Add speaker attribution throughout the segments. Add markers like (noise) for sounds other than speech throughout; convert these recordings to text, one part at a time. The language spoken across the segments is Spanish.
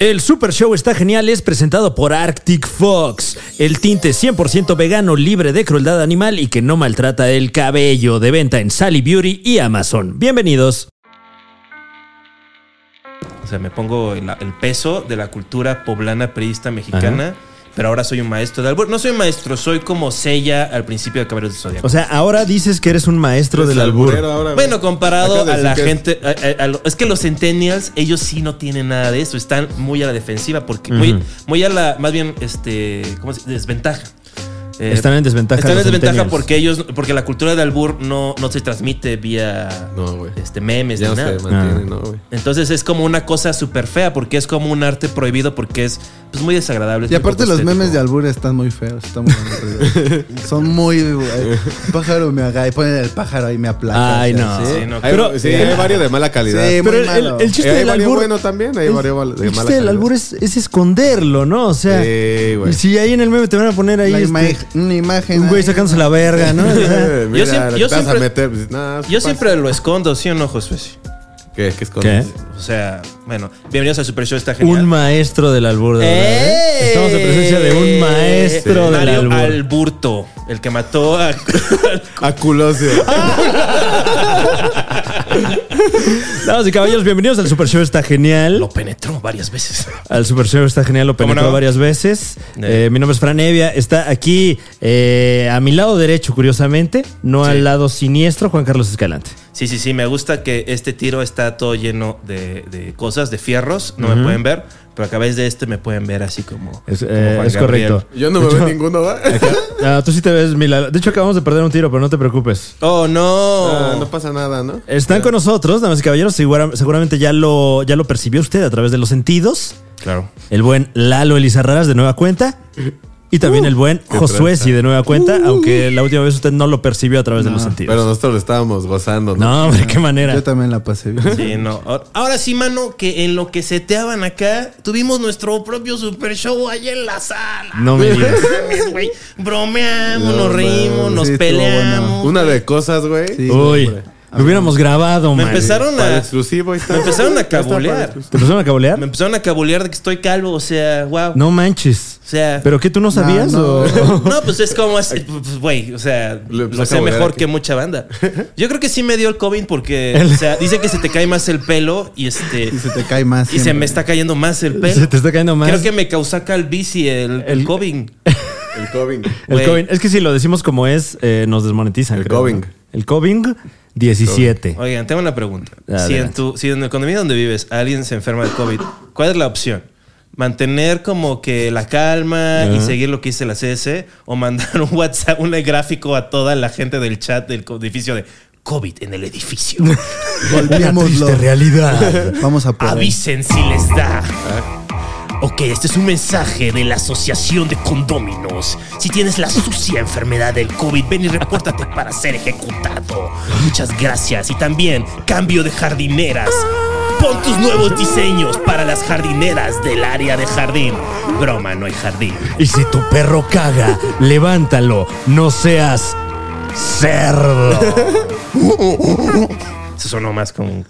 Speaker 1: El Super Show está genial, es presentado por Arctic Fox, el tinte 100% vegano, libre de crueldad animal y que no maltrata el cabello, de venta en Sally Beauty y Amazon. Bienvenidos.
Speaker 2: O sea, me pongo el, el peso de la cultura poblana priista mexicana. Pero ahora soy un maestro de albur. No soy un maestro, soy como Sella al principio de Caballeros del Zodiaco.
Speaker 1: O sea, ahora dices que eres un maestro del albur.
Speaker 2: bueno, comparado
Speaker 3: Acabas de
Speaker 2: a la
Speaker 3: decir
Speaker 2: gente. a- a- a lo- es que los centennials, ellos sí no tienen nada de eso. Están muy a la defensiva, porque. muy, muy a la. Más bien, este. ¿Cómo se dice? Desventaja. Eh,
Speaker 1: Están en desventaja
Speaker 2: Están en
Speaker 1: los
Speaker 2: desventaja
Speaker 1: centennials.
Speaker 2: porque ellos. Porque la cultura del albur no, no se transmite vía.
Speaker 3: No, güey.
Speaker 2: Este, memes
Speaker 3: Ya
Speaker 2: ni
Speaker 3: no
Speaker 2: nada.
Speaker 3: se mantiene, no, güey.
Speaker 2: Entonces es como una cosa súper fea porque es como un arte prohibido porque es pues, muy desagradable. este es
Speaker 4: Y
Speaker 2: muy
Speaker 4: aparte
Speaker 2: poco
Speaker 4: los memes de
Speaker 2: estético.
Speaker 4: albur están muy feos, están muy aburridos. Son muy eh, pájaro me haga y ponen el pájaro ahí me aplaca.
Speaker 1: Ay,
Speaker 4: o sea,
Speaker 1: no.
Speaker 2: Sí, no,
Speaker 3: Hay-
Speaker 1: Pero-
Speaker 3: sí, hay varios de mala calidad.
Speaker 4: Sí,
Speaker 1: Pero
Speaker 4: muy
Speaker 1: el, el-
Speaker 4: malo.
Speaker 1: el chiste
Speaker 3: Eh, hay
Speaker 1: del
Speaker 3: varios
Speaker 1: albur.
Speaker 3: bueno también, hay
Speaker 1: el,
Speaker 3: varios mal- de
Speaker 1: el
Speaker 3: mala
Speaker 1: chiste del
Speaker 3: calidad.
Speaker 1: albur es, es esconderlo, ¿no? O sea,
Speaker 3: Sí, güey.
Speaker 1: si ahí en el meme te van a poner ahí
Speaker 4: La
Speaker 1: este,
Speaker 4: ima- una imagen.
Speaker 1: un güey
Speaker 4: ahí.
Speaker 1: sacándose la verga,
Speaker 3: (laughs)
Speaker 1: ¿no? O sea,
Speaker 3: Eh, Mira,
Speaker 2: siempre-
Speaker 3: lo que
Speaker 2: yo
Speaker 3: te vas a
Speaker 2: siempre-
Speaker 3: meter, pues, nah,
Speaker 2: Yo
Speaker 3: pasa.
Speaker 2: siempre lo escondo, ¿sí o no, Josué?
Speaker 3: ¿Qué? ¿Qué escondes?
Speaker 2: O sea, bueno, bienvenidos al Super Show, está genial.
Speaker 1: un maestro del albur. de verdad, ¿eh?
Speaker 2: ¡Eh!
Speaker 1: Estamos en presencia de un maestro
Speaker 2: Sí.
Speaker 1: del
Speaker 2: Mario
Speaker 1: albur.
Speaker 2: Alburto, el que mató a. (laughs)
Speaker 3: A culose.
Speaker 1: Damas y caballeros, bienvenidos al Super Show Está Genial.
Speaker 2: lo penetró varias veces.
Speaker 1: Al Super Show Está Genial lo
Speaker 2: ¿Cómo
Speaker 1: penetró
Speaker 2: no?
Speaker 1: varias veces.
Speaker 2: Eh.
Speaker 1: Eh, mi nombre es Fran Evia. Está aquí eh, a mi lado derecho, curiosamente, no
Speaker 2: Sí.
Speaker 1: al lado siniestro, Juan Carlos Escalante.
Speaker 2: Sí, sí, sí, me gusta que este tiro está todo lleno de, de cosas, de fierros. No me pueden ver, pero a través de este me pueden ver así como.
Speaker 1: Es,
Speaker 2: como
Speaker 1: eh,
Speaker 2: Juan
Speaker 1: es
Speaker 2: Gabriel.
Speaker 1: correcto.
Speaker 3: Yo no me veo ninguno, ¿va? (laughs)
Speaker 1: Ah, tú sí te ves, Mila. De hecho, acabamos de perder un tiro, pero no te preocupes.
Speaker 2: Oh,
Speaker 3: Ah,
Speaker 2: no.
Speaker 3: no pasa nada, ¿no?
Speaker 1: Están con nosotros, damas y caballeros. segura- Seguramente ya lo, ya lo percibió usted a través de los sentidos.
Speaker 2: Claro.
Speaker 1: El buen Lalo Elizarraras de nueva cuenta. Y también el buen
Speaker 3: qué
Speaker 1: Josué
Speaker 3: tranza.
Speaker 1: de nueva cuenta, aunque la última vez usted no lo percibió a través de los sentidos.
Speaker 3: Pero nosotros lo estábamos gozando, ¿no?
Speaker 1: no, hombre, qué manera.
Speaker 4: Yo también la pasé bien. (laughs)
Speaker 2: Sí, no. Ahora- Ahora sí, mano, que en lo que seteaban acá, tuvimos nuestro propio super show allá en la sala.
Speaker 1: No me
Speaker 3: (laughs)
Speaker 1: digas.
Speaker 2: Mames, güey. Bromeamos,
Speaker 3: No,
Speaker 2: nos reímos,
Speaker 3: mames.
Speaker 2: nos
Speaker 4: Sí, estuvo
Speaker 2: peleamos.
Speaker 3: Una de cosas, güey.
Speaker 1: (laughs)
Speaker 4: Sí.
Speaker 1: Uy,
Speaker 4: hombre.
Speaker 1: lo hubiéramos grabado,
Speaker 2: Me
Speaker 1: man.
Speaker 2: empezaron
Speaker 3: Para
Speaker 2: a.
Speaker 3: exclusivo, ahí está.
Speaker 2: Me empezaron a
Speaker 3: Ahí está para
Speaker 2: cabulear.
Speaker 3: exclusivo.
Speaker 1: ¿Te empezaron a cabolear?
Speaker 2: Me empezaron a cabulear de que estoy calvo, o sea, wow.
Speaker 1: No manches.
Speaker 2: O sea.
Speaker 1: ¿Pero qué tú no sabías?
Speaker 4: no. (laughs)
Speaker 1: o-
Speaker 2: No, pues es como así, pues, güey, o sea,
Speaker 3: Lo
Speaker 2: lo,
Speaker 3: empezó a
Speaker 2: sé
Speaker 3: cabulear
Speaker 2: mejor
Speaker 3: aquí.
Speaker 2: que mucha banda. Yo creo que sí me dio el COVID porque, o sea, dice que se te cae más el pelo y este...
Speaker 4: Y se te cae más.
Speaker 2: Y se
Speaker 4: siempre.
Speaker 2: me está cayendo
Speaker 1: (laughs)
Speaker 2: más el pelo.
Speaker 1: Se te está cayendo más.
Speaker 2: Creo que me causa calvicie el, el,
Speaker 1: El- (laughs)
Speaker 2: COVID.
Speaker 3: El Coving.
Speaker 1: El
Speaker 2: Güey.
Speaker 1: Coving. Es que si lo decimos como es, eh, nos desmonetizan.
Speaker 3: El
Speaker 1: creo,
Speaker 3: Coving.
Speaker 1: ¿no? El Coving 17.
Speaker 2: Oigan, tengo una pregunta. Si en,
Speaker 1: Adelante.
Speaker 2: tu, si en el condominio donde vives alguien se enferma de COVID, ¿cuál es la opción? ¿Mantener como que la calma y
Speaker 1: Ajá.
Speaker 2: seguir lo que dice la CS? ¿O mandar (laughs) un WhatsApp, un gráfico a toda la gente del chat del co- edificio de COVID en el
Speaker 1: (laughs)
Speaker 2: edificio?
Speaker 1: Una
Speaker 4: Volvíamos
Speaker 1: triste realidad.
Speaker 4: Vamos a por ahí.
Speaker 2: Avisen si les da. Ok, este es un mensaje de la Asociación de Condóminos. Si tienes la sucia enfermedad del COVID, ven y repórtate para ser ejecutado. Muchas gracias. Y también, cambio de jardineras. Pon tus nuevos diseños para las jardineras del área de jardín. Broma, no hay jardín.
Speaker 1: Y si tu perro caga, levántalo. No seas cerdo.
Speaker 2: Eso sonó más como un,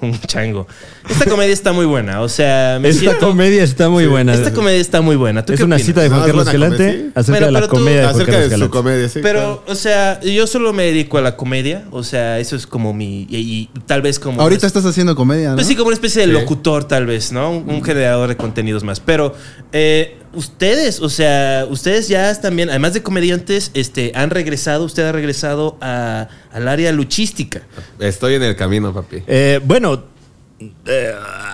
Speaker 2: un chango. Esta comedia está muy buena. O sea, me
Speaker 1: Esta
Speaker 2: siento-
Speaker 1: comedia está muy buena.
Speaker 2: Esta comedia está muy buena. ¿Tú
Speaker 1: es
Speaker 2: qué
Speaker 1: una
Speaker 2: opinas?
Speaker 1: cita de Juan
Speaker 3: No, es
Speaker 1: Carlos
Speaker 3: buena
Speaker 1: Escalante
Speaker 3: comedia, sí.
Speaker 1: acerca
Speaker 2: Bueno,
Speaker 1: de la
Speaker 2: pero tú-
Speaker 1: comedia de Juan
Speaker 3: Acerca
Speaker 1: Carlos
Speaker 3: de su
Speaker 1: Escalante.
Speaker 3: comedia, sí.
Speaker 2: Pero, o sea, yo solo me dedico a la comedia. O sea, eso es como mi. Y, y tal vez como.
Speaker 4: Ahorita estás haciendo comedia, ¿no?
Speaker 2: Pues sí, como una especie de locutor, tal vez, ¿no? Un, un generador de contenidos más. Pero, eh, ustedes, o sea, ustedes ya también, además de comediantes, este, han regresado, usted ha regresado a- al área luchística.
Speaker 3: Estoy en el camino, papi.
Speaker 1: Eh, bueno, eh,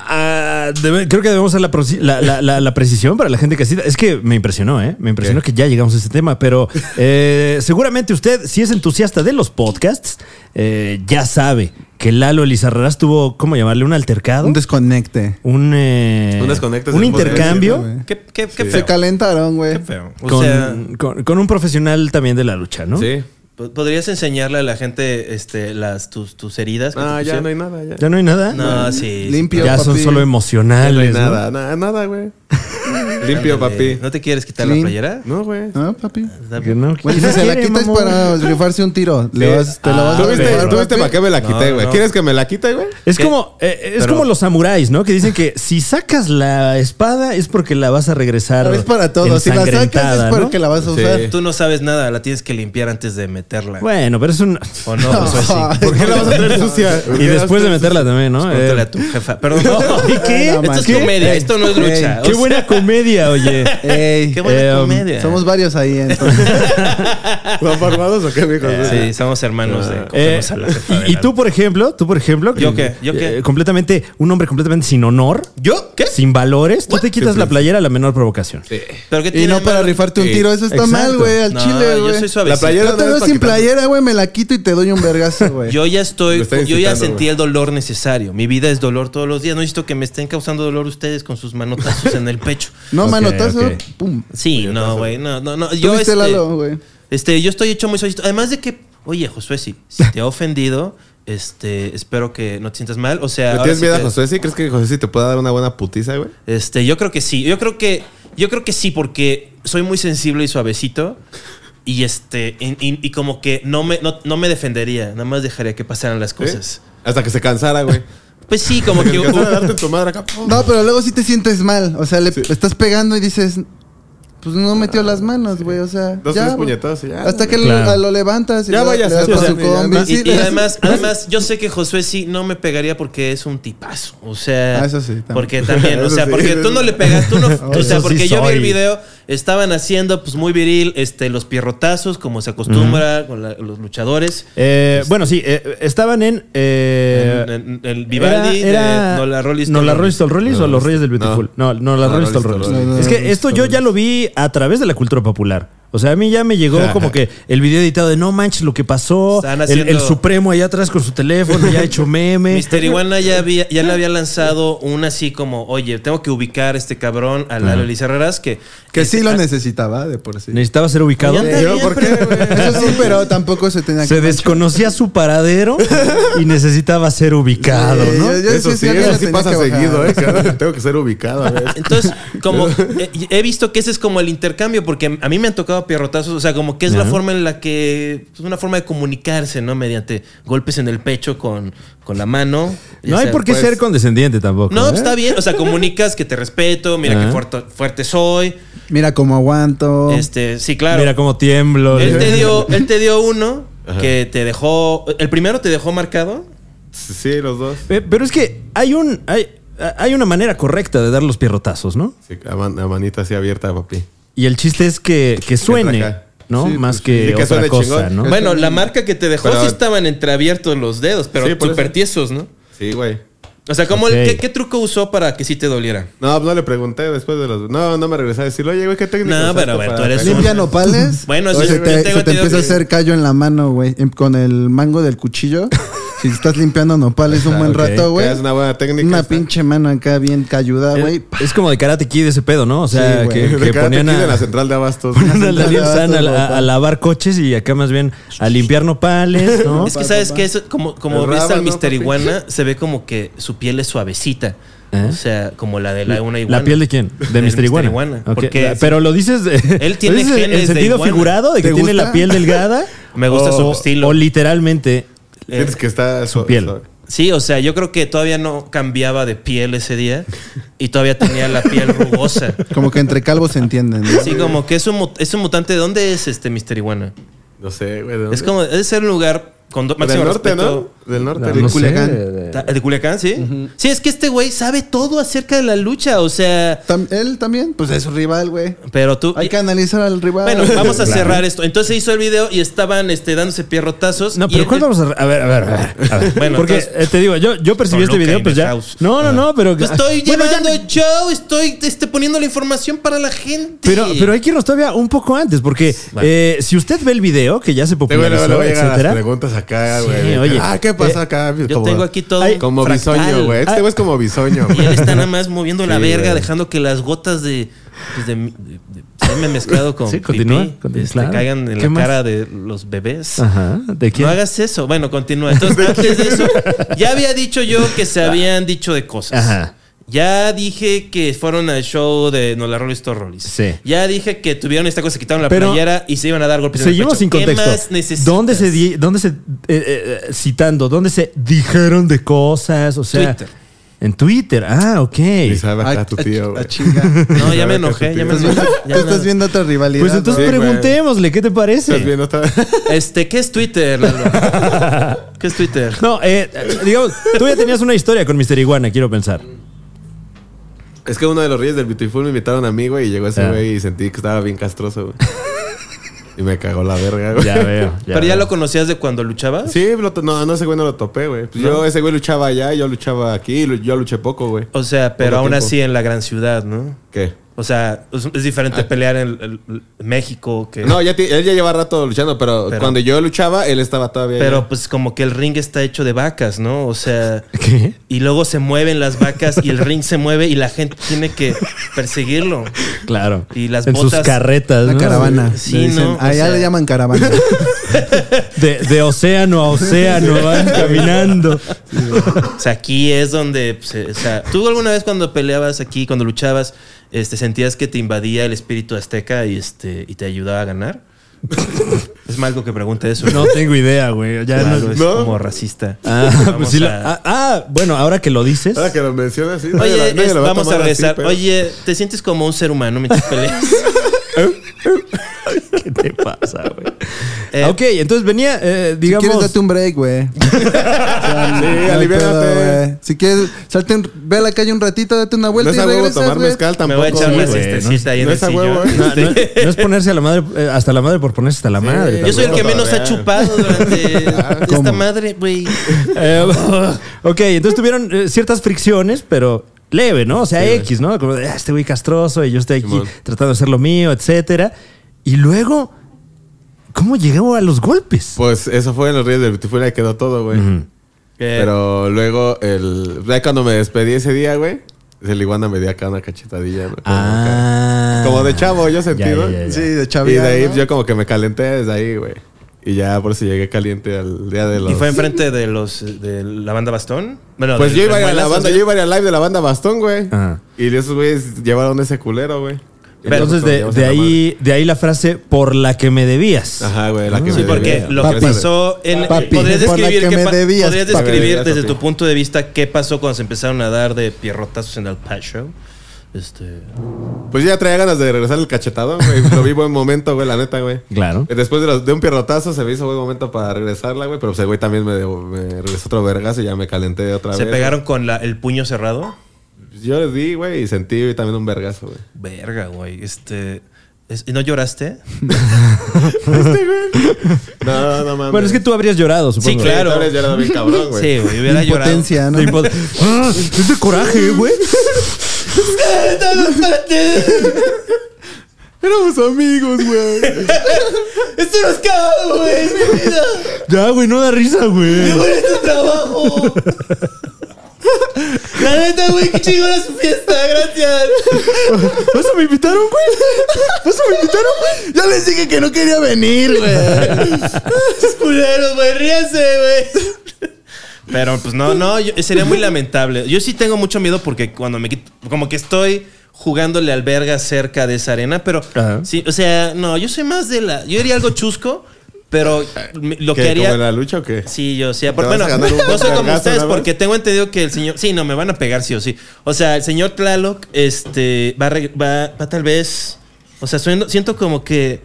Speaker 1: ah, debe- creo que debemos hacer la, proci- la- la- la- la precisión para la gente que así. Es que me impresionó, ¿eh? Me impresionó
Speaker 3: ¿Qué?
Speaker 1: que ya llegamos a este tema,
Speaker 2: (laughs)
Speaker 1: pero eh, seguramente usted, si es entusiasta de los podcasts, eh, ya sabe que Lalo Elizarrarás tuvo, ¿cómo llamarle? Un altercado.
Speaker 4: Un desconecte.
Speaker 1: un eh,
Speaker 3: Un desconecto
Speaker 1: un
Speaker 3: del podcast,
Speaker 1: intercambio
Speaker 4: sí, güey.
Speaker 2: ¿Qué, qué, qué
Speaker 3: Sí. ¿eh?
Speaker 4: Se
Speaker 2: feo?
Speaker 4: calentaron, güey.
Speaker 2: Qué feo. O
Speaker 1: con,
Speaker 2: sea,
Speaker 1: con- con un profesional también de la lucha, ¿no?
Speaker 3: Sí.
Speaker 2: ¿pod- ¿podrías enseñarle a la gente este, las, tus, tus heridas? que
Speaker 3: Ah,
Speaker 2: te
Speaker 3: ya
Speaker 2: pusieron?
Speaker 3: no hay nada. Ya,
Speaker 1: Ya no hay nada.
Speaker 2: No, sí. sí.
Speaker 4: Limpio,
Speaker 1: ya son
Speaker 4: papi.
Speaker 1: solo
Speaker 3: Ya no hay
Speaker 1: emocionales. ¿no?
Speaker 3: nada, nada, nada, güey. (laughs) Limpio, papi.
Speaker 2: ¿No te quieres quitar
Speaker 4: Clean.
Speaker 2: la playera?
Speaker 3: No, güey.
Speaker 4: Ah, papi.
Speaker 2: Que
Speaker 1: no,
Speaker 4: Güey, si se la quitas para rifarse un tiro, le vas, te la vas
Speaker 3: ¿Tú
Speaker 4: a
Speaker 3: viste,
Speaker 4: rifar,
Speaker 3: tú viste
Speaker 4: papi?
Speaker 3: para qué me la
Speaker 2: No,
Speaker 3: quité, güey?
Speaker 2: no.
Speaker 3: ¿Quieres que me la quite, güey?
Speaker 1: Es
Speaker 2: ¿Qué?
Speaker 1: como, eh, es
Speaker 2: Pero-
Speaker 1: como los samuráis, ¿no? Que dicen que si sacas la espada es porque la vas a regresar.
Speaker 4: Pero es para todo. Si la sacas
Speaker 1: ensangrentada,
Speaker 4: es
Speaker 1: ¿no?
Speaker 4: porque la vas a
Speaker 3: Sí.
Speaker 4: usar.
Speaker 2: Tú no sabes nada, la tienes que limpiar antes de meterla.
Speaker 1: Bueno, pero es
Speaker 4: (laughs)
Speaker 1: un.
Speaker 2: O no, Josué, sí.
Speaker 4: Ay,
Speaker 1: (laughs)
Speaker 3: ¿Por qué la vas a tener sucia? ¿Por
Speaker 1: Y
Speaker 3: qué la vas a
Speaker 1: después de
Speaker 3: tener
Speaker 1: meterla
Speaker 3: sucia?
Speaker 1: también, ¿no?
Speaker 2: Pregúntale
Speaker 1: Eh,
Speaker 2: a tu jefa. Perdón.
Speaker 1: (laughs) ¿Y qué?
Speaker 4: No, man.
Speaker 2: Esto es
Speaker 4: ¿Qué?
Speaker 2: comedia,
Speaker 4: Ey,
Speaker 2: esto no es lucha.
Speaker 1: Qué
Speaker 2: O
Speaker 1: buena comedia, oye.
Speaker 4: Ey,
Speaker 2: sea, Qué buena
Speaker 1: Eh, um,
Speaker 2: comedia.
Speaker 4: somos varios
Speaker 2: (laughs)
Speaker 4: ahí, entonces.
Speaker 3: (laughs) ¿Son formados o qué, mijo?
Speaker 2: Sí, somos hermanos de
Speaker 1: Eh,
Speaker 2: cogemos a la jefa de
Speaker 1: y, y
Speaker 2: la-
Speaker 1: tú, por ejemplo, tú, por ejemplo,
Speaker 2: ¿Yo
Speaker 1: que-
Speaker 2: qué? ¿Yo qué?
Speaker 1: eh, completamente, un hombre completamente sin honor,
Speaker 2: ¿Yo? ¿Qué?
Speaker 1: sin valores, tú te quitas la playera a la menor provocación.
Speaker 2: ¿Pero qué
Speaker 4: Y
Speaker 2: tiene
Speaker 4: no
Speaker 2: de
Speaker 4: para
Speaker 2: malo?
Speaker 4: rifarte un
Speaker 3: Sí,
Speaker 4: tiro, eso está
Speaker 1: exacto.
Speaker 4: mal, güey, al
Speaker 2: No,
Speaker 4: chile,
Speaker 2: yo soy
Speaker 4: güey.
Speaker 2: suave.
Speaker 3: La playera
Speaker 4: Yo te
Speaker 3: no
Speaker 4: veo
Speaker 3: es pa'
Speaker 4: sin
Speaker 3: quitar.
Speaker 4: playera, güey, me la quito y te doy un vergazo, güey.
Speaker 2: Yo ya estoy,
Speaker 3: Me está
Speaker 2: yo ya
Speaker 3: incitando,
Speaker 2: sentí
Speaker 3: güey.
Speaker 2: el dolor necesario. Mi vida es dolor todos los días. No necesito que me estén causando dolor ustedes con sus manotazos en el pecho.
Speaker 4: No,
Speaker 1: Ok,
Speaker 4: manotazo,
Speaker 1: ok.
Speaker 4: pum.
Speaker 2: Sí, no, güey, no, no, no.
Speaker 4: Yo
Speaker 2: Yo
Speaker 4: viste
Speaker 2: este,
Speaker 4: Lalo, güey.
Speaker 2: este, yo estoy hecho muy solito. Además de que, oye, Josué, si, si
Speaker 3: (laughs)
Speaker 2: te ha ofendido, este, espero que no te sientas mal. O sea,
Speaker 3: ¿Le
Speaker 2: ahora
Speaker 3: tienes
Speaker 2: sí
Speaker 3: miedo a
Speaker 2: que-
Speaker 3: Josué? ¿Sí crees que Josué sí te pueda dar una buena putiza, güey?
Speaker 2: Este, yo creo que sí. Yo creo que, yo creo que sí, porque soy muy sensible y suavecito. Y este, y, y- y como que no me, no, no me defendería, nada más dejaría que pasaran las
Speaker 3: ¿Sí?
Speaker 2: cosas.
Speaker 3: Hasta que se cansara, güey.
Speaker 2: Pues sí,
Speaker 3: (laughs)
Speaker 2: como que.
Speaker 3: Te cansara de darte en tu madre acá. pum.
Speaker 4: No, pero luego sí te sientes mal. O sea, le estás pegando y dices, pues no metió las manos, güey. O sea,
Speaker 3: Dos,
Speaker 4: ya,
Speaker 3: tres
Speaker 4: güey.
Speaker 3: puñetazos y ya.
Speaker 4: Hasta que lo-
Speaker 1: Claro.
Speaker 4: a lo, levantas y
Speaker 3: Ya
Speaker 4: le-
Speaker 3: vayas,
Speaker 4: le das
Speaker 3: sí,
Speaker 4: con
Speaker 3: o sea,
Speaker 4: su combi.
Speaker 2: Y,
Speaker 4: Sí,
Speaker 2: y
Speaker 4: le-
Speaker 2: además, además, yo sé que Josué sí no me pegaría porque es un tipazo. O sea,
Speaker 4: Ah, eso sí, también.
Speaker 2: porque también, o
Speaker 3: Eso
Speaker 2: sea,
Speaker 3: sí.
Speaker 2: porque tú no le pegas, tú no, o sea,
Speaker 1: Eso
Speaker 2: porque
Speaker 1: sí
Speaker 2: yo vi
Speaker 1: soy.
Speaker 2: el video, estaban haciendo pues muy viril, este, los pierrotazos como se acostumbra con la- los luchadores.
Speaker 1: Eh, bueno, sí, eh, estaban en. eh,
Speaker 2: En- en- el Vivaldi de No la Rollis.
Speaker 1: No la Rollis Tol Rollis o los Reyes del Beautiful. No, no, la
Speaker 3: No,
Speaker 1: Rollis Tol
Speaker 3: Rollis
Speaker 1: Rollis.
Speaker 3: Tol
Speaker 4: Rollis. No, no,
Speaker 1: Es que
Speaker 4: Rollis
Speaker 1: esto
Speaker 4: Tol
Speaker 1: yo
Speaker 4: Rollis.
Speaker 1: ya lo vi a través de la cultura popular. O sea, a mí ya me llegó como que el video editado de no manches lo que pasó.
Speaker 2: Están
Speaker 1: el- El,
Speaker 2: haciendo-
Speaker 1: Supremo allá atrás con su teléfono, ya ha hecho
Speaker 2: (laughs)
Speaker 1: meme.
Speaker 2: Mister Iguana ya, había- ya le había lanzado un así como, oye, tengo que ubicar a este cabrón a la Loli Herreras que...
Speaker 4: que sí lo necesitaba de por sí.
Speaker 1: Necesitaba ser ubicado.
Speaker 2: Ya
Speaker 3: Yo, ¿por qué, güey?
Speaker 4: Eso sí, pero tampoco se tenía
Speaker 1: Se
Speaker 4: que...
Speaker 1: desconocía su paradero y necesitaba ser ubicado,
Speaker 4: Sí,
Speaker 1: ¿no?
Speaker 4: yo- yo
Speaker 3: Eso
Speaker 4: sí,
Speaker 3: sí,
Speaker 4: alguien
Speaker 3: eso
Speaker 4: la
Speaker 3: sí
Speaker 4: tenía
Speaker 3: pasa
Speaker 4: que bajar.
Speaker 3: seguido, ¿eh? Que Tengo que ser ubicado, güey.
Speaker 1: (laughs)
Speaker 2: Entonces, como eh, he, visto que ese es como el intercambio, porque a mí me han tocado pierrotazos, o sea, como que es la
Speaker 1: Ajá.
Speaker 2: forma en la que, es una forma de comunicarse, ¿no? Mediante golpes en el pecho con, con la mano. ya
Speaker 1: No hay
Speaker 2: sea,
Speaker 1: por qué
Speaker 2: pues,
Speaker 1: ser condescendiente tampoco.
Speaker 2: No, pues,
Speaker 1: ¿eh?
Speaker 2: está bien, o sea, comunicas que te respeto, mira
Speaker 1: Ajá. Oh.
Speaker 2: que fuerte, fuerte soy,
Speaker 4: Mira cómo aguanto.
Speaker 2: este, sí, claro.
Speaker 1: Mira cómo tiemblo.
Speaker 2: Él te
Speaker 1: (laughs)
Speaker 2: dio, él te dio uno que te dejó. El primero te dejó marcado.
Speaker 3: Sí, los dos.
Speaker 1: Pe- Eh, Pero es que hay un hay, hay una manera correcta de dar los pierrotazos, ¿no?
Speaker 3: Sí, la, man- la manita así abierta, papi.
Speaker 1: Y el chiste es que, que suene,
Speaker 3: traca.
Speaker 1: ¿no?
Speaker 4: Sí,
Speaker 1: Más
Speaker 4: pues,
Speaker 1: que,
Speaker 3: sí, que
Speaker 1: otra
Speaker 3: suene
Speaker 1: cosa,
Speaker 3: chingón.
Speaker 1: ¿no?
Speaker 2: Bueno, la marca que te dejó
Speaker 3: Pero-
Speaker 2: sí estaban entreabiertos los dedos, pero
Speaker 3: Sí, por
Speaker 2: súper
Speaker 3: eso.
Speaker 2: tiesos, ¿no?
Speaker 3: Sí, güey.
Speaker 2: O sea, ¿cómo
Speaker 1: Ok.
Speaker 2: el- qué, qué truco usó para que sí te doliera?
Speaker 3: No, pues no le pregunté después de los. No, no me regresé a decirle, oye, güey, qué técnica.
Speaker 2: No,
Speaker 3: usaste
Speaker 2: pero, a ver,
Speaker 3: para
Speaker 2: tú eres
Speaker 3: pegar?"
Speaker 4: Limpia nopales.
Speaker 2: (laughs) Bueno,
Speaker 4: O
Speaker 2: sí,
Speaker 4: se
Speaker 2: yo
Speaker 4: te,
Speaker 2: tengo
Speaker 4: se te
Speaker 2: entendido
Speaker 4: empieza a
Speaker 2: que-
Speaker 4: hacer callo en la mano, güey. em- Con el mango
Speaker 2: (laughs)
Speaker 4: del cuchillo. si estás limpiando nopales un
Speaker 2: Ah,
Speaker 4: buen
Speaker 1: ok.
Speaker 4: rato, güey.
Speaker 3: Que es una buena técnica.
Speaker 4: Una
Speaker 3: está-
Speaker 4: pinche mano acá bien calluda, güey.
Speaker 1: es, es como de karate kid ese pedo, ¿no? O sea,
Speaker 4: Sí, güey.
Speaker 1: que,
Speaker 3: De
Speaker 1: que
Speaker 3: Karate
Speaker 1: ponían
Speaker 3: Kid en la
Speaker 1: a,
Speaker 3: central de abastos.
Speaker 1: ponían a
Speaker 4: central
Speaker 1: (laughs) Daniel
Speaker 3: (laughs)
Speaker 4: de
Speaker 1: San a, la-
Speaker 4: abastos,
Speaker 1: a lavar coches y acá más bien a limpiar nopales, ¿no?
Speaker 2: (laughs) Es que sabes que eso, como, como
Speaker 3: El
Speaker 2: ves al
Speaker 3: rábano,
Speaker 2: Mister
Speaker 3: papi.
Speaker 2: Iguana,
Speaker 3: (laughs)
Speaker 2: se ve como que su piel es suavecita.
Speaker 1: ¿Eh?
Speaker 2: O sea, como la de la una iguana.
Speaker 1: ¿La piel de quién? De
Speaker 2: Del
Speaker 1: Mr. Iguana. Ok.
Speaker 2: Porque
Speaker 1: Pero lo dices.
Speaker 2: (laughs) Él tiene
Speaker 1: ¿lo dices en-
Speaker 2: genes
Speaker 1: en
Speaker 2: de
Speaker 1: sentido
Speaker 2: iguana.
Speaker 1: figurado de que
Speaker 4: ¿Te
Speaker 1: tiene
Speaker 4: gusta?
Speaker 1: la piel delgada.
Speaker 2: (laughs) Me gusta su
Speaker 1: o-
Speaker 2: estilo.
Speaker 1: O literalmente.
Speaker 3: Sientes que está
Speaker 1: su piel.
Speaker 2: Sí, o sea, yo creo que todavía no cambiaba de piel ese día y todavía tenía la piel rugosa.
Speaker 4: Como que entre calvos se entienden, ¿no?
Speaker 2: Sí, como que es un, mu- es un mutante. ¿De dónde es este Mister Iguana?
Speaker 3: No sé, güey. ¿de dónde?
Speaker 2: Es como, debe ser un lugar con do- máximo
Speaker 3: Del norte,
Speaker 2: respeto.
Speaker 3: ¿no? Del norte.
Speaker 1: no
Speaker 3: de
Speaker 1: sé,
Speaker 4: Culiacán.
Speaker 1: de-
Speaker 2: Ta- ¿De Culiacán, sí? Sí, es que este güey sabe todo acerca de la lucha, o sea...
Speaker 4: Tam- él también, pues es su rival, güey.
Speaker 2: Pero tú...
Speaker 4: Hay que analizar al rival.
Speaker 2: Bueno, vamos a cerrar esto. Entonces hizo el video y estaban este, dándose pierrotazos.
Speaker 1: No,
Speaker 2: y
Speaker 1: pero
Speaker 2: él-
Speaker 1: ¿cuál vamos a.? re- A ver, a ver, a ver. a ver.
Speaker 2: Bueno,
Speaker 1: Porque
Speaker 2: entonces-
Speaker 1: eh, te digo, yo, yo percibí este
Speaker 2: Toluca
Speaker 1: video,
Speaker 2: y
Speaker 1: pues ya.
Speaker 2: Nehaus.
Speaker 1: No, no, no, pero.
Speaker 2: Pues estoy
Speaker 1: Ah, Bueno, ya-
Speaker 2: llevando show, estoy este, poniendo la información para la gente.
Speaker 1: Pero, pero hay que irnos todavía un poco antes, porque
Speaker 2: Vale.
Speaker 1: eh, si usted ve el video, que ya se
Speaker 3: Sí, güey, luego
Speaker 1: popularizó,
Speaker 3: luego llegan las
Speaker 1: etcétera.
Speaker 3: preguntas acá,
Speaker 1: Sí,
Speaker 3: güey.
Speaker 1: oye.
Speaker 3: ah, ¿qué pasa acá?
Speaker 2: Yo tengo aquí todo
Speaker 1: Ay,
Speaker 3: Como
Speaker 2: fractal.
Speaker 3: bisoño, güey. Este
Speaker 1: Ay.
Speaker 3: güey es como bisoño.
Speaker 2: Y
Speaker 1: (laughs)
Speaker 2: él (laughs) está nada más moviendo la
Speaker 3: Sí,
Speaker 2: verga,
Speaker 3: güey.
Speaker 2: dejando que las gotas de. Pues de, de- de- semen mezclado con.
Speaker 1: Sí, continúa,
Speaker 2: pipí,
Speaker 1: continúa,
Speaker 2: este,
Speaker 1: claro.
Speaker 2: caigan en
Speaker 1: ¿Qué
Speaker 2: la
Speaker 1: más? Ah,
Speaker 2: cara de los bebés.
Speaker 1: Ajá, ¿de quién?
Speaker 2: No hagas eso.
Speaker 1: (laughs)
Speaker 2: Bueno, continúa. Entonces, antes de eso, ya había dicho yo que se habían dicho de cosas.
Speaker 1: Ajá.
Speaker 2: Ya dije que fueron al show de No la Rollis Rollis.
Speaker 1: Sí.
Speaker 2: Ya dije que tuvieron esta cosa, se quitaron la
Speaker 1: Pero-
Speaker 2: playera y se iban a dar golpes en el
Speaker 1: Seguimos
Speaker 2: pecho.
Speaker 1: sin contexto.
Speaker 2: ¿Qué más necesitas?
Speaker 1: ¿Dónde se, di- dónde se eh, eh, eh, citando, dónde se dijeron de cosas? O sea,
Speaker 2: Twitter.
Speaker 1: en Twitter. Ah, ok.
Speaker 3: Y sabe acá
Speaker 4: Ah,
Speaker 3: tu
Speaker 4: ah,
Speaker 3: tío,
Speaker 4: ah,
Speaker 3: güey.
Speaker 4: chinga.
Speaker 2: No, (laughs)
Speaker 3: (laughs)
Speaker 2: ya
Speaker 3: Sabe
Speaker 2: me
Speaker 3: acá
Speaker 2: enojé,
Speaker 3: tu
Speaker 2: ya me
Speaker 3: tío.
Speaker 4: Estás
Speaker 2: enojé.
Speaker 4: viendo-
Speaker 2: ya
Speaker 4: (laughs) Tú estás
Speaker 2: nada.
Speaker 4: viendo otra rivalidad.
Speaker 1: Pues entonces
Speaker 3: Sí, güey.
Speaker 1: preguntémosle, ¿qué te
Speaker 3: Estás
Speaker 1: parece?
Speaker 3: viendo otra-
Speaker 2: Este, ¿qué es Twitter, Lalo?
Speaker 3: (laughs)
Speaker 2: ¿Qué es Twitter?
Speaker 1: No, eh, digamos, tú ya tenías una historia con Mr. Iguana, quiero pensar.
Speaker 3: Es que uno de los reyes del Beautiful me invitaron a mí, güey, y llegó ese
Speaker 1: Ah.
Speaker 3: güey y sentí que estaba bien castroso,
Speaker 2: (laughs)
Speaker 3: güey. y me cagó la verga, güey.
Speaker 1: Ya veo.
Speaker 2: ¿Pero ya
Speaker 1: veo.
Speaker 2: lo conocías de cuando luchabas?
Speaker 3: Sí, lo to- no, no, ese güey no lo topé, güey. Pues Yo, ese güey luchaba allá, yo luchaba aquí, y lu- yo luché poco, güey.
Speaker 2: O sea, pero
Speaker 3: Poco
Speaker 2: aún
Speaker 3: tiempo.
Speaker 2: así en la gran ciudad, ¿no?
Speaker 3: ¿Qué?
Speaker 2: O sea, es, es diferente pelear en el- el- México que...
Speaker 3: Ah. No, ya ti- él ya lleva rato luchando, pero,
Speaker 2: Pero-
Speaker 3: cuando yo luchaba, él estaba todavía.
Speaker 2: Pero
Speaker 3: allá.
Speaker 2: pues como que el ring está hecho de vacas, ¿no? O sea...
Speaker 1: ¿Qué?
Speaker 2: Y luego se mueven las vacas y el ring se mueve y la gente tiene que perseguirlo.
Speaker 1: Claro.
Speaker 2: Y las
Speaker 1: en sus
Speaker 2: botas-
Speaker 1: carretas,
Speaker 4: Una
Speaker 1: ¿no?
Speaker 4: caravana.
Speaker 2: Sí,
Speaker 4: Le dicen,
Speaker 2: ¿no? O
Speaker 4: Allá
Speaker 2: sea-
Speaker 4: Ah, le
Speaker 2: (laughs)
Speaker 4: llaman caravana.
Speaker 1: De, de océano a océano van caminando.
Speaker 2: O sea, aquí es donde... pues, eh, o sea, ¿tú alguna vez cuando peleabas aquí, cuando luchabas, este, sentías que te invadía el espíritu azteca y, este, y te ayudaba a
Speaker 3: (laughs)
Speaker 2: ganar? es malo que pregunte eso.
Speaker 1: No tengo idea, güey. Ya
Speaker 2: Claro,
Speaker 1: no-
Speaker 2: es
Speaker 3: ¿no?
Speaker 2: como racista.
Speaker 1: Ah, pues
Speaker 2: Vamos
Speaker 1: sí lo-
Speaker 2: a-
Speaker 1: ah, ah, bueno, ahora que lo dices.
Speaker 3: Ahora que lo mencionas, sí. nadie la-
Speaker 2: Oye,
Speaker 3: nadie
Speaker 2: es-
Speaker 3: lo va
Speaker 2: vamos a
Speaker 3: tomar así,
Speaker 2: regresar.
Speaker 3: pero-
Speaker 2: Oye, ¿te sientes como un ser humano mientras peleas?
Speaker 1: ¿Qué te pasa, güey?
Speaker 2: Eh,
Speaker 1: ok, entonces venía, eh,
Speaker 4: Si
Speaker 1: digamos.
Speaker 4: quieres, date un break, güey. O sea, no hay
Speaker 3: aliviánate.
Speaker 4: pedo, güey. Si quieres, salte, un- ve a la calle un ratito, date una
Speaker 3: No
Speaker 4: vuelta
Speaker 3: es a
Speaker 4: y
Speaker 3: huevo
Speaker 4: regresas,
Speaker 3: tomar
Speaker 4: güey.
Speaker 3: mezcal
Speaker 2: me
Speaker 3: (laughs) tampoco.
Speaker 2: voy a echar una
Speaker 1: güey, no-
Speaker 2: siestecita ahí en
Speaker 3: no
Speaker 2: el
Speaker 3: es a huevo,
Speaker 2: sillón. Este,
Speaker 3: ¿eh?
Speaker 1: (laughs) No, no- no es ponerse a la madre, eh, hasta la madre por ponerse hasta la madre.
Speaker 2: Yo soy el que menos ha
Speaker 3: Real.
Speaker 2: chupado
Speaker 3: (laughs)
Speaker 2: durante esta
Speaker 3: Ah,
Speaker 4: ¿Cómo?
Speaker 2: madre, güey.
Speaker 1: Eh, (laughs) ok, entonces tuvieron eh, ciertas fricciones, pero leve, ¿no? O sea, X, ¿no? Como de, "Ah, este güey castroso y yo estoy aquí
Speaker 3: Simón.
Speaker 1: tratando de hacer lo mío, etcétera. Y luego, ¿cómo llegó a los golpes?
Speaker 3: Pues eso fue en los Reyes del Beautiful, ahí quedó todo, Pues, güey.
Speaker 1: Eh,
Speaker 3: Pero luego, el, ya cuando me despedí ese día, güey, el iguana me dio acá una cachetadilla. ¿no? Como
Speaker 1: Ah.
Speaker 3: que- Pues, Como de chavo, yo sentí,
Speaker 1: Ya,
Speaker 3: ¿no?
Speaker 1: ya, ya, ya.
Speaker 4: Sí, de
Speaker 3: Y de
Speaker 4: chavía.
Speaker 3: ahí
Speaker 4: ¿no?
Speaker 3: yo como que me calenté desde ahí, güey. Y ya por eso llegué caliente al día de los...
Speaker 2: ¿Y fue enfrente de los de la banda Bastón? Bueno,
Speaker 3: Pues
Speaker 2: de-
Speaker 3: yo
Speaker 2: de
Speaker 3: iba a ir a la
Speaker 2: Muelas,
Speaker 3: banda,
Speaker 2: ¿no?
Speaker 3: yo iba a ir al live de la banda Bastón, güey.
Speaker 1: Ajá.
Speaker 3: Y esos güeyes llevaron ese culero, güey. Y
Speaker 1: Entonces,
Speaker 3: nosotros
Speaker 1: de,
Speaker 3: llevamos
Speaker 1: de
Speaker 3: a la
Speaker 1: ahí, de ahí la frase por la que me debías.
Speaker 3: madre. Ajá, güey, la que
Speaker 2: Sí,
Speaker 3: me
Speaker 2: porque
Speaker 3: debía.
Speaker 2: lo
Speaker 4: Papi.
Speaker 2: que pasó en
Speaker 4: Papi.
Speaker 2: podrías
Speaker 4: Por la
Speaker 2: describir
Speaker 4: que
Speaker 2: qué
Speaker 4: me
Speaker 2: pa-
Speaker 4: debías,
Speaker 2: podrías
Speaker 3: papi.
Speaker 2: describir desde
Speaker 3: Papi.
Speaker 2: tu punto de vista qué pasó cuando se empezaron a dar de pierrotazos en el patio. Este,
Speaker 3: Pues yo ya traía ganas de regresar el cachetado, güey. Lo vi buen momento, güey, la neta, güey. Eh,
Speaker 1: Claro.
Speaker 3: Después de, los- de un pierrotazo se me hizo buen momento para regresarla, güey. Pero ese güey también me, me regresó otro vergazo y ya me calenté otra
Speaker 2: se
Speaker 3: vez.
Speaker 2: pegaron con la- el puño cerrado.
Speaker 3: güey. Yo les di, güey, y sentí también un vergazo, güey.
Speaker 2: Verga, güey. Este, es- ¿y no lloraste?
Speaker 3: No, no mames.
Speaker 1: Bueno, es que tú habrías llorado, supongo.
Speaker 2: Sí,
Speaker 3: Güey,
Speaker 2: claro.
Speaker 3: tú habrías llorado bien cabrón, güey.
Speaker 2: Sí, güey, hubiera llorado. (laughs)
Speaker 4: Potencia, ¿no?
Speaker 1: De impo- (laughs) Ah, es de coraje, güey.
Speaker 3: Éramos amigos, güey.
Speaker 2: Esto no es cagado, güey. Es mi vida.
Speaker 1: Ya, güey, no da risa, güey.
Speaker 2: tu
Speaker 4: (laughs)
Speaker 2: trabajo. La neta, güey, qué chingona su fiesta. Gracias.
Speaker 1: ¿Vas a me invitaron, güey? ¿Vas a me invitaron, güey?
Speaker 4: Ya les dije que no quería venir, güey.
Speaker 2: Sus culeros, güey. Ríase, güey. Pero pues no, no, yo- sería muy lamentable. Yo sí tengo mucho miedo porque cuando me quito, como que estoy jugándole al verga cerca de esa arena, pero
Speaker 1: Ajá.
Speaker 2: sí, o sea, no, yo soy más de la, yo diría algo chusco, pero me- lo que
Speaker 3: ¿Qué,
Speaker 2: haría
Speaker 3: ¿Como en la lucha o qué?
Speaker 2: Sí, yo sí. Por-
Speaker 3: vas
Speaker 2: bueno,
Speaker 3: a ganar un
Speaker 2: no soy como
Speaker 3: vergazo,
Speaker 2: ustedes
Speaker 3: nada más.
Speaker 2: porque tengo entendido que el señor. Sí, no, me van a pegar sí o sí. O sea, el señor Tlaloc este, va, a reg- va, va tal vez. O sea, sueno- siento como que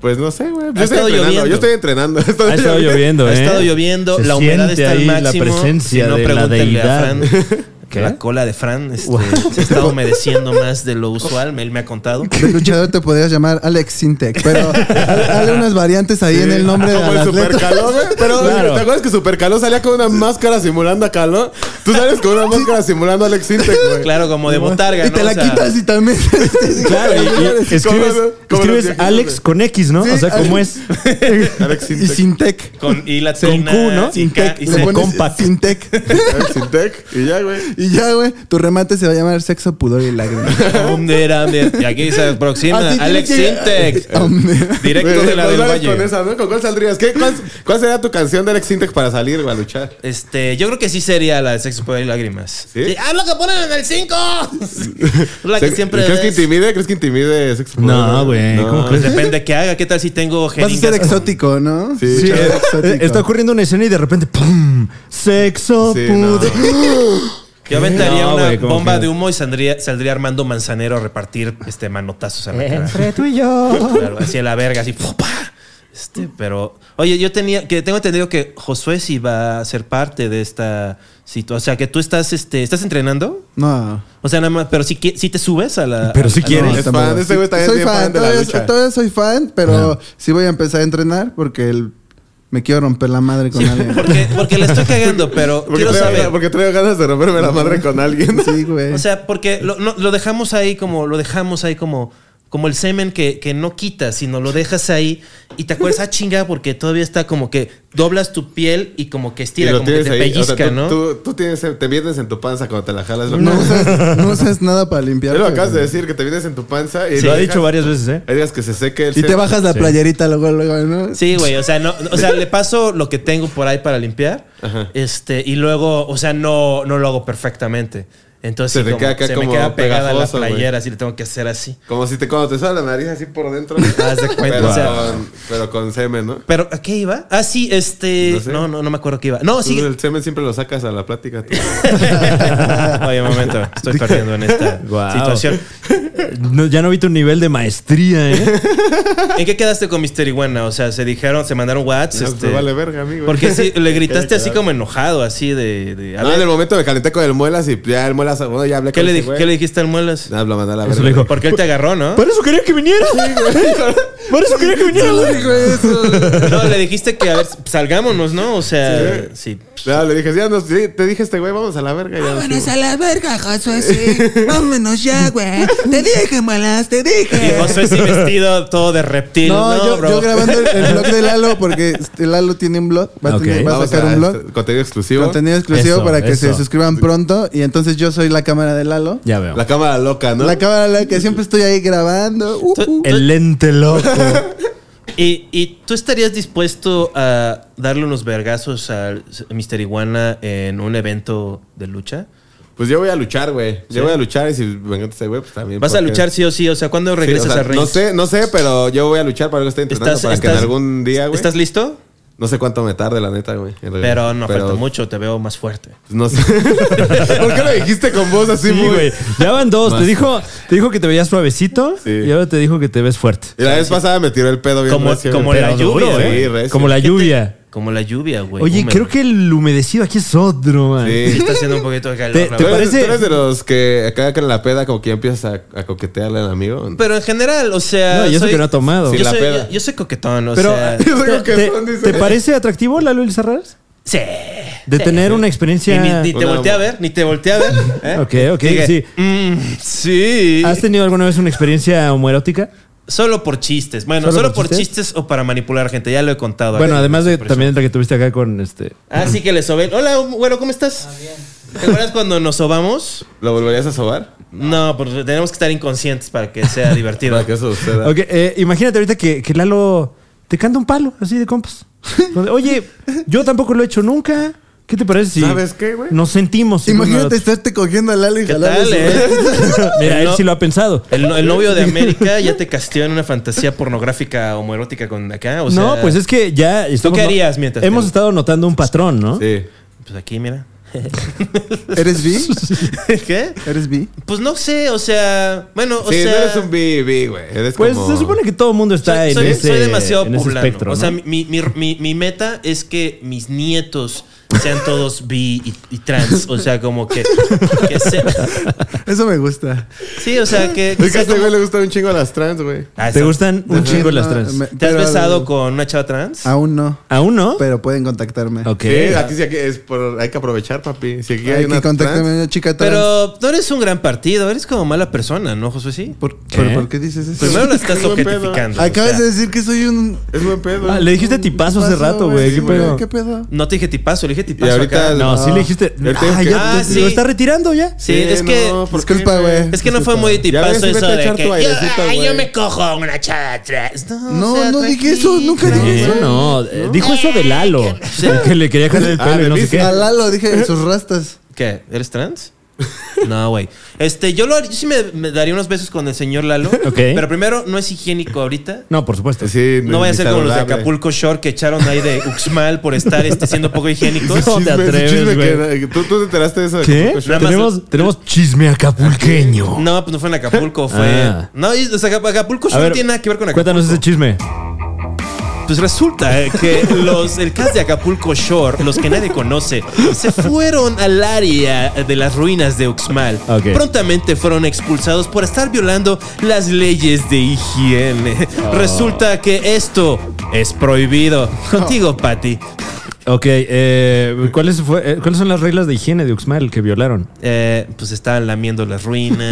Speaker 3: Pues no sé, güey.
Speaker 2: Ha
Speaker 3: Yo estoy
Speaker 2: estado
Speaker 3: entrenando.
Speaker 2: lloviendo.
Speaker 3: Yo estoy entrenando. (laughs)
Speaker 1: Ha estado lloviendo,
Speaker 2: ha
Speaker 1: ¿eh?
Speaker 2: estado lloviendo,
Speaker 1: Se
Speaker 2: la humedad
Speaker 1: siente
Speaker 2: está al
Speaker 1: ahí
Speaker 2: máximo.
Speaker 1: La presencia
Speaker 2: Si no,
Speaker 1: de la
Speaker 2: pregúntenle a
Speaker 1: (laughs) deidad.
Speaker 2: Fran.
Speaker 1: ¿Qué?
Speaker 2: La cola de Fran este,
Speaker 1: Wow.
Speaker 2: se está humedeciendo más de lo usual, él me ha contado.
Speaker 4: (laughs) De luchador te podrías llamar Alex Sintec, pero dale unas variantes ahí en el nombre de
Speaker 3: Como el
Speaker 4: las letras.
Speaker 3: supercaló, güey. Pero
Speaker 1: Claro.
Speaker 3: ¿te acuerdas que supercaló salía con una máscara simulando a caló? Tú sales con una máscara simulando a Alex Intec, güey.
Speaker 2: Claro, como de botarga,
Speaker 4: Y te
Speaker 2: ¿no?
Speaker 4: la
Speaker 2: O sea,
Speaker 4: quitas y también. (laughs)
Speaker 1: Claro, y, y escribes,
Speaker 3: ¿Cómo no? ¿Cómo no?
Speaker 1: escribes Alex con X, ¿no?
Speaker 4: Sí,
Speaker 1: o sea, ¿cómo es? (laughs)
Speaker 4: Alex.
Speaker 3: Alex
Speaker 4: y
Speaker 3: Intec.
Speaker 4: Sintec.
Speaker 2: Con I
Speaker 1: Con
Speaker 2: latina.
Speaker 1: Q, ¿no?
Speaker 2: y K,
Speaker 4: Sintec.
Speaker 2: y
Speaker 4: Le
Speaker 2: C.
Speaker 4: pones
Speaker 1: compact.
Speaker 4: Sintec.
Speaker 3: (laughs) Alex Intec. Y ya, güey.
Speaker 4: Y ya, güey, tu remate se va a llamar sexo, pudor y lágrimas.
Speaker 2: (laughs) Hombre, hombre. Y aquí se aproxima
Speaker 4: Así tiene
Speaker 2: Alex
Speaker 4: que-
Speaker 1: (laughs)
Speaker 2: Sintek.
Speaker 4: Hombre.
Speaker 2: Directo de la del
Speaker 3: Pues vamos Con
Speaker 2: Valle.
Speaker 3: esa, ¿no? ¿Con cuál saldrías? ¿Qué, cuál, cuál sería tu canción de Alex Sintek para salir güey, a luchar?
Speaker 2: Este, yo creo que sí sería la de Sexo, Poder y Lágrimas.
Speaker 3: ¿Sí?
Speaker 2: ¡Ah, lo que ponen en el 5!
Speaker 3: (laughs)
Speaker 2: la que
Speaker 3: ¿Sí?
Speaker 2: siempre
Speaker 3: ¿Crees que
Speaker 2: ves.
Speaker 3: intimide? ¿Crees que intimide sexo?
Speaker 1: No, güey, ¿cómo
Speaker 2: Pues depende qué haga. ¿Qué tal si tengo
Speaker 4: Vas a ser
Speaker 2: jeringas?
Speaker 4: exótico, ¿no?
Speaker 3: Sí.
Speaker 4: Vas a ser
Speaker 1: Eh,
Speaker 4: exótico.
Speaker 1: Está ocurriendo una escena y de repente ¡pum! Sexo,
Speaker 3: Sí, no.
Speaker 1: pudor.
Speaker 2: (laughs) Yo aventaría
Speaker 1: No,
Speaker 2: una
Speaker 1: güey, ¿cómo
Speaker 2: bomba
Speaker 1: que?
Speaker 2: de humo y saldría, saldría Armando Manzanero a repartir este, manotazos a la cara.
Speaker 1: Entre tú y yo.
Speaker 2: Claro, así a la verga, así. ¡fu- pa! Este, pero. Oye, yo tenía. que Tengo entendido que Josué sí va a ser parte de esta situación. O sea, que tú estás, este, ¿estás entrenando?
Speaker 4: No.
Speaker 2: O sea, nada más, pero si sí te subes a la.
Speaker 1: Pero
Speaker 2: a-
Speaker 1: si
Speaker 2: a-
Speaker 1: quieres.
Speaker 3: Es
Speaker 4: está
Speaker 3: fan,
Speaker 4: mal.
Speaker 3: ese güey está
Speaker 4: soy
Speaker 3: bien
Speaker 4: fan,
Speaker 3: fan de la
Speaker 4: todavía,
Speaker 3: lucha.
Speaker 4: todavía soy fan, pero sí voy a empezar a entrenar porque el- me quiero romper la madre con alguien.
Speaker 2: Porque, porque le estoy cagando, pero
Speaker 3: Porque
Speaker 2: quiero
Speaker 3: traigo,
Speaker 2: saber.
Speaker 3: porque traigo ganas de romperme la madre con (laughs) alguien.
Speaker 4: Sí, güey.
Speaker 2: O sea, porque lo, no- lo dejamos ahí como, lo dejamos ahí como, como el semen que, que no quitas, sino lo dejas ahí y te acuerdas, ah, chinga, porque todavía está como que doblas tu piel y como que
Speaker 3: Y
Speaker 2: estira, como que te
Speaker 3: O
Speaker 2: pellizca,
Speaker 3: sea, tú,
Speaker 2: ¿no?
Speaker 3: tú, tú tienes, te vienes en tu panza cuando te la jalas.
Speaker 4: no,
Speaker 3: (laughs) No.
Speaker 4: usas, no usas nada para limpiar.
Speaker 3: Él lo acabas de decir, que te vienes en tu panza y
Speaker 1: Lo ha dicho varias veces, ¿eh?
Speaker 3: Digas que se seque el
Speaker 4: Y te
Speaker 3: semen.
Speaker 4: bajas la playerita luego, luego, ¿no?
Speaker 2: Sí, güey, o sea, no, o sea, le paso lo que tengo por ahí para limpiar, este, y luego, o sea, no, no lo hago perfectamente.
Speaker 3: Se
Speaker 2: Entonces,
Speaker 3: te
Speaker 2: como-
Speaker 3: queda acá
Speaker 2: se me
Speaker 3: como
Speaker 2: queda pegada la
Speaker 3: pegajoso, güey.
Speaker 2: playera, así le tengo que hacer así.
Speaker 3: Como si te, cuando te sale la nariz así por dentro.
Speaker 2: Haz de cuenta,
Speaker 3: pero,
Speaker 2: o sea.
Speaker 3: con, pero con semen, ¿no?
Speaker 2: Pero, ¿a qué iba? Ah, sí, este. No,
Speaker 3: No sé.
Speaker 2: no, no, me acuerdo qué iba. No,
Speaker 3: Tú
Speaker 2: sí.
Speaker 3: el semen siempre lo sacas a la
Speaker 2: (laughs)
Speaker 3: plática. tú. (laughs)
Speaker 2: Oye, un momento, estoy perdiendo en esta
Speaker 1: Guau.
Speaker 2: situación.
Speaker 1: No, ya no vi tu nivel de maestría, ¿eh?
Speaker 2: ¿En qué quedaste con Mister Iguana? O sea, se dijeron, se mandaron whats.
Speaker 3: No,
Speaker 2: este,
Speaker 3: te pues, vale verga, amigo. Ah,
Speaker 2: porque
Speaker 3: (laughs)
Speaker 2: sí, le gritaste así como enojado, así de. de, a
Speaker 3: No,
Speaker 2: ver,
Speaker 3: en el momento me calenté con el muelas y ya el muelas. Bueno, ya hablé
Speaker 2: ¿qué,
Speaker 3: con
Speaker 2: le
Speaker 3: ese
Speaker 2: dij-
Speaker 3: güey.
Speaker 2: ¿Qué le dijiste al Muelas?
Speaker 3: Ah, lo mandé a la
Speaker 1: Eso
Speaker 3: verga.
Speaker 1: le
Speaker 3: (laughs)
Speaker 1: dijo.
Speaker 2: Porque él te agarró, ¿no?
Speaker 1: Por eso quería que viniera. Por eso quería que viniera.
Speaker 2: No, le dijiste que, a ver, salgámonos, ¿no? O sea, sí.
Speaker 3: No, le dije, ya nos, sí, te dije este güey, vamos a la verga.
Speaker 2: Ah,
Speaker 3: Ya nos
Speaker 5: Vámonos
Speaker 3: fuimos.
Speaker 5: a la verga, Josué, sí. Vámonos ya, güey. Te dije, malas, te
Speaker 2: Y
Speaker 5: dije.
Speaker 2: Josué sí vestido todo de reptil. No,
Speaker 4: No, yo,
Speaker 2: bro.
Speaker 4: yo grabando el, el blog de Lalo porque este, Lalo tiene un blog. Va a,
Speaker 1: Ok.
Speaker 4: tener- va a
Speaker 3: Vamos
Speaker 4: sacar un blog.
Speaker 3: este, contenido exclusivo.
Speaker 4: Contenido exclusivo
Speaker 1: Eso,
Speaker 4: para que se
Speaker 1: eso.
Speaker 4: suscriban pronto. Y entonces yo soy la cámara de Lalo.
Speaker 1: Ya veo.
Speaker 3: La cámara loca, ¿no?
Speaker 4: La cámara de Lalo que siempre estoy ahí grabando.
Speaker 2: (laughs)
Speaker 4: Uh,
Speaker 2: Tú-
Speaker 4: uh.
Speaker 1: El lente loco.
Speaker 3: (laughs)
Speaker 2: ¿Y, y tú estarías dispuesto a darle unos vergazos al Mister Iguana en un evento de lucha?
Speaker 3: Pues yo voy a luchar, güey. Yo voy a luchar y si me encanta ese güey, pues también.
Speaker 2: ¿Vas a
Speaker 3: porque-
Speaker 2: luchar sí o sí? O sea, ¿cuándo
Speaker 3: Sí, o
Speaker 2: regresas
Speaker 3: sea,
Speaker 2: a Rey?
Speaker 3: No sé, no sé, pero yo voy a luchar para que estoy entrenando para que en algún día, güey.
Speaker 2: ¿Estás listo?
Speaker 3: No sé cuánto me tarde, la neta, güey. en realidad.
Speaker 2: Pero no falta mucho, te veo más fuerte.
Speaker 3: Pues No sé. (laughs) ¿Por qué lo dijiste con voz así,
Speaker 1: Sí,
Speaker 3: muy-
Speaker 1: güey. Ya van dos. Te
Speaker 3: Más.
Speaker 1: dijo, te dijo que te veías suavecito
Speaker 3: Sí.
Speaker 1: y ahora te dijo que te ves fuerte.
Speaker 3: Y la vez pasada me tiró el pedo bien
Speaker 2: Como-
Speaker 3: recio,
Speaker 2: como
Speaker 3: güey.
Speaker 2: la
Speaker 1: Pero
Speaker 2: lluvia,
Speaker 1: duro,
Speaker 2: güey.
Speaker 1: ¿eh?
Speaker 3: Sí, recio.
Speaker 1: Como la lluvia.
Speaker 2: Como la lluvia, güey.
Speaker 1: Oye,
Speaker 2: húmedo.
Speaker 1: creo que el humedecido aquí es otro, man.
Speaker 3: Sí.
Speaker 2: Sí, está haciendo un poquito de calor.
Speaker 1: Te-
Speaker 2: la
Speaker 1: te
Speaker 3: ¿Tú
Speaker 2: verdad.
Speaker 3: eres,
Speaker 1: parece-
Speaker 3: tú eres de los que acá en la peda como que ya empiezas a, a coquetearle al amigo?
Speaker 2: Pero en general, o sea.
Speaker 1: No, y eso
Speaker 2: soy-
Speaker 1: que no ha tomado.
Speaker 2: Yo,
Speaker 3: Sí, la
Speaker 2: soy,
Speaker 3: peda.
Speaker 2: yo- yo soy coquetón, o
Speaker 1: Pero, (laughs)
Speaker 2: sea.
Speaker 3: Yo soy
Speaker 1: ¿te,
Speaker 3: coquetón,
Speaker 1: te-
Speaker 3: dice.
Speaker 1: te parece atractivo la Luis Herreras?
Speaker 2: Sí.
Speaker 1: De tener una
Speaker 2: Y
Speaker 1: experiencia...
Speaker 2: ni, ni te
Speaker 3: Una-
Speaker 2: volteé a ver, ni te volteé a ver. ¿eh?
Speaker 1: Ok, ok,
Speaker 2: Dije,
Speaker 1: sí.
Speaker 2: "Mm, sí.
Speaker 1: ¿Has tenido alguna vez una experiencia homoerótica?
Speaker 2: Solo por chistes. Bueno,
Speaker 1: ¿Solo
Speaker 2: solo,
Speaker 1: por
Speaker 2: por
Speaker 1: chistes?
Speaker 2: chistes? o para manipular gente. Ya lo he contado.
Speaker 1: Bueno,
Speaker 2: acá.
Speaker 1: además de
Speaker 2: Por eso.
Speaker 1: también la que tuviste acá con este...
Speaker 2: Así que le sobé. Hola, bueno, ¿cómo estás? ¿Te acuerdas cuando nos sobamos?
Speaker 3: ¿Lo volverías a sobar?
Speaker 2: No, porque tenemos que estar inconscientes para que sea divertido.
Speaker 3: Para que eso suceda.
Speaker 1: Ok, eh, imagínate ahorita que, que Lalo te canta un palo así de compas. Oye, yo tampoco lo he hecho nunca. ¿Qué te parece si
Speaker 3: ¿Sabes qué, güey?
Speaker 1: nos sentimos? el uno al
Speaker 4: Imagínate
Speaker 1: otro?
Speaker 4: estarte cogiendo a Lalo y
Speaker 2: ¿Qué
Speaker 4: jalarle
Speaker 2: tal,
Speaker 4: su-
Speaker 2: eh?
Speaker 1: Mira, él
Speaker 2: No.
Speaker 1: sí lo ha pensado.
Speaker 2: El, no- el novio de América ya te castió en una fantasía pornográfica homoerótica con acá. O sea,
Speaker 1: no, pues es que ya estamos-
Speaker 2: qué harías mientras
Speaker 1: hemos
Speaker 2: te-
Speaker 1: estado notando un patrón, ¿no?
Speaker 3: Sí.
Speaker 2: Pues aquí, mira. (laughs)
Speaker 4: ¿Eres bi?
Speaker 2: ¿Qué?
Speaker 4: ¿Eres bi?
Speaker 2: Pues no sé, o sea. Bueno, o
Speaker 3: sí,
Speaker 2: sea.
Speaker 3: no eres un BB, güey. Eres
Speaker 1: (laughs) Pues
Speaker 3: como...
Speaker 1: se supone que todo el mundo está
Speaker 2: soy,
Speaker 1: en,
Speaker 2: soy-
Speaker 1: ese,
Speaker 2: soy demasiado
Speaker 1: en ese
Speaker 2: poblano.
Speaker 1: espectro.
Speaker 2: o sea,
Speaker 1: ¿no?
Speaker 2: mi, mi- mi- mi meta es que mis nietos sean todos bi y, y trans. O sea, como que. que sea-
Speaker 4: Eso me gusta.
Speaker 2: sí, o sea, que. que
Speaker 3: Es que a
Speaker 2: sea
Speaker 3: este
Speaker 2: como-
Speaker 3: güey le gusta un chingo a las trans, güey.
Speaker 2: Ah,
Speaker 1: ¿Te
Speaker 2: eso.
Speaker 1: gustan un chingo las
Speaker 4: No,
Speaker 1: trans?
Speaker 4: me-
Speaker 2: ¿Te has
Speaker 4: pero-
Speaker 2: besado con una chava trans?
Speaker 4: Aún no,
Speaker 1: ¿Aún no?
Speaker 4: pero pueden contactarme.
Speaker 1: ok.
Speaker 3: Sí, aquí sí aquí es por, hay que aprovechar, papi. Si aquí hay,
Speaker 4: Hay
Speaker 3: una
Speaker 4: que contactarme a
Speaker 3: trans,
Speaker 4: una chica trans.
Speaker 2: Pero no eres un gran partido, eres como mala persona, ¿no, José? Sí.
Speaker 4: ¿Por,
Speaker 1: ¿Qué?
Speaker 4: pero ¿por qué dices eso?
Speaker 2: Primero la estás
Speaker 3: Qué buen pedo.
Speaker 2: objetificando.
Speaker 4: Acabas
Speaker 2: Pues o sea,
Speaker 4: de decir que soy un...
Speaker 3: es buen pedo.
Speaker 1: Ah, le dijiste tipazo hace
Speaker 4: Paso,
Speaker 1: rato, güey.
Speaker 4: sí,
Speaker 1: ¿Qué
Speaker 4: güey,
Speaker 1: pedo?
Speaker 4: ¿Qué pedo?
Speaker 2: No te dije tipazo, le dije
Speaker 3: Y
Speaker 2: tipazo
Speaker 3: ahorita.
Speaker 2: acá.
Speaker 1: No, sí le dijiste.
Speaker 3: Yo tengo
Speaker 1: "Ah,
Speaker 3: que-
Speaker 1: ya
Speaker 2: Ah,
Speaker 1: te-
Speaker 2: sí.
Speaker 1: Lo está retirando ya.
Speaker 2: Sí, es que.
Speaker 3: no, ¿por qué,
Speaker 4: Disculpa, güey.
Speaker 2: Es que no fue
Speaker 4: Disculpa.
Speaker 2: muy
Speaker 3: Ya ves,
Speaker 2: tipazo
Speaker 3: sí, vete
Speaker 2: eso
Speaker 3: a
Speaker 2: de
Speaker 3: echar
Speaker 2: que
Speaker 3: tu
Speaker 2: yo,
Speaker 3: airecito,
Speaker 2: ay,
Speaker 3: güey".
Speaker 2: yo me cojo una chava atrás. No,
Speaker 4: No,
Speaker 2: o sea,
Speaker 4: no dije eso, nunca
Speaker 2: tranquilo.
Speaker 4: dije
Speaker 1: Eso no. eh, Dijo eso de Lalo. el que le quería jalar el
Speaker 3: Ah,
Speaker 1: pelo y no sé
Speaker 3: Melissa.
Speaker 1: qué.
Speaker 4: A Lalo dije en sus rastas.
Speaker 2: ¿Qué? ¿Eres trans? No, güey. Este, yo, lo, yo sí me, me daría unos besos con el señor
Speaker 3: (laughs)
Speaker 2: Lalo.
Speaker 1: Ok.
Speaker 2: Pero primero, no es higiénico ahorita.
Speaker 1: No, por supuesto.
Speaker 3: Sí,
Speaker 2: No vaya a
Speaker 3: ni
Speaker 2: ser como los de
Speaker 3: saludable.
Speaker 2: Acapulco Shore que echaron ahí de Uxmal por estar este, siendo poco
Speaker 3: (laughs)
Speaker 2: higiénicos.
Speaker 1: No te
Speaker 3: Chisme, ese
Speaker 1: atreves,
Speaker 3: chisme
Speaker 1: güey.
Speaker 3: que- ¿Tú, tú te enteraste de eso? de
Speaker 1: ¿Qué?
Speaker 3: Acapulco Shore?
Speaker 2: Nada más-
Speaker 1: Tenemos, tenemos chisme acapulqueño.
Speaker 2: No, pues no fue en Acapulco, fue.
Speaker 1: Ah.
Speaker 2: No, y, o sea, Acapulco Shore no tiene nada que ver con Acapulco.
Speaker 1: Cuéntanos ese chisme.
Speaker 2: Pues resulta eh, que los, el cast de Acapulco Shore, los que nadie conoce, se fueron al área de las ruinas de Uxmal.
Speaker 1: Ok.
Speaker 2: Prontamente fueron expulsados por estar violando las leyes de higiene.
Speaker 1: Oh.
Speaker 2: Resulta que esto es prohibido. Contigo, Patty.
Speaker 1: Ok, eh, ¿cuáles, fue- eh, ¿cuáles son las reglas de higiene de Uxmal que violaron?
Speaker 2: Eh, pues estaban lamiendo las
Speaker 1: (laughs)
Speaker 2: ruinas.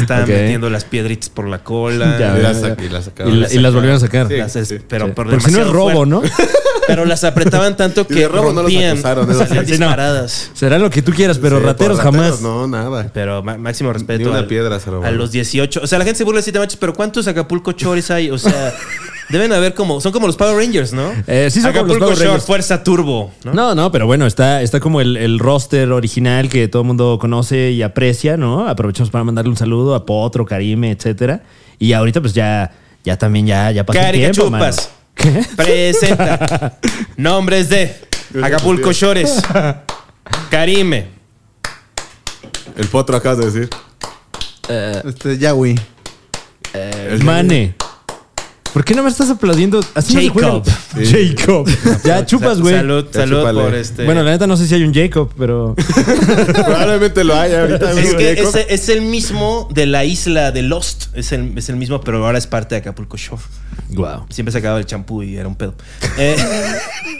Speaker 2: estaban
Speaker 1: Ok.
Speaker 2: metiendo las piedritas por la cola.
Speaker 1: Ya,
Speaker 3: Y las
Speaker 1: ya,
Speaker 3: sac- y las
Speaker 1: Y,
Speaker 3: sacaron.
Speaker 1: la- y las volvieron a sacar.
Speaker 2: Las es- pero
Speaker 1: Sí.
Speaker 2: por
Speaker 1: Porque si no es
Speaker 2: demasiado
Speaker 1: robo,
Speaker 2: fuerte.
Speaker 1: ¿no?
Speaker 2: (laughs) Pero las apretaban tanto
Speaker 3: Y
Speaker 2: que
Speaker 3: de robo no los
Speaker 2: rompían.
Speaker 3: acusaron, eso
Speaker 2: salían
Speaker 1: sí. Sí, no.
Speaker 2: disparadas.
Speaker 1: Será lo que tú quieras, pero
Speaker 3: Sí, por
Speaker 1: rateros jamás.
Speaker 3: No, nada.
Speaker 2: Pero ma- máximo respeto.
Speaker 3: una
Speaker 2: al-
Speaker 3: piedra se robó.
Speaker 2: A los 18. O sea, la gente se burla de siete machos, pero ¿cuántos Acapulco Chores hay? O
Speaker 3: (laughs)
Speaker 2: sea, deben haber como. Son como los Power Rangers, ¿no?
Speaker 1: Eh, sí son como los
Speaker 2: Acapulco
Speaker 1: Power
Speaker 2: Shore,
Speaker 1: Rangers.
Speaker 2: Fuerza Turbo. ¿no?
Speaker 1: No, no, pero bueno, está, está como el, el roster original que todo el mundo conoce y aprecia, ¿no? Aprovechamos para mandarle un saludo a Potro, Karime, etcétera. Y ahorita pues ya, ya también ya, ya pasó el
Speaker 2: Carica
Speaker 1: tiempo, mano.
Speaker 2: Chupas. Presenta
Speaker 1: (laughs)
Speaker 2: nombres de Acapulco Shores. Karime.
Speaker 3: El potro acabas de
Speaker 1: (laughs)
Speaker 3: decir.
Speaker 4: Este, ya, güey.
Speaker 1: El Mane. ¿Por qué no me estás aplaudiendo? Así no se
Speaker 2: Jacob.
Speaker 1: juega. (laughs) Jacob. Ya chupas,
Speaker 2: Sa-
Speaker 1: güey.
Speaker 2: Salud,
Speaker 3: Ya
Speaker 2: salud
Speaker 3: chúpale.
Speaker 2: por este.
Speaker 1: Bueno, la neta no sé si hay un Jacob,
Speaker 2: (laughs)
Speaker 1: pero...
Speaker 3: Probablemente lo haya ahorita.
Speaker 2: es
Speaker 3: amigo
Speaker 2: que
Speaker 3: Jacob.
Speaker 2: es, es el mismo de la isla de Lost. Es el, es el mismo, pero ahora es parte de Acapulco Shore.
Speaker 1: Wow.
Speaker 2: Siempre se acababa el champú y era un pedo. Eh, (laughs)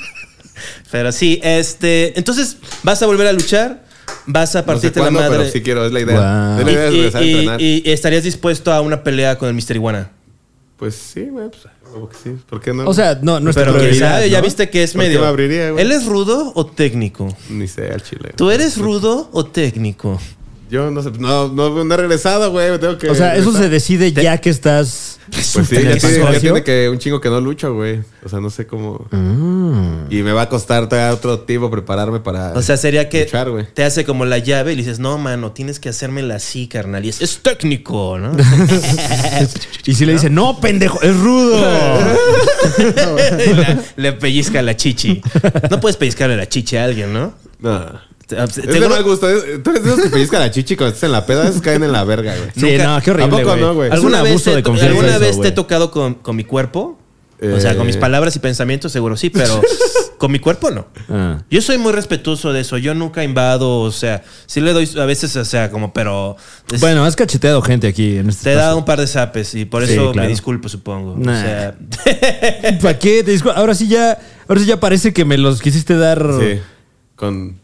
Speaker 2: pero sí, este. Entonces, ¿vas a volver a luchar? ¿Vas a
Speaker 3: No sé
Speaker 2: partirte
Speaker 3: cuándo,
Speaker 2: la madre?
Speaker 3: pero sí quiero, es la idea.
Speaker 1: Wow.
Speaker 3: Es
Speaker 2: Y-
Speaker 3: la idea de regresar a
Speaker 2: y-
Speaker 3: entrenar.
Speaker 2: y- y estarías dispuesto a una pelea con el Mr. Iguana.
Speaker 3: Pues sí, güey, pues como que sí. ¿Por qué no?
Speaker 1: O sea, no, no es
Speaker 2: Pero quién
Speaker 1: prioridad,
Speaker 2: sabe, ya
Speaker 1: ¿no?
Speaker 2: viste que es
Speaker 3: ¿Por qué
Speaker 2: medio.
Speaker 3: me abriría, güey?
Speaker 2: ¿Él es rudo o técnico?
Speaker 3: ni sé al chile.
Speaker 2: ¿Tú eres rudo o técnico?
Speaker 3: Yo no sé, no, no, no he regresado, güey, me tengo que...
Speaker 1: O sea, eso se
Speaker 3: regresar.
Speaker 1: decide ya que estás...
Speaker 3: Pues sí,
Speaker 1: en
Speaker 3: ya
Speaker 1: el
Speaker 3: tiene, ya
Speaker 1: espacio.
Speaker 3: tiene que un chingo que no lucho, güey. O sea, no sé cómo...
Speaker 1: Ah.
Speaker 3: Y me va a costar todavía otro tiempo prepararme para...
Speaker 2: O sea, sería que
Speaker 3: Ah, Luchar, güey.
Speaker 2: te hace como la llave y le dices, no, mano, tienes que hacérmela así, carnal. Y es, es técnico,
Speaker 3: (laughs)
Speaker 2: ¿no?
Speaker 1: (laughs) Y si le dice, no, pendejo, es rudo.
Speaker 2: Y la- le pellizca la chichi. No puedes pellizcarle la chichi a alguien, ¿no?
Speaker 3: No.
Speaker 2: Te- ah,
Speaker 3: Es de
Speaker 2: seguro-
Speaker 3: mal gusto. es- Tú eres de esos que pellizcan la chichi cuando estás en la peda, esos caen en la verga, güey.
Speaker 1: (laughs) Sí,
Speaker 2: Nunca-
Speaker 1: no, qué horrible,
Speaker 3: ¿A poco no, güey?
Speaker 1: Es un
Speaker 2: ¿Alguna vez
Speaker 1: abuso
Speaker 2: te-
Speaker 1: de confianza.
Speaker 2: ¿Alguna
Speaker 1: eso,
Speaker 2: vez te
Speaker 1: güey.
Speaker 2: he tocado con, con mi cuerpo? O sea,
Speaker 3: Eh.
Speaker 2: con mis palabras y pensamientos, seguro
Speaker 1: (laughs)
Speaker 2: sí, pero con mi cuerpo no.
Speaker 1: Ah.
Speaker 2: Yo soy muy respetuoso de eso. Yo nunca invado, o sea, sí le doy a veces, o sea, como, pero. es-
Speaker 1: Bueno, has cacheteado gente aquí en este
Speaker 2: Te da
Speaker 1: espacio.
Speaker 2: un par de zapes y por
Speaker 1: Sí,
Speaker 2: eso
Speaker 1: claro.
Speaker 2: me disculpo, supongo.
Speaker 1: Nah.
Speaker 2: O sea,
Speaker 1: ¿Para qué? Te discul- Ahora sí ya, ahora sí ya parece que me los quisiste dar.
Speaker 3: Sí.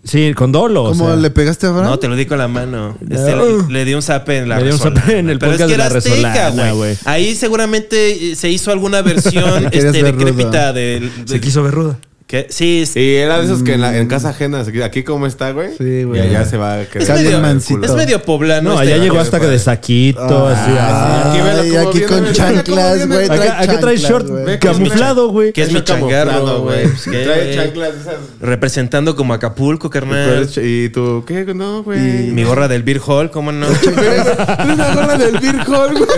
Speaker 1: Sí,
Speaker 3: Con...
Speaker 1: con dolo. o
Speaker 4: ¿Cómo
Speaker 1: sea.
Speaker 4: le pegaste a Fran?
Speaker 2: no, te lo di con la mano.
Speaker 1: No.
Speaker 2: Este, le, le di un zape en la
Speaker 1: Le di un
Speaker 2: resolana.
Speaker 1: zape en el
Speaker 2: Pero es
Speaker 1: podcast
Speaker 2: que
Speaker 1: de la
Speaker 2: era azteca,
Speaker 1: resolana, güey.
Speaker 2: Ahí seguramente eh, se hizo alguna
Speaker 1: (laughs)
Speaker 2: versión
Speaker 4: Querías
Speaker 2: este,
Speaker 4: ver rudo.
Speaker 2: decrépita de,
Speaker 1: Se quiso ver ruda.
Speaker 2: ¿Qué? Sí, sí.
Speaker 3: Y era de esos que en, la- en casa ajena, así que aquí como está, güey.
Speaker 4: Sí,
Speaker 3: Y
Speaker 4: güey.
Speaker 3: allá se va a quedar.
Speaker 4: Es medio- mancito.
Speaker 2: Es medio poblano.
Speaker 1: No,
Speaker 2: este
Speaker 1: allá llegó
Speaker 2: vato.
Speaker 1: hasta que de saquito, así.
Speaker 4: Ah,
Speaker 3: así. Aquí velo
Speaker 4: Ay,
Speaker 3: cómo
Speaker 4: aquí
Speaker 3: viene,
Speaker 4: con
Speaker 3: ve,
Speaker 4: chanclas,
Speaker 3: cómo
Speaker 4: güey.
Speaker 3: viene.
Speaker 1: Acá- acá trae
Speaker 4: chanclas,
Speaker 1: short
Speaker 4: güey.
Speaker 3: que es mi
Speaker 1: camuflado, güey.
Speaker 2: Que es mi changarro,
Speaker 3: camuflado,
Speaker 2: güey. Pues, ¿qué,
Speaker 3: Trae
Speaker 2: güey?
Speaker 3: chanclas esas.
Speaker 2: Representando como Acapulco, carnal.
Speaker 3: Y tú, ¿qué? No, güey.
Speaker 2: Mi gorra del Beer Hall, ¿cómo
Speaker 3: (laughs)
Speaker 2: no?
Speaker 3: Una gorra del Beer Hall, güey.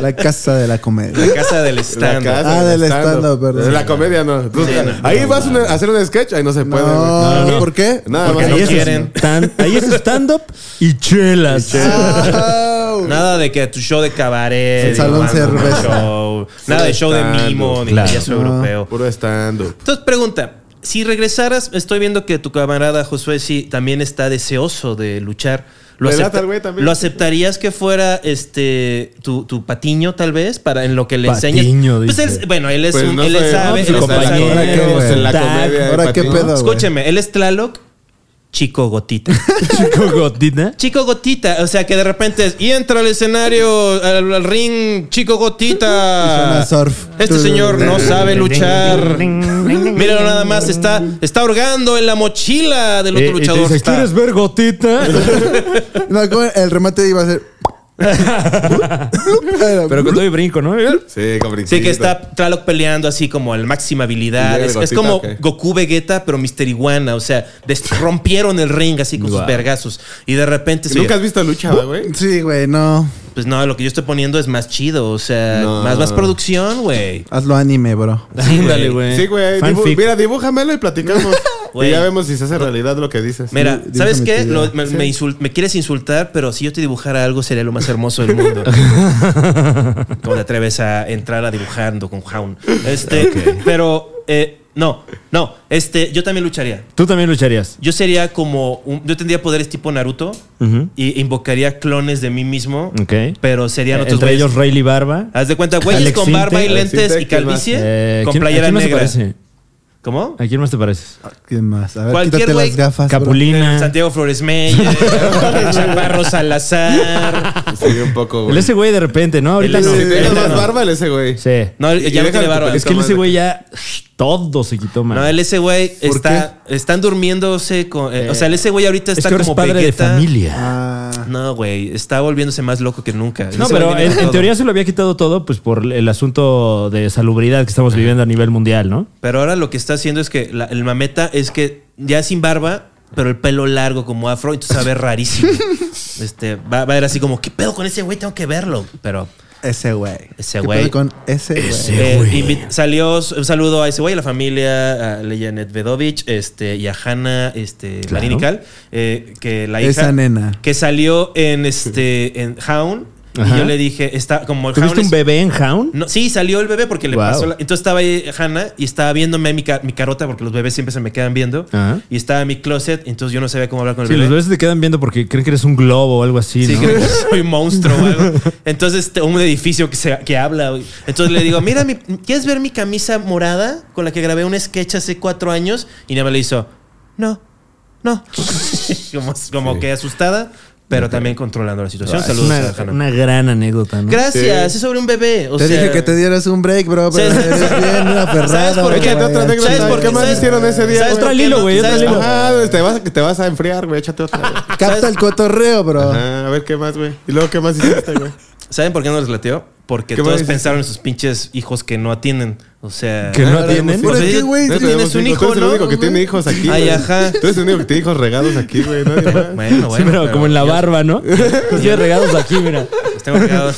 Speaker 4: La casa de la comedia.
Speaker 2: La casa del
Speaker 3: La
Speaker 2: stand.
Speaker 3: casa
Speaker 4: Ah, del
Speaker 3: stand-up.
Speaker 4: stand-up, perdón.
Speaker 3: De la comedia, no. Tú- ahí vas a hacer un sketch, ahí no se puede, güey.
Speaker 4: No,
Speaker 1: no.
Speaker 4: ¿por qué?
Speaker 3: Nada
Speaker 1: Porque
Speaker 3: más.
Speaker 2: no
Speaker 1: ahí, es
Speaker 2: quieren.
Speaker 1: stand- ahí es stand-up y chelas.
Speaker 4: Ah,
Speaker 2: Nada de que tu show de cabaret.
Speaker 4: El salón
Speaker 2: digo, mando
Speaker 4: cerveza.
Speaker 2: un show. Nada de show de
Speaker 3: Stand-up.
Speaker 2: mimo, ni
Speaker 1: Claro.
Speaker 2: payaso europeo.
Speaker 3: Puro stand-up.
Speaker 2: Entonces, pregunta. Si regresaras, estoy viendo que tu camarada Josué sí también está deseoso de luchar.
Speaker 3: Me lata el güey también.
Speaker 2: ¿Lo aceptarías que fuera este tu, tu patiño, tal vez? Para en lo que le
Speaker 1: Patiño,
Speaker 2: enseñas. Pues
Speaker 1: dice.
Speaker 2: él- bueno, él es
Speaker 3: Pues
Speaker 2: un,
Speaker 3: no
Speaker 2: él
Speaker 3: sé,
Speaker 2: sabe,
Speaker 3: no,
Speaker 2: él
Speaker 3: su
Speaker 2: es
Speaker 1: compañero,
Speaker 2: sabe.
Speaker 3: compañeros Pues en la
Speaker 1: Tag.
Speaker 3: comedia. de
Speaker 4: Ahora, ¿qué
Speaker 3: Patiño.
Speaker 4: pedo?
Speaker 2: Escúcheme, él es Tlaloc Chico Gotita.
Speaker 1: (laughs) (laughs) Chico Gotita.
Speaker 2: Chico Gotita, o sea que de repente es, y entra al escenario, al, al ring, Chico Gotita.
Speaker 4: Suena surf.
Speaker 2: Este señor no sabe luchar. Míralo nada más, está, está ahorgando en la mochila del otro
Speaker 1: Eh, y te
Speaker 2: luchador.
Speaker 1: dice,
Speaker 2: Está-
Speaker 1: ¿Quieres ver (laughs) Gotita?
Speaker 4: No, como el remate iba a ser.
Speaker 1: Pero con todo y brinco, ¿no?
Speaker 3: Sí,
Speaker 2: Sí,
Speaker 3: con brinquito.
Speaker 2: que está Tlaloc peleando así como al máxima habilidad.
Speaker 3: Llega el
Speaker 2: Es, es
Speaker 3: Gotita,
Speaker 2: como
Speaker 3: ok.
Speaker 2: Goku Vegeta, pero Mister Iguana. O sea, des- rompieron el ring así con sus
Speaker 1: Guau.
Speaker 2: vergazos. Y de repente se
Speaker 3: ¿Nunca
Speaker 2: oye,
Speaker 3: has visto lucha, ¿va, güey?
Speaker 4: Sí, güey, no.
Speaker 2: Pues no, lo que yo estoy poniendo es más chido. O sea,
Speaker 3: No.
Speaker 2: más, más producción,
Speaker 1: (laughs)
Speaker 2: güey.
Speaker 4: Hazlo anime, bro.
Speaker 1: Ándale, güey.
Speaker 3: Sí, güey. dibu-
Speaker 1: Fanfic.
Speaker 3: Mira, dibújamelo
Speaker 2: (laughs)
Speaker 3: y platicamos.
Speaker 2: Güey.
Speaker 3: y ya vemos si se hace realidad lo que dices.
Speaker 2: Mira,
Speaker 4: Sí,
Speaker 2: ¿sabes
Speaker 4: déjame
Speaker 2: qué?
Speaker 4: que
Speaker 2: Lo-
Speaker 4: ya.
Speaker 2: me, me insult- me quieres insultar, pero si yo te dibujara algo sería lo más hermoso
Speaker 1: (laughs)
Speaker 2: del mundo. ¿Cómo te atreves a entrar a dibujando con Jaun? Este, pero eh, no, no, este, yo también lucharía.
Speaker 1: Tú también lucharías.
Speaker 2: Yo sería como. un- yo tendría poderes tipo Naruto
Speaker 1: Ujú.
Speaker 2: y invocaría clones de mí mismo.
Speaker 1: Ok. Eh,
Speaker 2: Pero serían otros
Speaker 1: Entre
Speaker 2: güeyes.
Speaker 1: ellos Rayleigh Barba.
Speaker 2: Haz de cuenta, güeyes
Speaker 1: Alex
Speaker 2: con barba y
Speaker 1: Sintek.
Speaker 3: Alex
Speaker 2: lentes
Speaker 3: Sintek,
Speaker 2: y
Speaker 3: ¿quién más?
Speaker 2: calvicie
Speaker 1: Eh,
Speaker 2: con
Speaker 1: ¿quién-
Speaker 2: playera
Speaker 1: ¿a quién más
Speaker 2: negra.
Speaker 1: te parece?
Speaker 2: ¿Cómo?
Speaker 1: ¿A quién más te pareces?
Speaker 4: ¿Quién más? A ver,
Speaker 2: Cualquier
Speaker 4: quítate
Speaker 2: güey-
Speaker 4: las gafas. bro.
Speaker 1: Capulina.
Speaker 2: Santiago Flores
Speaker 1: (laughs)
Speaker 2: Meyer, Chaparro Salazar.
Speaker 3: Sí, un poco,
Speaker 1: El
Speaker 3: güey.
Speaker 1: ese güey de repente, ¿no? Ahorita
Speaker 2: El
Speaker 1: no.
Speaker 2: ese-
Speaker 3: Si tienes
Speaker 2: ahorita
Speaker 3: más
Speaker 2: no.
Speaker 3: barba, el ese güey.
Speaker 1: Sí.
Speaker 2: No, él-
Speaker 3: Y
Speaker 2: ya no
Speaker 3: deja
Speaker 2: tiene
Speaker 3: de
Speaker 2: barba.
Speaker 1: Es que el ese güey ya todo se quitó, man.
Speaker 2: No, el ese güey
Speaker 4: ¿Por
Speaker 2: está, están durmiéndose con. eh, o sea, el ese güey ahorita
Speaker 1: es
Speaker 2: está
Speaker 1: que ahora es
Speaker 2: como
Speaker 1: padre
Speaker 2: Vegeta.
Speaker 1: de familia.
Speaker 4: Ah,
Speaker 2: No, güey, está volviéndose más loco que nunca.
Speaker 1: no,
Speaker 2: Ese
Speaker 1: pero
Speaker 2: güey
Speaker 1: en,
Speaker 2: tiene
Speaker 1: en
Speaker 2: todo.
Speaker 1: teoría se lo había quitado todo pues por el asunto de salubridad que estamos viviendo a nivel mundial, ¿no?
Speaker 2: Pero ahora lo que está haciendo es que la- el mameta es que ya sin barba, pero el pelo largo como afro, entonces se ve rarísimo.
Speaker 1: (laughs)
Speaker 2: este, va, va a ir así como, ¿qué pedo con ese güey? Tengo que verlo. Pero
Speaker 4: ese güey.
Speaker 2: Ese
Speaker 4: ¿Qué
Speaker 2: güey.
Speaker 4: pedo con ese
Speaker 1: Ese.
Speaker 4: güey.
Speaker 2: eh,
Speaker 1: Este, güey.
Speaker 2: invi- salió s- un saludo a ese güey, a la familia, a Lejanet Vedovich, este, y a Hanna este,
Speaker 1: Claro.
Speaker 2: Marinical, eh, que la hija.
Speaker 4: Esa nena.
Speaker 2: Que salió en este. en Hound.
Speaker 1: Ajá.
Speaker 2: Y yo le dije, está como Hound
Speaker 1: ¿Tuviste
Speaker 2: es-
Speaker 1: un bebé en Hound?
Speaker 2: no, sí, salió el bebé porque le
Speaker 1: Wow.
Speaker 2: pasó la- Entonces estaba ahí Hannah y estaba viéndome mi, ca- mi carota porque los bebés siempre se me quedan viendo.
Speaker 1: Ajá.
Speaker 2: Y estaba en mi closet, entonces yo no sabía cómo hablar con el
Speaker 1: Sí, los
Speaker 2: bebé.
Speaker 1: bebés se te quedan viendo porque creen que eres un globo o algo así,
Speaker 2: Sí,
Speaker 1: ¿no?
Speaker 4: (laughs)
Speaker 2: creo que soy un monstruo o algo. Entonces, este, un edificio que, se, que habla. güey. Entonces le digo, mira, mi- ¿quieres ver mi camisa morada con la que grabé un sketch hace cuatro años? Y nada más le hizo, no, no. (laughs) como como que asustada, pero también controlando la situación.
Speaker 4: Ah,
Speaker 1: Es
Speaker 2: Saludos
Speaker 1: una,
Speaker 2: a Hannah.
Speaker 1: una gran anécdota, ¿no?
Speaker 2: Gracias, es sobre un bebé. o
Speaker 4: Te dije
Speaker 2: sea- (laughs)
Speaker 4: que te dieras un break, bro, pero
Speaker 2: Sí.
Speaker 4: eres bien
Speaker 2: ¿Sabes
Speaker 4: aferrado.
Speaker 2: por
Speaker 4: güey.
Speaker 2: qué?
Speaker 3: Échate otra anécdota.
Speaker 2: ¿Sabes por
Speaker 3: ¿Qué
Speaker 2: qué?
Speaker 3: más
Speaker 2: ¿Sabes-
Speaker 3: hicieron ese
Speaker 2: ¿Sabes
Speaker 3: día? güey?
Speaker 1: Otra
Speaker 2: por qué
Speaker 1: Lilo,
Speaker 2: no?
Speaker 1: güey,
Speaker 2: ¿Sabes
Speaker 1: otra
Speaker 2: por-
Speaker 1: Lilo.
Speaker 3: Ajá, güey, te vas, te vas a enfriar, güey. Échate otra, güey.
Speaker 4: Capta el cotorreo, bro.
Speaker 3: Ajá, a ver qué más, güey. Y luego, ¿qué más hiciste,
Speaker 2: (laughs)
Speaker 3: güey?
Speaker 2: ¿Saben por qué no les lateó? Porque
Speaker 3: ¿Qué
Speaker 2: todos
Speaker 3: más?
Speaker 2: pensaron en sus pinches hijos que no atienden. O sea.
Speaker 1: Que no
Speaker 3: Ah,
Speaker 1: atienden.
Speaker 4: ¿Por
Speaker 2: Pues,
Speaker 4: qué,
Speaker 2: ella-
Speaker 4: güey?
Speaker 2: tú
Speaker 3: No
Speaker 2: tienes
Speaker 3: tenemos
Speaker 2: un
Speaker 3: hijos. Tú
Speaker 2: hijo,
Speaker 3: eres el
Speaker 2: ¿no?
Speaker 3: único que tiene hijos aquí,
Speaker 2: Ay,
Speaker 3: güey.
Speaker 2: ajá.
Speaker 3: Tú eres el único que tiene hijos regados aquí,
Speaker 2: (laughs)
Speaker 3: güey. Nadie más.
Speaker 2: Bueno, bueno.
Speaker 1: Sí, pero, como en la
Speaker 2: yo-
Speaker 1: barba, (laughs) ¿no? Los tiene regados aquí, mira.
Speaker 2: Los tengo regados.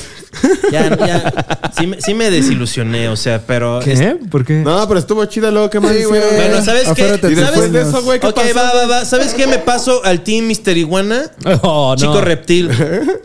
Speaker 2: Ya, ya. Sí, me- sí me desilusioné, o sea, pero. este, es-
Speaker 1: ¿Qué? ¿Eh? ¿Por qué?
Speaker 3: No, pero estuvo chida luego. ¿Qué más
Speaker 4: Sí,
Speaker 3: hicieron?
Speaker 4: güey.
Speaker 2: Bueno, ¿sabes qué?
Speaker 4: Aférrate
Speaker 3: Y
Speaker 4: tus
Speaker 2: ¿Sabes
Speaker 3: después de
Speaker 4: sueños.
Speaker 3: eso, güey, ¿qué
Speaker 2: ok,
Speaker 3: pasó?
Speaker 2: va, va, va. ¿Sabes qué? Me paso al team Mister Iguana.
Speaker 1: (laughs) Oh, no.
Speaker 2: Chico
Speaker 1: (laughs)
Speaker 2: Reptil.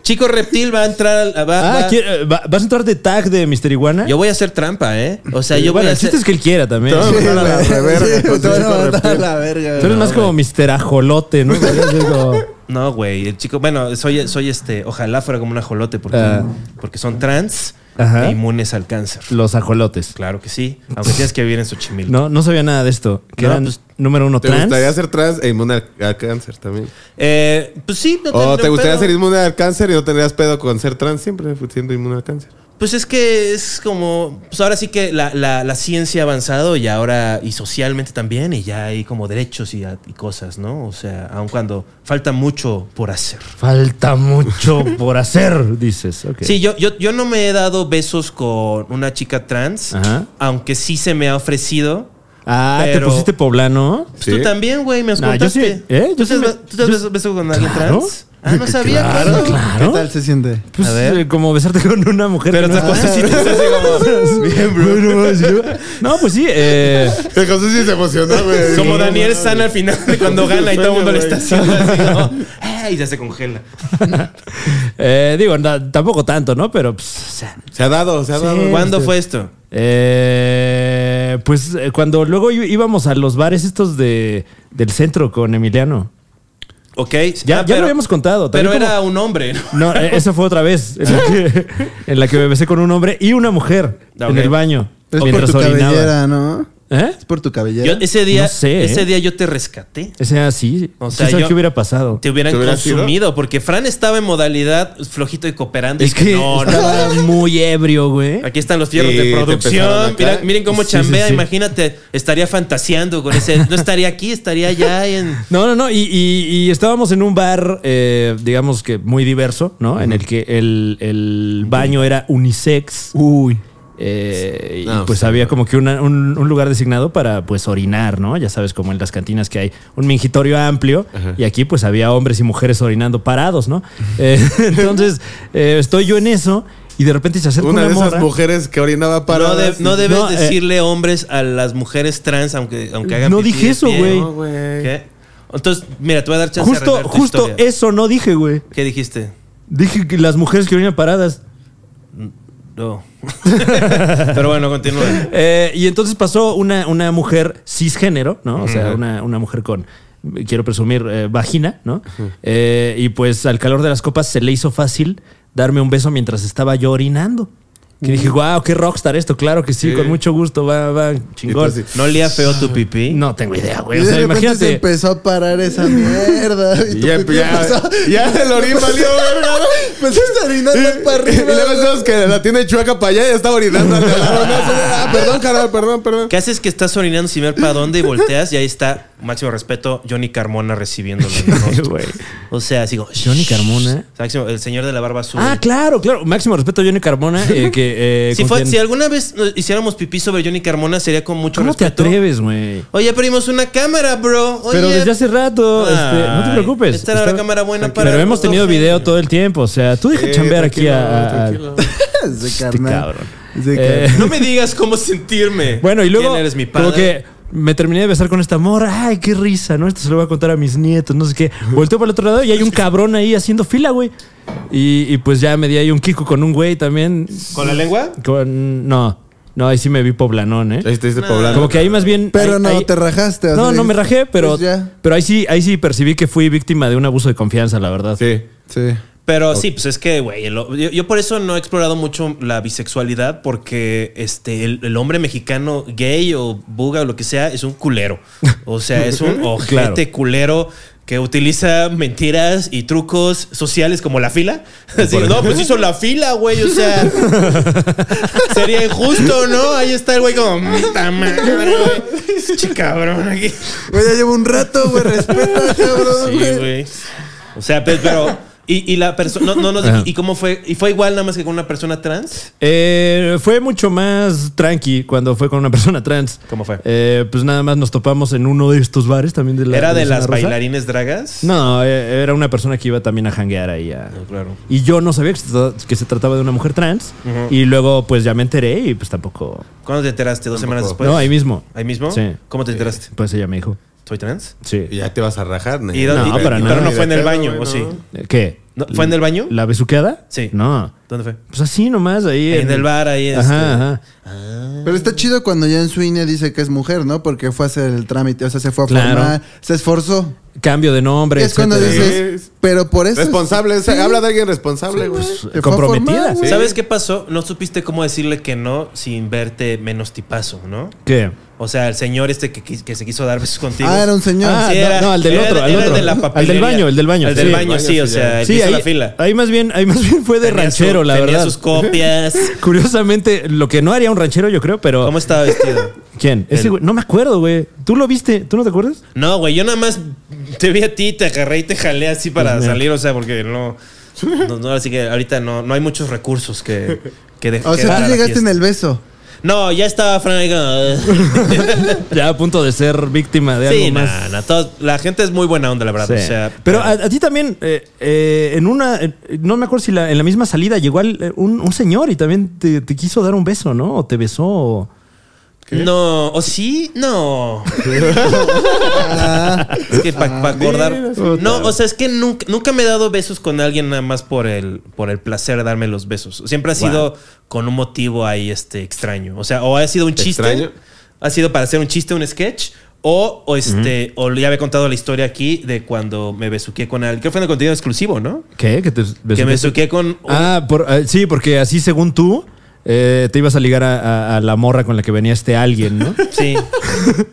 Speaker 2: Chico Reptil va a entrar. al- va-
Speaker 1: Ah,
Speaker 2: va-
Speaker 1: ¿quiere- va- ¿vas a entrar de tag de Mister Iguana?
Speaker 2: Yo voy a hacer trampa, ¿eh? O sea, yo voy
Speaker 1: bueno,
Speaker 2: a
Speaker 1: el
Speaker 2: hacer.
Speaker 1: chiste es que él quiera también.
Speaker 3: Te vamos
Speaker 4: Sí,
Speaker 3: a
Speaker 4: güey.
Speaker 3: mandar a la verga con sus
Speaker 4: Te van a
Speaker 3: hijos
Speaker 4: mandar a
Speaker 3: reptil.
Speaker 4: la verga,
Speaker 1: Tú eres
Speaker 4: güey.
Speaker 1: más como Mister Ajolote, ¿no? Podrías ser como-
Speaker 2: No, güey, el chico, bueno, soy, soy este, ojalá fuera como un ajolote porque,
Speaker 1: Ah.
Speaker 2: porque son trans
Speaker 1: Ajá.
Speaker 2: e inmunes al cáncer.
Speaker 1: (laughs) los ajolotes.
Speaker 2: Claro
Speaker 1: (laughs)
Speaker 2: que sí, aunque tienes que vivir en Xochimilco.
Speaker 1: No, no sabía nada de esto. Que
Speaker 2: No,
Speaker 1: eran
Speaker 2: pues,
Speaker 1: número uno
Speaker 3: ¿Te
Speaker 1: trans.
Speaker 3: gustaría ser trans e inmune al, al cáncer también?
Speaker 2: Eh, pues sí, no
Speaker 3: ¿O
Speaker 2: tendría
Speaker 3: te gustaría
Speaker 2: pedo.
Speaker 3: ser inmune al cáncer y no tendrías pedo con ser trans siempre siendo inmune al (laughs) cáncer?
Speaker 2: Pues es que es como, pues ahora sí que la, la- la ciencia ha avanzado y ahora, y socialmente también, y ya hay como derechos y, a- y cosas, ¿no? O sea, aun cuando falta mucho por hacer.
Speaker 1: Falta mucho por hacer, dices. Ok.
Speaker 2: Sí, yo, yo, yo no me he dado besos con una chica trans,
Speaker 1: Ajá.
Speaker 2: aunque sí se me ha ofrecido.
Speaker 1: Ah, te
Speaker 2: Pero-
Speaker 1: pusiste poblano.
Speaker 2: Pues
Speaker 3: Sí.
Speaker 2: Tú también, güey, me
Speaker 1: Nah, yo sí-
Speaker 2: contaste.
Speaker 1: ¿eh? Yo
Speaker 2: ¿Tú,
Speaker 1: sí
Speaker 2: te
Speaker 1: me-
Speaker 2: has- tú te has
Speaker 1: yo-
Speaker 2: besado beso con alguien
Speaker 1: Claro.
Speaker 2: trans? Ah, no sabía.
Speaker 1: Claro,
Speaker 2: cabrón.
Speaker 1: claro.
Speaker 4: ¿Qué tal se siente?
Speaker 1: Pues
Speaker 2: A ver.
Speaker 1: eh, como besarte (laughs) con una mujer.
Speaker 2: Pero
Speaker 1: que
Speaker 2: te
Speaker 1: no es-
Speaker 2: acuerdas si te haces
Speaker 1: (laughs)
Speaker 2: así como-
Speaker 1: Bien, bro. No, pues sí.
Speaker 2: (laughs)
Speaker 1: Eh,
Speaker 3: El José sí se emocionó, güey.
Speaker 2: Como Daniel San al final de
Speaker 1: (laughs)
Speaker 2: cuando gana y todo el mundo le está haciendo así, ¿no? Ay, ya se congela.
Speaker 1: eh, digo, na- tampoco tanto, ¿no? Pero, pues, o sea,
Speaker 3: Se ha dado, se ha
Speaker 1: Sí.
Speaker 3: dado. güey.
Speaker 2: ¿Cuándo fue esto?
Speaker 1: Eh, pues eh, cuando luego í- íbamos a los bares estos de, del centro con Emiliano.
Speaker 2: Ok.
Speaker 1: Ya,
Speaker 2: ah,
Speaker 1: ya lo habíamos contado.
Speaker 2: Pero
Speaker 1: también como-
Speaker 2: era un hombre. ¿no?
Speaker 1: No, eh, esa fue otra vez en la, que,
Speaker 2: (laughs)
Speaker 1: en la que me besé con un hombre y una mujer
Speaker 2: Ah,
Speaker 1: en
Speaker 2: ok.
Speaker 1: el baño.
Speaker 4: Es por
Speaker 1: Mientras
Speaker 4: tu
Speaker 1: orinaba.
Speaker 4: cabellera, ¿no?
Speaker 1: ¿Eh?
Speaker 4: Es por tu cabellera.
Speaker 2: Yo- ese día,
Speaker 1: No sé, ¿eh?
Speaker 2: ese día yo te rescaté.
Speaker 1: O sea, sí.
Speaker 2: O
Speaker 1: O
Speaker 2: sea, yo-
Speaker 1: qué hubiera pasado?
Speaker 2: Te hubieran
Speaker 3: ¿Te hubiera sido?
Speaker 2: consumido porque Fran estaba en modalidad flojito y cooperando. y
Speaker 1: Es que
Speaker 2: dije, no, no,
Speaker 1: estaba muy ebrio, güey.
Speaker 2: Aquí están los fierros
Speaker 3: Sí,
Speaker 2: de
Speaker 3: te empezaron
Speaker 2: producción.
Speaker 3: acá.
Speaker 2: Mira- miren cómo
Speaker 1: Sí,
Speaker 2: chambea.
Speaker 1: sí, sí.
Speaker 2: Imagínate, estaría fantaseando con ese. No estaría aquí, estaría allá
Speaker 1: (laughs)
Speaker 2: en.
Speaker 1: No, no, no. Y, y- y estábamos en un bar, eh, digamos que muy diverso, ¿no? En el que el, el baño era unisex. Uy. y
Speaker 3: No,
Speaker 1: pues
Speaker 3: sí,
Speaker 1: había como que una- un, un lugar designado para pues orinar, ¿no? Ya sabes, como en las cantinas que hay un mingitorio amplio y aquí pues había hombres y mujeres orinando parados, ¿no? Eh, (laughs) entonces eh, estoy yo en eso y de repente se acerca una,
Speaker 3: Una de esas
Speaker 1: morra.
Speaker 3: mujeres que orinaba para.
Speaker 2: No, de- no debes
Speaker 1: No, eh.
Speaker 2: decirle hombres a las mujeres trans, aunque, aunque hagan.
Speaker 1: No
Speaker 2: pipí
Speaker 1: dije
Speaker 2: de
Speaker 1: eso,
Speaker 2: pie.
Speaker 1: güey.
Speaker 3: No, güey.
Speaker 2: ¿Qué? Entonces, mira, te voy a dar chance de
Speaker 1: Justo,
Speaker 2: arreglar tu
Speaker 1: justo
Speaker 2: historia.
Speaker 1: eso no dije, güey.
Speaker 2: ¿Qué dijiste?
Speaker 1: Dije que las mujeres que orinan paradas.
Speaker 2: No. (laughs) Pero bueno, continúa.
Speaker 1: Eh, y entonces pasó una, una mujer cisgénero, ¿no? O sea, una, una mujer con, quiero presumir, eh, vagina, ¿no? Eh, y pues al calor de las copas se le hizo fácil darme un beso mientras estaba yo orinando. Que
Speaker 4: Uh.
Speaker 1: dije, wow, qué rockstar esto, claro que sí,
Speaker 3: Sí.
Speaker 1: con mucho gusto, va, va, chingón.
Speaker 3: Y tú
Speaker 2: ¿No olía feo tu pipí?
Speaker 1: No tengo idea,
Speaker 4: y
Speaker 1: güey.
Speaker 4: de
Speaker 1: O sea,
Speaker 4: repente
Speaker 1: (laughs)
Speaker 4: se
Speaker 1: imagínate.
Speaker 4: empezó a parar esa mierda. Y
Speaker 3: Y
Speaker 4: tu
Speaker 3: ya,
Speaker 4: pipí
Speaker 3: ya,
Speaker 4: empezó-
Speaker 3: ya el orín valió, verga.
Speaker 4: (laughs)
Speaker 3: (laughs)
Speaker 4: Empezaste a orinar más para
Speaker 3: Y
Speaker 4: arriba.
Speaker 3: luego
Speaker 4: güey.
Speaker 3: sabes que la tiene chueca para allá y ya estaba orinando. al de al lado, (laughs) ¿no? Así de, ah,
Speaker 4: (laughs)
Speaker 3: perdón, carnal, perdón, perdón.
Speaker 2: ¿Qué haces que estás orinando sin ver para dónde y volteas? Y ahí está, máximo respeto, Johnny Carmona recibiéndolo. en el rostro.
Speaker 1: Güey.
Speaker 2: o sea, sigo.
Speaker 1: Johnny Carmona.
Speaker 2: Máximo, el señor de la barba azul.
Speaker 1: Ah, claro, claro. Máximo respeto a Johnny Carmona. eh, que, eh,
Speaker 2: (laughs) si,
Speaker 1: con
Speaker 2: fue-
Speaker 1: quien-
Speaker 2: si alguna vez nos hiciéramos pipí sobre Johnny Carmona, sería con mucho
Speaker 1: ¿Cómo te
Speaker 2: respeto.
Speaker 1: atreves, güey?
Speaker 2: Oye, pedimos una cámara, bro. Oye,
Speaker 1: Pero desde hace rato,
Speaker 2: Ay,
Speaker 1: este, no te preocupes.
Speaker 2: esta era la cámara buena para
Speaker 1: Pero
Speaker 2: los
Speaker 1: hemos tenido
Speaker 2: dos,
Speaker 1: video
Speaker 2: sí.
Speaker 1: todo el tiempo. O sea, tú deja
Speaker 3: Eh,
Speaker 1: chambear aquí a. a-
Speaker 3: tranquilo, tranquilo.
Speaker 4: Ese
Speaker 1: este
Speaker 4: carnal.
Speaker 1: cabrón.
Speaker 4: Ese
Speaker 1: Eh,
Speaker 4: carnal.
Speaker 2: No me digas cómo sentirme.
Speaker 1: Bueno, y luego.
Speaker 2: ¿Quién eres mi padre?
Speaker 1: Como que me terminé de besar con esta morra. Ay, qué risa, ¿no? Esto se lo voy a contar a mis nietos, no sé qué. Volteo para el otro lado y hay un cabrón ahí haciendo fila, güey. Y, y pues ya me di ahí un Kiko con un güey también.
Speaker 2: ¿Con la lengua?
Speaker 1: Con. No. No, ahí sí me vi poblanón, ¿eh?
Speaker 3: Ahí te dice poblano.
Speaker 1: Como que ahí más bien.
Speaker 4: Pero
Speaker 1: ahí-
Speaker 4: no,
Speaker 1: ahí-
Speaker 4: te rajaste. o
Speaker 1: No,
Speaker 4: sea,
Speaker 1: no me rajé, pero,
Speaker 4: pues ya.
Speaker 1: pero ahí sí, ahí sí percibí que fui víctima de un abuso de confianza, la verdad.
Speaker 3: Sí.
Speaker 4: Sí.
Speaker 2: Pero sí, pues es que, güey, el ho- yo, yo por eso no he explorado mucho la bisexualidad porque este, el, el hombre mexicano gay o buga o lo que sea es un culero. O sea, es un ojete
Speaker 1: Claro.
Speaker 2: culero que utiliza mentiras y trucos sociales como la fila. Así, no, pues hizo la fila, güey, o sea... sería injusto, ¿no? Ahí está el güey como... "Puta madre, güey! Che, cabrón aquí!
Speaker 4: Güey, ya llevo un rato, güey. (laughs) Respeta, cabrón.
Speaker 2: Sí,
Speaker 4: güey.
Speaker 2: güey. O sea, pues, pero. Y, y la persona. No, no, nos dijo-
Speaker 1: Ajá.
Speaker 2: ¿Y cómo fue? ¿Y fue igual nada más que con una persona trans?
Speaker 1: Eh, fue mucho más tranqui cuando fue con una persona trans.
Speaker 2: ¿Cómo fue?
Speaker 1: Eh, pues nada más nos topamos en uno de estos bares también de la.
Speaker 2: ¿Era de
Speaker 1: la
Speaker 2: las
Speaker 1: zona rosa.
Speaker 2: bailarines dragas?
Speaker 1: No, eh, era una persona que iba también a janguear ahí a-
Speaker 2: No, Claro.
Speaker 1: Y yo no sabía que se, tra- que se trataba de una mujer trans.
Speaker 2: Ujú.
Speaker 1: Y luego, pues ya me enteré y pues tampoco.
Speaker 2: ¿Cuándo te enteraste? ¿Dos semanas después?
Speaker 1: no, ahí mismo.
Speaker 2: Pues, ¿Ahí mismo?
Speaker 1: Sí.
Speaker 2: ¿Cómo te enteraste?
Speaker 1: Pues ella me dijo.
Speaker 2: ¿Soy trans?
Speaker 1: Sí.
Speaker 3: Y ya te vas a rajar, ¿no?
Speaker 2: Y dónde-
Speaker 1: No,
Speaker 2: y-
Speaker 1: para
Speaker 2: y-
Speaker 1: nada.
Speaker 2: Pero no fue en el
Speaker 3: Pero,
Speaker 2: baño,
Speaker 3: güey,
Speaker 2: ¿o
Speaker 3: no.
Speaker 2: sí?
Speaker 1: Eh, ¿Qué?
Speaker 2: No, ¿Fue en el baño?
Speaker 1: ¿La besuqueada?
Speaker 2: Sí.
Speaker 1: No.
Speaker 2: ¿Dónde fue?
Speaker 1: Pues así nomás, ahí.
Speaker 2: En el bar, ahí. este,
Speaker 1: Ajá, ajá.
Speaker 4: Pero está chido cuando ya en su INE dice que es mujer, ¿no? Porque fue a hacer el trámite, o sea, se fue a
Speaker 1: Claro.
Speaker 4: formar, se esforzó.
Speaker 1: Cambio de nombre.
Speaker 4: es cuando
Speaker 1: etcétera.
Speaker 4: dices, pero por eso.
Speaker 3: Responsable,
Speaker 4: Sí.
Speaker 3: se- habla de alguien responsable,
Speaker 1: Pues,
Speaker 3: güey.
Speaker 4: Se fue a
Speaker 1: comprometida.
Speaker 4: formar, güey.
Speaker 2: ¿Sabes qué pasó? No supiste cómo decirle que no sin verte menos tipazo, ¿no?
Speaker 1: ¿Qué?
Speaker 2: O sea, el señor este que, quis- que se quiso dar besos contigo.
Speaker 4: Ah, era un señor.
Speaker 1: Ah,
Speaker 2: Sí,
Speaker 1: no,
Speaker 2: era-
Speaker 1: no, al del
Speaker 2: era-
Speaker 1: otro, al
Speaker 2: era
Speaker 1: otro.
Speaker 2: de la
Speaker 1: Al del
Speaker 2: papelería.
Speaker 1: baño, el del baño,
Speaker 2: Al del
Speaker 1: sí.
Speaker 2: baño, sí, o sea, el que
Speaker 1: Sí,
Speaker 2: hizo
Speaker 1: ahí,
Speaker 2: la fila.
Speaker 1: ahí más bien, ahí más bien fue de
Speaker 2: Tenía su-
Speaker 1: ranchero, la
Speaker 2: tenía
Speaker 1: verdad.
Speaker 2: sus copias.
Speaker 1: (laughs) Curiosamente, lo que no haría un ranchero, yo creo, pero.
Speaker 2: ¿Cómo estaba vestido?
Speaker 1: ¿Quién? Ese
Speaker 2: El-
Speaker 1: güey. No me acuerdo, güey. ¿Tú lo viste? ¿Tú no te acuerdas?
Speaker 2: No, güey, yo nada más te vi a ti, te agarré y te jalé así para
Speaker 1: Pues mira.
Speaker 2: salir, o sea, porque no. no, no, así que ahorita no, no hay muchos recursos que, que de-
Speaker 4: O
Speaker 2: que
Speaker 4: sea,
Speaker 2: dar a
Speaker 4: tú
Speaker 2: la
Speaker 4: llegaste en
Speaker 2: fiesta.
Speaker 4: el beso.
Speaker 2: No, ya estaba Fran
Speaker 1: (laughs)
Speaker 2: ahí como,
Speaker 1: Ya a punto de ser víctima de
Speaker 2: Sí,
Speaker 1: algo más.
Speaker 2: nada, nada, todos- la gente es muy buena onda, la verdad.
Speaker 1: Sí.
Speaker 2: O sea,
Speaker 1: pero a, a ti también, eh, eh, en una, eh, no me acuerdo si la- en la misma salida llegó al- eh, un, un señor y también te, te quiso dar un beso, ¿no? O te besó. o-
Speaker 2: No, o sí, no. es que para acordar. No, o sea, es que nunca, nunca me he dado besos con alguien nada más por el, por el placer de darme los besos. Siempre ha sido con un motivo ahí este extraño. O sea, o ha sido un chiste.
Speaker 3: ¿Extraño?
Speaker 2: Ha sido para hacer un chiste, un sketch. O, o este, o ya había contado la historia aquí de cuando me besuqué con alguien. Creo que fue en el contenido exclusivo, ¿no?
Speaker 1: ¿Qué? ¿Que te
Speaker 2: Que
Speaker 1: besó?
Speaker 2: me besuqué con.
Speaker 1: Ah, por- eh, sí, porque así según tú, eh, te ibas a ligar a, a- a la morra con la que venía este alguien,
Speaker 2: (laughs)
Speaker 1: ¿no?
Speaker 2: Sí.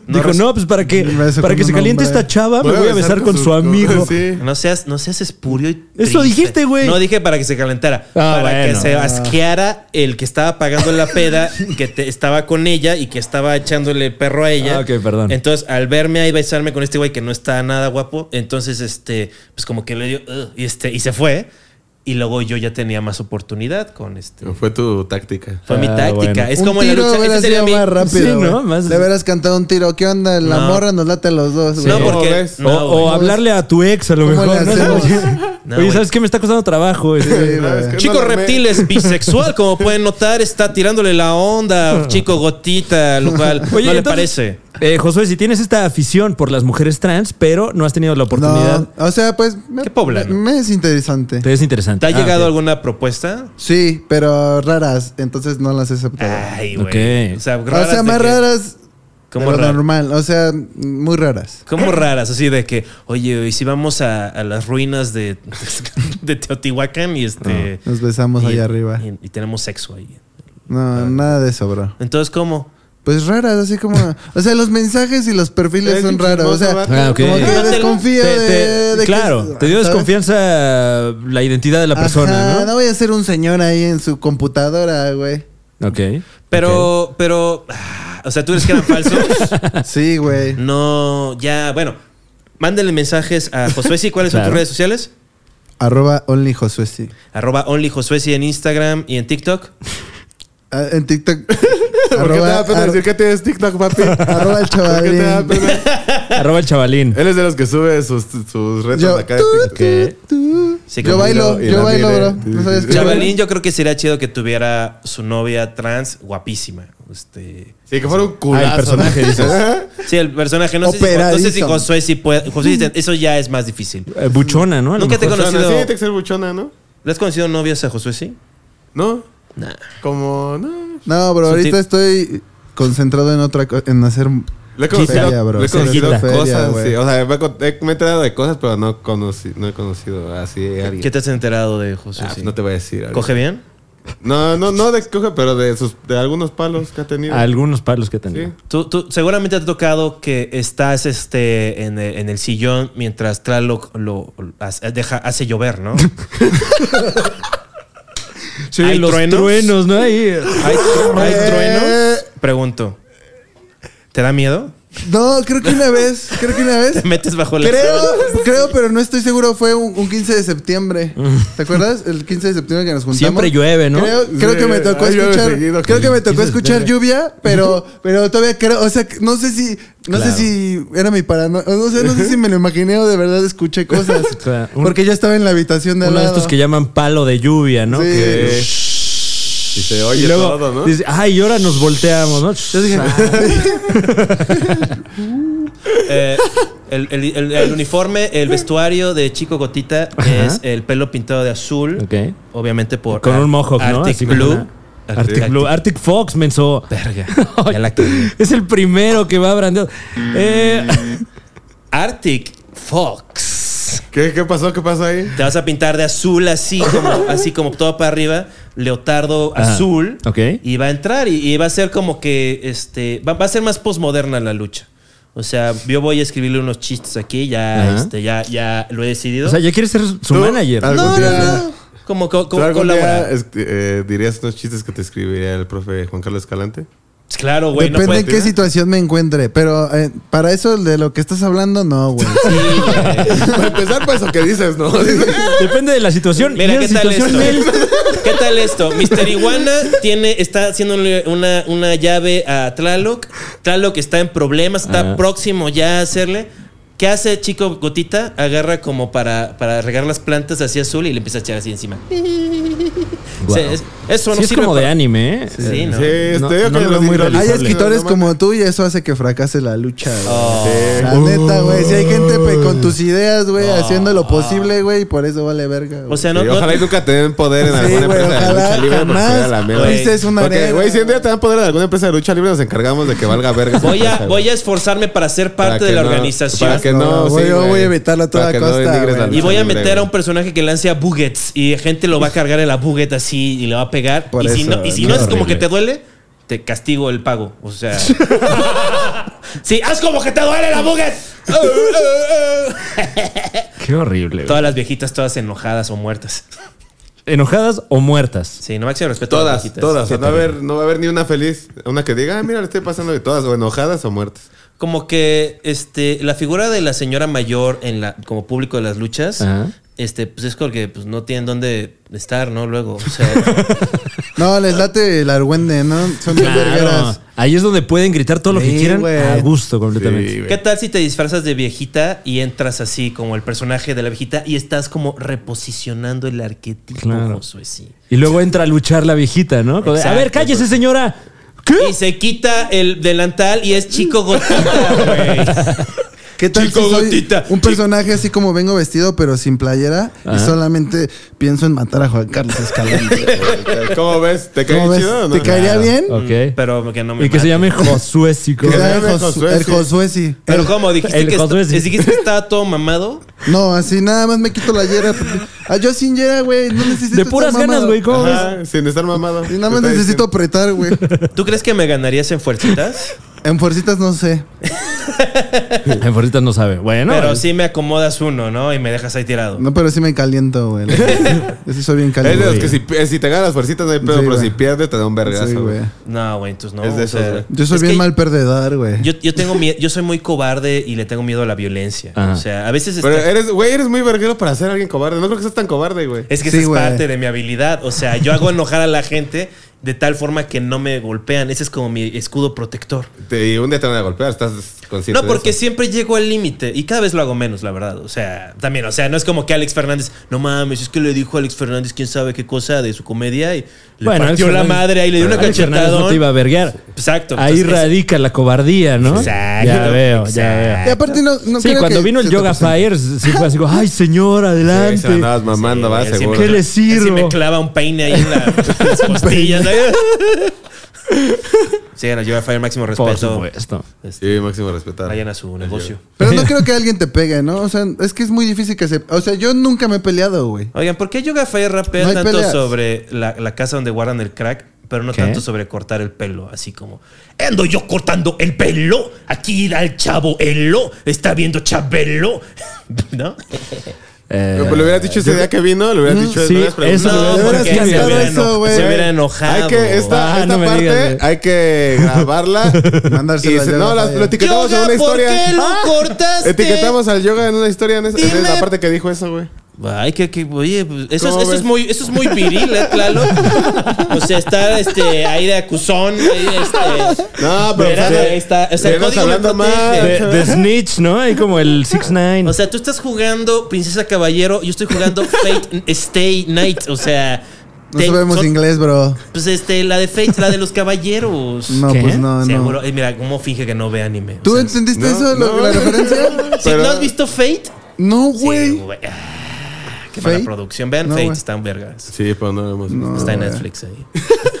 Speaker 2: No,
Speaker 1: Dijo,
Speaker 2: res-
Speaker 1: no, pues para que,
Speaker 4: Me beso
Speaker 1: para
Speaker 4: con
Speaker 1: que se
Speaker 4: un
Speaker 1: caliente
Speaker 4: hombre.
Speaker 1: esta chava, Ah, me voy a besar con su
Speaker 4: (laughs)
Speaker 1: amigo.
Speaker 3: (laughs) Sí.
Speaker 2: no seas, no seas espurio y
Speaker 1: Eso
Speaker 2: triste.
Speaker 1: dijiste, güey.
Speaker 2: No dije para que se calentara.
Speaker 1: Ah,
Speaker 2: para
Speaker 1: bueno.
Speaker 2: que se asqueara el que estaba pagando la peda, que te- estaba con ella y que estaba echándole el perro a ella.
Speaker 1: Ah, ok, perdón.
Speaker 2: Entonces, al verme ahí besarme con este güey que no está nada guapo, entonces, este, pues como que le dio, "Ugh", y, este, y se fue. Y luego yo ya tenía más oportunidad con este.
Speaker 3: Fue tu táctica.
Speaker 2: Fue mi
Speaker 1: Ah,
Speaker 2: táctica.
Speaker 1: bueno.
Speaker 2: Es
Speaker 4: Un
Speaker 2: como en la
Speaker 4: tiro
Speaker 2: lucha.
Speaker 4: hubiera
Speaker 2: Ese sería
Speaker 4: sido
Speaker 2: mi-
Speaker 4: más rápido,
Speaker 1: Sí, ¿no?
Speaker 4: güey.
Speaker 1: Más-
Speaker 4: Le hubieras cantado un tiro. ¿Qué onda? La
Speaker 2: No.
Speaker 4: morra nos late a los dos, güey.
Speaker 2: No,
Speaker 3: ¿Cómo
Speaker 2: porque.
Speaker 3: ves?
Speaker 1: O,
Speaker 2: No,
Speaker 1: o
Speaker 2: güey.
Speaker 1: hablarle a tu ex a lo
Speaker 4: ¿Cómo
Speaker 1: mejor.
Speaker 4: le
Speaker 1: ¿no? (laughs)
Speaker 4: hacemos?
Speaker 1: Oye,
Speaker 2: No,
Speaker 1: oye,
Speaker 2: güey.
Speaker 1: ¿sabes qué? Me está costando trabajo. este.
Speaker 3: No, es que no
Speaker 2: Chico
Speaker 3: la armé.
Speaker 4: (laughs)
Speaker 2: Reptiles, bisexual, como pueden notar, está tirándole la onda, chico gotita, lo cual
Speaker 1: (laughs) Oye,
Speaker 2: no le
Speaker 1: entonces,
Speaker 2: parece.
Speaker 1: eh, Josué, si tienes esta afición por las mujeres trans, pero no has tenido la oportunidad,
Speaker 4: No, o sea, pues. me-
Speaker 2: Qué poblano.
Speaker 4: Me, me es interesante.
Speaker 1: te es interesante.
Speaker 2: ¿Te ha
Speaker 1: Ah,
Speaker 2: llegado
Speaker 1: ok.
Speaker 2: alguna propuesta?
Speaker 4: Sí, pero raras. Entonces no las he aceptado.
Speaker 2: Ay, güey.
Speaker 1: Ok.
Speaker 2: O sea,
Speaker 4: o
Speaker 2: raras
Speaker 4: sea,
Speaker 2: de
Speaker 4: más
Speaker 2: que-
Speaker 4: raras.
Speaker 2: ¿Cómo
Speaker 4: de lo
Speaker 2: rara-
Speaker 4: normal. O sea, muy raras.
Speaker 2: Como raras, así de que, oye, ¿y si vamos a, a las ruinas de, (laughs) de Teotihuacán y este.
Speaker 4: Nos besamos
Speaker 2: y-
Speaker 4: allá arriba.
Speaker 2: Y, y tenemos sexo ahí.
Speaker 4: No, nada de eso, bro.
Speaker 2: Entonces, ¿cómo?
Speaker 4: Pues raras, así como. o sea, los mensajes y los perfiles
Speaker 3: Es
Speaker 4: son
Speaker 3: un
Speaker 4: raros. O sea,
Speaker 3: chismoso,
Speaker 1: Ah, ok.
Speaker 4: como que
Speaker 2: No te-
Speaker 4: desconfío
Speaker 1: Te- te-
Speaker 4: de, de que-
Speaker 1: claro, te dio
Speaker 4: ¿sabes?
Speaker 1: desconfianza la identidad de la persona,
Speaker 4: Ajá,
Speaker 1: ¿no?
Speaker 4: voy a ser un señor ahí en su computadora, güey.
Speaker 1: Ok.
Speaker 2: Pero, pero. ah, O sea, ¿tú crees que eran
Speaker 4: (laughs)
Speaker 2: falsos?
Speaker 3: (laughs)
Speaker 4: Sí, güey.
Speaker 2: No, ya, bueno. Mándenle mensajes a Josué. ¿sí? ¿Cuáles son
Speaker 1: Claro.
Speaker 2: tus redes sociales?
Speaker 4: Arroba only Josué, sí.
Speaker 2: Arroba OnlyJosuesi en Instagram y en TikTok.
Speaker 4: Ah, En TikTok.
Speaker 3: (laughs) ¿Por qué te
Speaker 4: arroba,
Speaker 3: da pena
Speaker 4: ar-
Speaker 3: decir que tienes TikTok, papi?
Speaker 4: arroba el
Speaker 3: (laughs) ¿Por qué te da
Speaker 4: chavalín.
Speaker 3: pena?
Speaker 1: Arroba el chavalín.
Speaker 3: Él es de los que sube sus, sus retos
Speaker 4: Yo-
Speaker 3: acá de TikTok.
Speaker 4: Tú.
Speaker 2: Sí,
Speaker 4: yo
Speaker 2: como-
Speaker 4: bailo,
Speaker 3: y
Speaker 4: yo
Speaker 3: la
Speaker 4: bailo,
Speaker 3: mire.
Speaker 4: bro. ¿No sabes qué?
Speaker 2: Chavalín, yo creo que sería chido que tuviera su novia trans guapísima. Este,
Speaker 3: Sí, que fuera un
Speaker 1: Ah,
Speaker 3: culazo.
Speaker 1: el personaje,
Speaker 3: (laughs)
Speaker 1: dices.
Speaker 2: sí, el personaje. No sé, si, no sé si
Speaker 4: Operadísimo.
Speaker 2: Josué sí puede. Josué sí, eso ya es más difícil.
Speaker 1: Eh, buchona, ¿no? A lo
Speaker 2: Nunca te
Speaker 1: mejor.
Speaker 2: he
Speaker 3: Buchona,
Speaker 2: conocido.
Speaker 3: Sí, tiene que ser buchona, ¿no?
Speaker 2: ¿Le has conocido novias a Josué sí?
Speaker 3: ¿No? Como, no.
Speaker 4: No, bro,
Speaker 2: Su
Speaker 4: ahorita
Speaker 2: tip-
Speaker 4: estoy concentrado en otra cosa, en hacer
Speaker 3: Le he conocido,
Speaker 4: Feria, bro.
Speaker 3: le he conocido
Speaker 4: Feria,
Speaker 3: cosas,
Speaker 4: güey.
Speaker 3: sí. O sea, me, he con- he- me he enterado de cosas, pero no, conocí, no he conocido así a alguien.
Speaker 2: ¿Qué te has enterado de Josué
Speaker 3: Ah,
Speaker 2: sí?
Speaker 3: No te voy a decir. ahorita.
Speaker 2: ¿Coge bien?
Speaker 3: No, no, no de coge, pero de, sus, de algunos palos que ha tenido.
Speaker 1: Algunos palos que tenía.
Speaker 3: Sí.
Speaker 2: Tú, tú- seguramente te ha tocado que estás este, en, el, en el sillón mientras Tlaloc lo, lo hace, deja- hace llover,
Speaker 4: (laughs)
Speaker 2: ¿no?
Speaker 1: Sí,
Speaker 2: ¿Hay
Speaker 1: los truenos?
Speaker 2: truenos?
Speaker 1: ¿no? Ahí.
Speaker 2: ¿Hay, tru- hay
Speaker 4: Eh.
Speaker 2: truenos? Pregunto. ¿Te da miedo?
Speaker 4: No, creo que
Speaker 3: (laughs)
Speaker 4: una vez, creo que una vez.
Speaker 2: ¿Te metes bajo la
Speaker 4: Creo, creo, pero no estoy seguro, fue un, un 15 de septiembre. ¿Te acuerdas? El 15 de septiembre que nos juntamos.
Speaker 1: Siempre llueve, ¿no?
Speaker 4: Creo, creo
Speaker 3: Sí,
Speaker 4: que me tocó
Speaker 3: ay, llueve
Speaker 4: escuchar,
Speaker 3: seguido,
Speaker 4: creo que me tocó
Speaker 1: 15 de
Speaker 4: escuchar lluvia, pero,
Speaker 3: (laughs)
Speaker 4: pero todavía creo, o sea, no sé si, no
Speaker 1: Claro.
Speaker 4: sé si era mi paranoia, no sé, no sé si me lo imaginé o de verdad escuché cosas,
Speaker 1: (laughs) Claro, un-
Speaker 4: porque yo estaba en la habitación de al
Speaker 1: Uno de
Speaker 4: lado.
Speaker 1: estos que llaman palo de lluvia, ¿no?
Speaker 4: Sí.
Speaker 1: Que-
Speaker 3: Eh, y se oye
Speaker 1: y luego
Speaker 3: todo, ¿no?
Speaker 1: dice, ay, y ahora nos volteamos, ¿no? Yo dije,
Speaker 2: (laughs) Eh, el, el- el- el uniforme, el vestuario de Chico Gotita
Speaker 1: Ajá.
Speaker 2: es el pelo pintado de azul.
Speaker 1: Ok.
Speaker 2: Obviamente por.
Speaker 1: Con un mohawk, ¿no?
Speaker 2: Arctic
Speaker 1: Así como
Speaker 2: Blue.
Speaker 1: una- Arctic Blue, Arctic Fox, menso.
Speaker 2: Verga.
Speaker 1: (laughs)
Speaker 2: Ya la cagué.
Speaker 1: Es el primero que va brandeado. Eh,
Speaker 2: Arctic Fox.
Speaker 3: ¿Qué, ¿Qué pasó? ¿Qué pasó ahí?
Speaker 2: Te vas a pintar de azul así como, así como todo para arriba, leotardo
Speaker 1: Ajá.
Speaker 2: azul.
Speaker 1: Ok.
Speaker 2: Y va a entrar y, y va a ser como que este va, va a ser más posmoderna la lucha. O sea, yo voy a escribirle unos chistes aquí, ya,
Speaker 1: Ajá.
Speaker 2: este, ya, ya lo he decidido.
Speaker 1: o sea, ya quieres ser su manager.
Speaker 3: algo-
Speaker 2: no,
Speaker 3: algún
Speaker 2: no,
Speaker 3: día-
Speaker 2: no. Como, co-
Speaker 3: ¿Tú
Speaker 2: co-
Speaker 3: algún día
Speaker 2: colaborar.
Speaker 3: es- eh, dirías unos chistes que te escribiría el profe Juan Carlos Escalante?
Speaker 2: Claro, güey, no puede.
Speaker 4: Depende en qué situación me encuentre, pero eh, para eso de lo que estás hablando, no, güey.
Speaker 2: Sí, güey.
Speaker 3: Para empezar, pues, eso que dices, ¿no?
Speaker 1: Depende de la situación.
Speaker 2: Mira,
Speaker 1: Y
Speaker 2: ¿qué
Speaker 1: la
Speaker 2: tal
Speaker 1: situación
Speaker 2: esto?
Speaker 1: del-
Speaker 2: ¿Qué tal esto? Mister Iguana tiene, está haciéndole una, una llave a Tlaloc. Tlaloc está en problemas, está
Speaker 1: Ah.
Speaker 2: próximo ya a hacerle. ¿Qué hace Chico Gotita? Agarra como para, para regar las plantas así azul y le empieza a echar así encima.
Speaker 1: Guau.
Speaker 2: Sí, es, eso no
Speaker 1: Sí, es
Speaker 2: sirve
Speaker 1: como de
Speaker 2: para-
Speaker 1: anime, ¿eh?
Speaker 2: Sí, ¿no?
Speaker 3: Sí,
Speaker 1: No,
Speaker 3: este, yo creo
Speaker 1: no
Speaker 3: que
Speaker 1: lo veo
Speaker 3: los
Speaker 1: muy
Speaker 3: escritores-
Speaker 4: Hay
Speaker 1: realizable.
Speaker 4: escritores
Speaker 3: no,
Speaker 4: como tú y eso hace que fracase la lucha, güey.
Speaker 2: Oh.
Speaker 4: La neta, güey. Si hay gente pe- con
Speaker 1: Oh.
Speaker 4: tus ideas, güey, haciendo lo posible, güey, y por eso vale verga. güey.
Speaker 2: O sea,
Speaker 3: Sí,
Speaker 2: no, no-
Speaker 3: ojalá y nunca te den poder en
Speaker 4: Sí,
Speaker 3: alguna
Speaker 4: güey,
Speaker 3: empresa de
Speaker 4: ojalá
Speaker 3: lucha libre porque
Speaker 4: jamás.
Speaker 3: era la mierda.
Speaker 2: Güey,
Speaker 4: es una
Speaker 3: Porque,
Speaker 4: arena.
Speaker 3: güey, si un día te dan poder en alguna empresa de lucha libre, nos encargamos de que valga verga. esa
Speaker 2: voy, a,
Speaker 3: empresa,
Speaker 2: voy
Speaker 3: güey.
Speaker 2: a esforzarme para ser
Speaker 3: Para
Speaker 2: parte
Speaker 3: que
Speaker 2: de la
Speaker 3: no-
Speaker 2: organización.
Speaker 3: Para que no,
Speaker 4: No,
Speaker 3: sí,
Speaker 4: güey, yo
Speaker 3: güey.
Speaker 4: voy a evitarlo a toda
Speaker 3: Para que
Speaker 4: costa,
Speaker 3: denigres la
Speaker 4: güey.
Speaker 3: lucha
Speaker 2: Y voy a
Speaker 3: libre,
Speaker 2: meter a
Speaker 3: güey.
Speaker 2: un personaje que lance a Buggets y gente lo va a cargar en la Buget así y le va a pegar.
Speaker 4: Por
Speaker 2: y si
Speaker 4: eso,
Speaker 2: no, y si
Speaker 4: no,
Speaker 2: no es como
Speaker 4: horrible.
Speaker 2: que te duele, te castigo el pago. O sea. (laughs) sí, haz como que te duele la buget.
Speaker 1: Qué horrible. güey.
Speaker 2: todas las viejitas, todas enojadas o muertas.
Speaker 1: ¿Enojadas o muertas?
Speaker 2: Sí, no máximo respeto a las
Speaker 3: Todas,
Speaker 2: viejitas.
Speaker 3: todas. No va, a haber, no va a haber ni una feliz. Una que diga, ah, mira, le estoy pasando de todas, o enojadas o muertas.
Speaker 2: Como que este, la figura de la señora mayor en la, como público de las luchas,
Speaker 1: Ajá.
Speaker 2: este, pues es porque pues, no tienen dónde estar, ¿no? Luego. O sea,
Speaker 4: No, les late el argüende, ¿no? Son bien vergueras.
Speaker 1: Ahí es donde pueden gritar todo lo que
Speaker 4: Sí,
Speaker 1: quieran
Speaker 4: güey.
Speaker 1: a gusto
Speaker 3: Sí,
Speaker 1: completamente.
Speaker 2: ¿Qué tal si te disfrazas de viejita y entras así como el personaje de la viejita y estás como reposicionando el arquetipo,
Speaker 1: Claro.
Speaker 2: Josué, sí?
Speaker 1: y luego entra a luchar la viejita, ¿no? Como de, a
Speaker 2: Exacto,
Speaker 1: ver, cállese,
Speaker 2: güey.
Speaker 1: señora. ¿Qué?
Speaker 2: Y se quita el delantal y es
Speaker 1: (laughs)
Speaker 2: chico gotita, güey.
Speaker 4: ¿Qué tal
Speaker 2: Chico
Speaker 4: si soy
Speaker 2: gotita.
Speaker 4: un personaje así como vengo vestido, pero sin playera? Y solamente pienso en matar a Juan
Speaker 3: (laughs)
Speaker 4: Carlos Escalante.
Speaker 3: ¿Cómo ves? ¿Te
Speaker 4: ¿Cómo
Speaker 3: cae
Speaker 4: ves?
Speaker 3: chido o no?
Speaker 4: ¿Te caería bien?
Speaker 1: Ok.
Speaker 2: Mm, Pero que no me
Speaker 1: Y que se
Speaker 2: mate.
Speaker 1: llame Josué, sí,
Speaker 4: Que
Speaker 1: como-
Speaker 4: sea el,
Speaker 3: llame
Speaker 4: Jos-
Speaker 3: Josué,
Speaker 4: el
Speaker 3: sí.
Speaker 4: Josué, sí.
Speaker 2: Pero
Speaker 4: El-
Speaker 2: ¿cómo?
Speaker 1: el
Speaker 2: ¿Dijiste que,
Speaker 1: Josué,
Speaker 2: est-
Speaker 1: sí.
Speaker 2: dijiste que estaba todo mamado?
Speaker 4: No, así nada más me quito la yera. porque- Ah, yo sin yera, güey. No necesito.
Speaker 1: De
Speaker 4: estar
Speaker 1: puras
Speaker 4: mamado.
Speaker 1: ganas, güey. ¿Cómo ves?
Speaker 3: Ajá, sin estar mamado.
Speaker 4: Y nada más
Speaker 3: Te está diciendo.
Speaker 4: necesito apretar, güey.
Speaker 2: ¿Tú crees que me ganarías en fuercitas?
Speaker 4: En fuercitas no sé.
Speaker 1: En Forritas (laughs) no sabe. Bueno.
Speaker 2: Pero
Speaker 1: es-
Speaker 2: sí me acomodas uno, ¿no? Y me dejas ahí tirado.
Speaker 4: No, pero sí me caliento, güey. Yo sí soy bien
Speaker 3: Es de
Speaker 4: caliente.
Speaker 3: los que si, eh, si te ganas las fuercitas no hay pedo,
Speaker 4: Sí,
Speaker 3: pero
Speaker 4: güey.
Speaker 3: si pierdes te da un vergazo.
Speaker 4: Sí,
Speaker 3: güey.
Speaker 4: güey.
Speaker 2: No, güey, entonces no.
Speaker 3: Es de
Speaker 2: o
Speaker 3: esos,
Speaker 2: sea,
Speaker 3: güey.
Speaker 4: Yo soy
Speaker 2: es
Speaker 4: bien
Speaker 2: que
Speaker 4: mal perdedor, güey.
Speaker 2: Yo, yo tengo mie- yo soy muy cobarde y le tengo miedo a la violencia.
Speaker 1: Ajá.
Speaker 2: O sea, a veces
Speaker 3: Pero
Speaker 2: está-
Speaker 3: eres, güey, eres muy verguero para ser alguien cobarde. No creo que seas tan cobarde, güey.
Speaker 2: es que
Speaker 4: Sí,
Speaker 2: esa es
Speaker 4: güey.
Speaker 2: parte de mi habilidad. O sea,
Speaker 1: (laughs)
Speaker 2: yo hago enojar a la gente de tal forma que no me golpean. Ese es como mi escudo protector.
Speaker 3: Te- Y un día te van a golpear, estás consciente.
Speaker 2: no,
Speaker 3: de
Speaker 2: porque
Speaker 3: eso.
Speaker 2: siempre llego al límite y cada vez lo hago menos, la verdad. O sea, también, o sea, no es como que Alex Fernández, no mames, es que le dijo a Alex Fernández quién sabe qué cosa de su comedia y le
Speaker 1: Bueno, Alex
Speaker 2: partió la
Speaker 1: Fernández-
Speaker 2: madre ahí le dio una
Speaker 1: Alex Fernández
Speaker 2: cachetada.
Speaker 1: no te iba a verguear.
Speaker 2: Exacto.
Speaker 1: Ahí
Speaker 2: entonces,
Speaker 1: radica la cobardía, ¿no?
Speaker 2: Exacto,
Speaker 1: Ya veo, ya
Speaker 2: exacto.
Speaker 1: veo.
Speaker 4: Y aparte no, no
Speaker 1: sí,
Speaker 4: creo
Speaker 1: cuando
Speaker 4: que
Speaker 1: vino el
Speaker 4: se te
Speaker 1: Yoga
Speaker 4: presente.
Speaker 1: Fire, sí fue así como, ay, señor,
Speaker 3: Sí, se la
Speaker 1: adelante.
Speaker 3: andabas mamando,
Speaker 2: Sí,
Speaker 3: va,
Speaker 2: güey,
Speaker 3: seguro.
Speaker 2: siempre-
Speaker 1: ¿Qué le sirvo?
Speaker 2: Así me clava un peine
Speaker 1: (laughs)
Speaker 2: ahí en, la- (laughs) en las costillas. sí, no, yo a Fire máximo
Speaker 1: Por
Speaker 2: respeto.
Speaker 1: supuesto.
Speaker 2: Este,
Speaker 3: Sí, máximo respetar.
Speaker 2: Vayan a su negocio.
Speaker 3: (laughs)
Speaker 4: Pero no creo que alguien te pegue, ¿no? O sea, es que es muy difícil que se... O sea, yo nunca me he peleado, güey.
Speaker 2: Oigan, ¿por qué Yoga Fire rapea
Speaker 4: No hay
Speaker 2: tanto
Speaker 4: peleas.
Speaker 2: sobre la, la casa donde guardan el crack, pero no
Speaker 1: ¿Qué?
Speaker 2: tanto sobre cortar el pelo? Así como, ando yo cortando el pelo, aquí da el chavo elo, está viendo Chabelo. (laughs) ¿No?
Speaker 1: Eh,
Speaker 4: pues,
Speaker 3: Pero le hubieras dicho ese día que vino, le hubieras dicho
Speaker 1: sí,
Speaker 3: no le hubieras
Speaker 1: eso le
Speaker 3: preguntado.
Speaker 2: No,
Speaker 1: hubieras
Speaker 2: porque se
Speaker 1: cambiado
Speaker 2: hubiera,
Speaker 4: eso,
Speaker 2: eno-
Speaker 4: güey.
Speaker 2: se hubiera enojado.
Speaker 3: Hay que, esta,
Speaker 1: Ah,
Speaker 3: esta
Speaker 1: no me
Speaker 3: parte
Speaker 1: digas, güey.
Speaker 3: hay que grabarla.
Speaker 4: Mandársela
Speaker 3: y dice,
Speaker 4: al
Speaker 3: no,
Speaker 4: Yoga
Speaker 3: la-
Speaker 4: Fire.
Speaker 3: lo etiquetamos en una historia.
Speaker 2: ¿por qué (laughs)
Speaker 3: (laughs)
Speaker 2: lo cortaste?
Speaker 3: Etiquetamos al yoga en una historia. En esa, en
Speaker 2: Dime.
Speaker 3: la parte que dijo eso, güey.
Speaker 2: Ay, que, que oye, pues, eso, es,
Speaker 3: ¿Cómo
Speaker 2: eso
Speaker 3: ves?
Speaker 2: es muy, eso es muy viril, ¿eh, Tlalo? O sea, está este, ahí de acusón, ahí este.
Speaker 3: No, pero.
Speaker 2: Verás,
Speaker 3: pues,
Speaker 2: ahí está. O sea, el
Speaker 3: verás
Speaker 2: código me
Speaker 3: hablando
Speaker 2: protege.
Speaker 3: mal.
Speaker 1: Eh, de, de Snitch, ¿no? Ahí como el 6 9
Speaker 2: O sea, tú estás jugando Princesa Caballero, yo estoy jugando
Speaker 4: (laughs)
Speaker 2: Fate Stay Night. O sea,
Speaker 4: No
Speaker 2: te-
Speaker 4: sabemos
Speaker 2: son-
Speaker 4: inglés, bro.
Speaker 2: Pues este, la de Fate, la de los caballeros.
Speaker 4: No,
Speaker 1: ¿Qué?
Speaker 4: pues no,
Speaker 2: Seguro.
Speaker 4: no.
Speaker 2: Eh, mira, cómo finge que no ve anime. O
Speaker 4: ¿Tú
Speaker 2: sea,
Speaker 4: entendiste
Speaker 3: no,
Speaker 4: eso, lo-
Speaker 3: no.
Speaker 4: la (laughs) referencia?
Speaker 2: ¿sí,
Speaker 3: pero-
Speaker 2: ¿No has visto Fate?
Speaker 4: No,
Speaker 2: Sí,
Speaker 4: güey.
Speaker 2: güey. Ah, Qué
Speaker 4: Fate?
Speaker 2: mala producción. Vean
Speaker 4: No,
Speaker 2: Fate,
Speaker 4: güey.
Speaker 2: están vergas.
Speaker 3: Sí, pero no lo hemos visto.
Speaker 2: Está en Netflix ahí.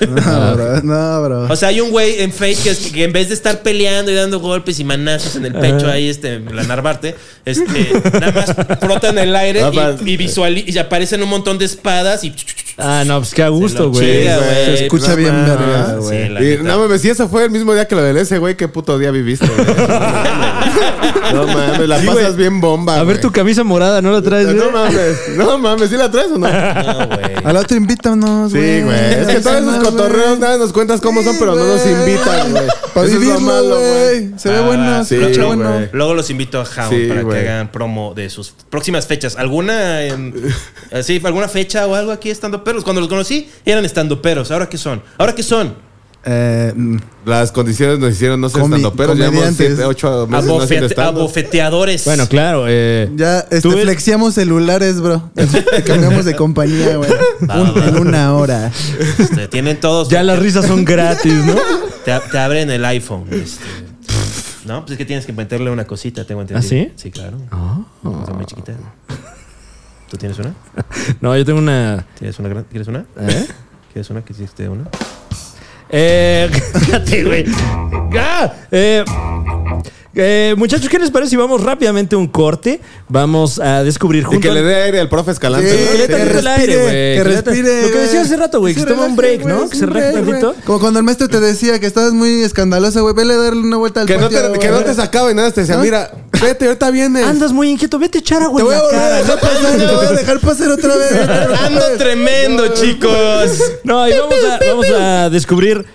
Speaker 4: No, bro. No, bro.
Speaker 2: O sea, hay un güey en Fate que, es- que en vez de estar peleando y dando golpes y manazos en el pecho ahí, este, la Narvarte, este, nada más frota en el aire
Speaker 3: Ah,
Speaker 2: y-
Speaker 3: pa-
Speaker 2: y, visuali- y aparecen un montón de espadas y.
Speaker 1: Ah, no, pues qué a gusto,
Speaker 2: lo
Speaker 1: güey.
Speaker 2: chinga, güey.
Speaker 4: Se escucha
Speaker 3: no
Speaker 4: bien,
Speaker 3: mames.
Speaker 4: verga,
Speaker 2: Sí,
Speaker 4: güey.
Speaker 2: la
Speaker 3: Y
Speaker 2: neta.
Speaker 3: no mames, si eso fue el mismo día que lo del ese, güey, qué puto día viviste, güey. No mames, la
Speaker 1: Sí,
Speaker 3: pasas
Speaker 1: güey.
Speaker 3: bien bomba.
Speaker 1: A ver tu
Speaker 3: güey.
Speaker 1: camisa morada, ¿no la traes?
Speaker 3: No
Speaker 1: güey?
Speaker 3: mames, no mames, ¿sí la traes
Speaker 4: (laughs)
Speaker 3: o
Speaker 2: No,
Speaker 3: no?
Speaker 2: güey.
Speaker 4: Al otro invítanos,
Speaker 3: Sí,
Speaker 4: güey.
Speaker 3: güey. Es que todos esos
Speaker 4: Avísanos,
Speaker 3: cotorreos,
Speaker 4: güey.
Speaker 3: nada, nos cuentas cómo son, pero no nos
Speaker 4: Sí,
Speaker 3: invitan, güey. Eso
Speaker 4: Para
Speaker 3: es lo
Speaker 4: vivirlo,
Speaker 3: malo, güey.
Speaker 4: güey. Se ve
Speaker 2: Ah,
Speaker 4: bueno,
Speaker 2: sí,
Speaker 4: se escucha
Speaker 3: güey.
Speaker 4: bueno.
Speaker 2: Luego los invito a Jaun
Speaker 3: Sí,
Speaker 2: para
Speaker 3: güey.
Speaker 2: que hagan promo de sus próximas fechas. ¿Alguna
Speaker 3: (laughs)
Speaker 2: en- así, alguna fecha o algo aquí estando peros? Cuando los conocí eran estando peros. ¿Ahora qué son? ¿Ahora qué son?
Speaker 4: Eh, mm,
Speaker 3: Las condiciones nos hicieron no ser
Speaker 4: Comi-
Speaker 3: estando, pero llevamos
Speaker 4: comediantes.
Speaker 3: 7, 8 meses no haciendo
Speaker 2: Abofete-
Speaker 3: stand-up.
Speaker 2: abofeteadores.
Speaker 1: Bueno, claro. Eh,
Speaker 4: ya este,
Speaker 1: Tú ves-
Speaker 4: flexiamos celulares, bro. Cambiamos de compañía, güey.
Speaker 2: (laughs) Va,
Speaker 4: Un-
Speaker 2: va.
Speaker 4: en una hora.
Speaker 2: Este, tienen
Speaker 1: (laughs)
Speaker 2: todos.
Speaker 1: ya las risas son gratis, ¿no?
Speaker 2: (laughs) Te, te abren el iPhone. este. no, pues es que tienes que meterle una cosita, tengo entendido.
Speaker 1: ¿Ah, sí? Ah.
Speaker 2: Sí, claro. Está muy chiquita. ¿Tú tienes una?
Speaker 1: No, yo tengo una.
Speaker 2: ¿Tienes una gran- ¿Quieres una?
Speaker 1: ¿Eh?
Speaker 2: ¿Quieres una? ¿Quieres que te dé
Speaker 3: (laughs)
Speaker 2: una?
Speaker 1: (laughs) Eh, cállate, güey. Ah, eh, Eh, muchachos, ¿qué les parece si vamos rápidamente a un corte? Vamos a descubrir
Speaker 3: Y
Speaker 1: juntos.
Speaker 3: que le dé aire al profe Escalante.
Speaker 4: Sí,
Speaker 3: ¿no?
Speaker 1: que le
Speaker 4: que
Speaker 1: tantito el aire,
Speaker 4: respire,
Speaker 1: güey. le
Speaker 4: que
Speaker 1: tan-
Speaker 4: respire,
Speaker 1: Lo que decía
Speaker 4: güey.
Speaker 1: hace rato, güey, que se toma un
Speaker 4: relaje,
Speaker 1: break,
Speaker 4: güey,
Speaker 1: ¿no?
Speaker 4: es
Speaker 1: Que se
Speaker 4: un
Speaker 1: relaje
Speaker 4: break,
Speaker 1: tantito.
Speaker 4: güey. Como cuando el maestro te decía que estabas muy escandaloso, güey. Vele a darle una vuelta al
Speaker 3: Que no,
Speaker 4: patio.
Speaker 3: te, que no te sacaba y nada, te decía,
Speaker 4: ¿No?
Speaker 3: mira, vete, ahorita vienes.
Speaker 1: Andas muy inquieto, vete a echar agua
Speaker 4: Te
Speaker 1: en
Speaker 4: voy
Speaker 1: la
Speaker 4: a volver a
Speaker 1: cara.
Speaker 4: dejar pasar, te voy a dejar pasar
Speaker 1: (laughs)
Speaker 4: otra vez.
Speaker 2: Ando tremendo, chicos.
Speaker 1: No, y vamos a, vamos a descubrir.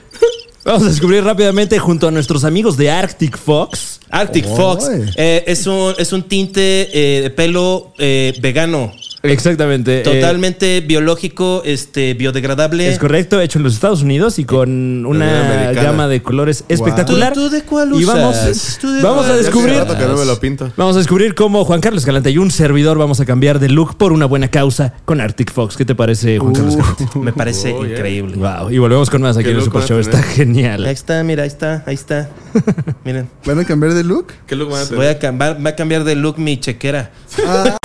Speaker 1: Vamos a descubrir rápidamente junto a nuestros amigos de Arctic Fox.
Speaker 2: Arctic
Speaker 4: Oy.
Speaker 2: Fox eh, es, un, es un tinte eh, de pelo eh, vegano,
Speaker 1: Exactamente.
Speaker 2: totalmente biológico, este, biodegradable.
Speaker 1: Eh, Es correcto, hecho en los Estados Unidos y
Speaker 2: Eh,
Speaker 1: con
Speaker 3: Unión
Speaker 1: una
Speaker 3: Americana.
Speaker 1: gama de colores espectacular.
Speaker 2: ¿Tú- tú de cuál
Speaker 1: Y
Speaker 2: usas?
Speaker 1: vamos,
Speaker 2: ¿Tú de
Speaker 1: vamos
Speaker 2: cuál?
Speaker 1: a
Speaker 3: Ya hace
Speaker 1: descubrir.
Speaker 3: rato que no me lo pinto.
Speaker 1: Vamos a descubrir cómo Juan Carlos Escalante y un servidor vamos a cambiar de look por una buena causa con Arctic Fox. ¿Qué te parece, Juan Carlos
Speaker 2: Uh.
Speaker 1: Escalante?
Speaker 2: Me parece
Speaker 3: Oh, yeah.
Speaker 2: increíble.
Speaker 1: Wow. Y volvemos con más aquí
Speaker 3: Qué
Speaker 1: en el
Speaker 3: look
Speaker 1: Super
Speaker 3: van a
Speaker 1: Show.
Speaker 3: tener.
Speaker 1: Está genial.
Speaker 2: Ahí está, mira, ahí está,
Speaker 1: (laughs)
Speaker 2: ahí está. Miren,
Speaker 4: ¿Van a cambiar de look?
Speaker 3: ¿Qué look van a
Speaker 2: voy
Speaker 3: tener?
Speaker 2: a cambiar, va a cambiar de look mi chequera.
Speaker 4: Ah.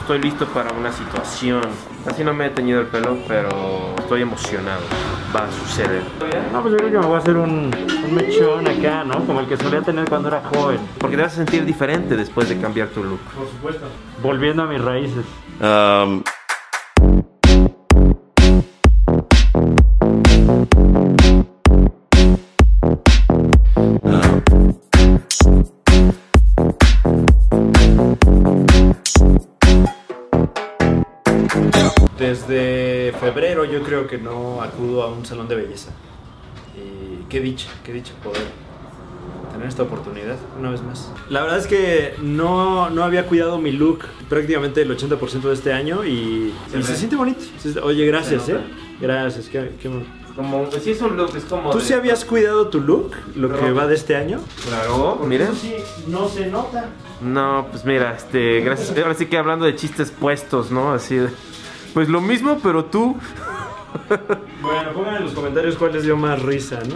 Speaker 6: Estoy listo para una situación. Así no me he teñido el pelo, pero estoy emocionado. Va a suceder. No, pues yo creo que me voy a hacer un, un mechón acá, ¿no? Como el que solía tener cuando era joven.
Speaker 7: Porque te vas a sentir diferente después de cambiar tu look.
Speaker 6: Volviendo a mis raíces.
Speaker 8: Desde febrero yo creo que no acudo a un salón de belleza. Y qué dicha, qué dicha poder tener esta oportunidad una vez más. La verdad es que no, no había cuidado mi look prácticamente el 80% de este año y y se, siente bonito. Se- Oye, gracias,
Speaker 6: Se
Speaker 8: ¿eh?
Speaker 6: nota.
Speaker 8: Gracias, qué, qué bueno.
Speaker 6: Como, pues sí es un look, es como...
Speaker 8: ¿Tú
Speaker 6: de-
Speaker 8: sí habías cuidado tu look, lo que
Speaker 6: No.
Speaker 8: va de este año?
Speaker 6: Claro, miren.
Speaker 8: Sí, no se nota.
Speaker 6: No, pues mira, este, gracias. Ahora sí que hablando de chistes puestos, ¿no? Así de... Pues lo mismo, pero tú...
Speaker 8: Bueno, pongan en los comentarios cuál les dio más risa, ¿no?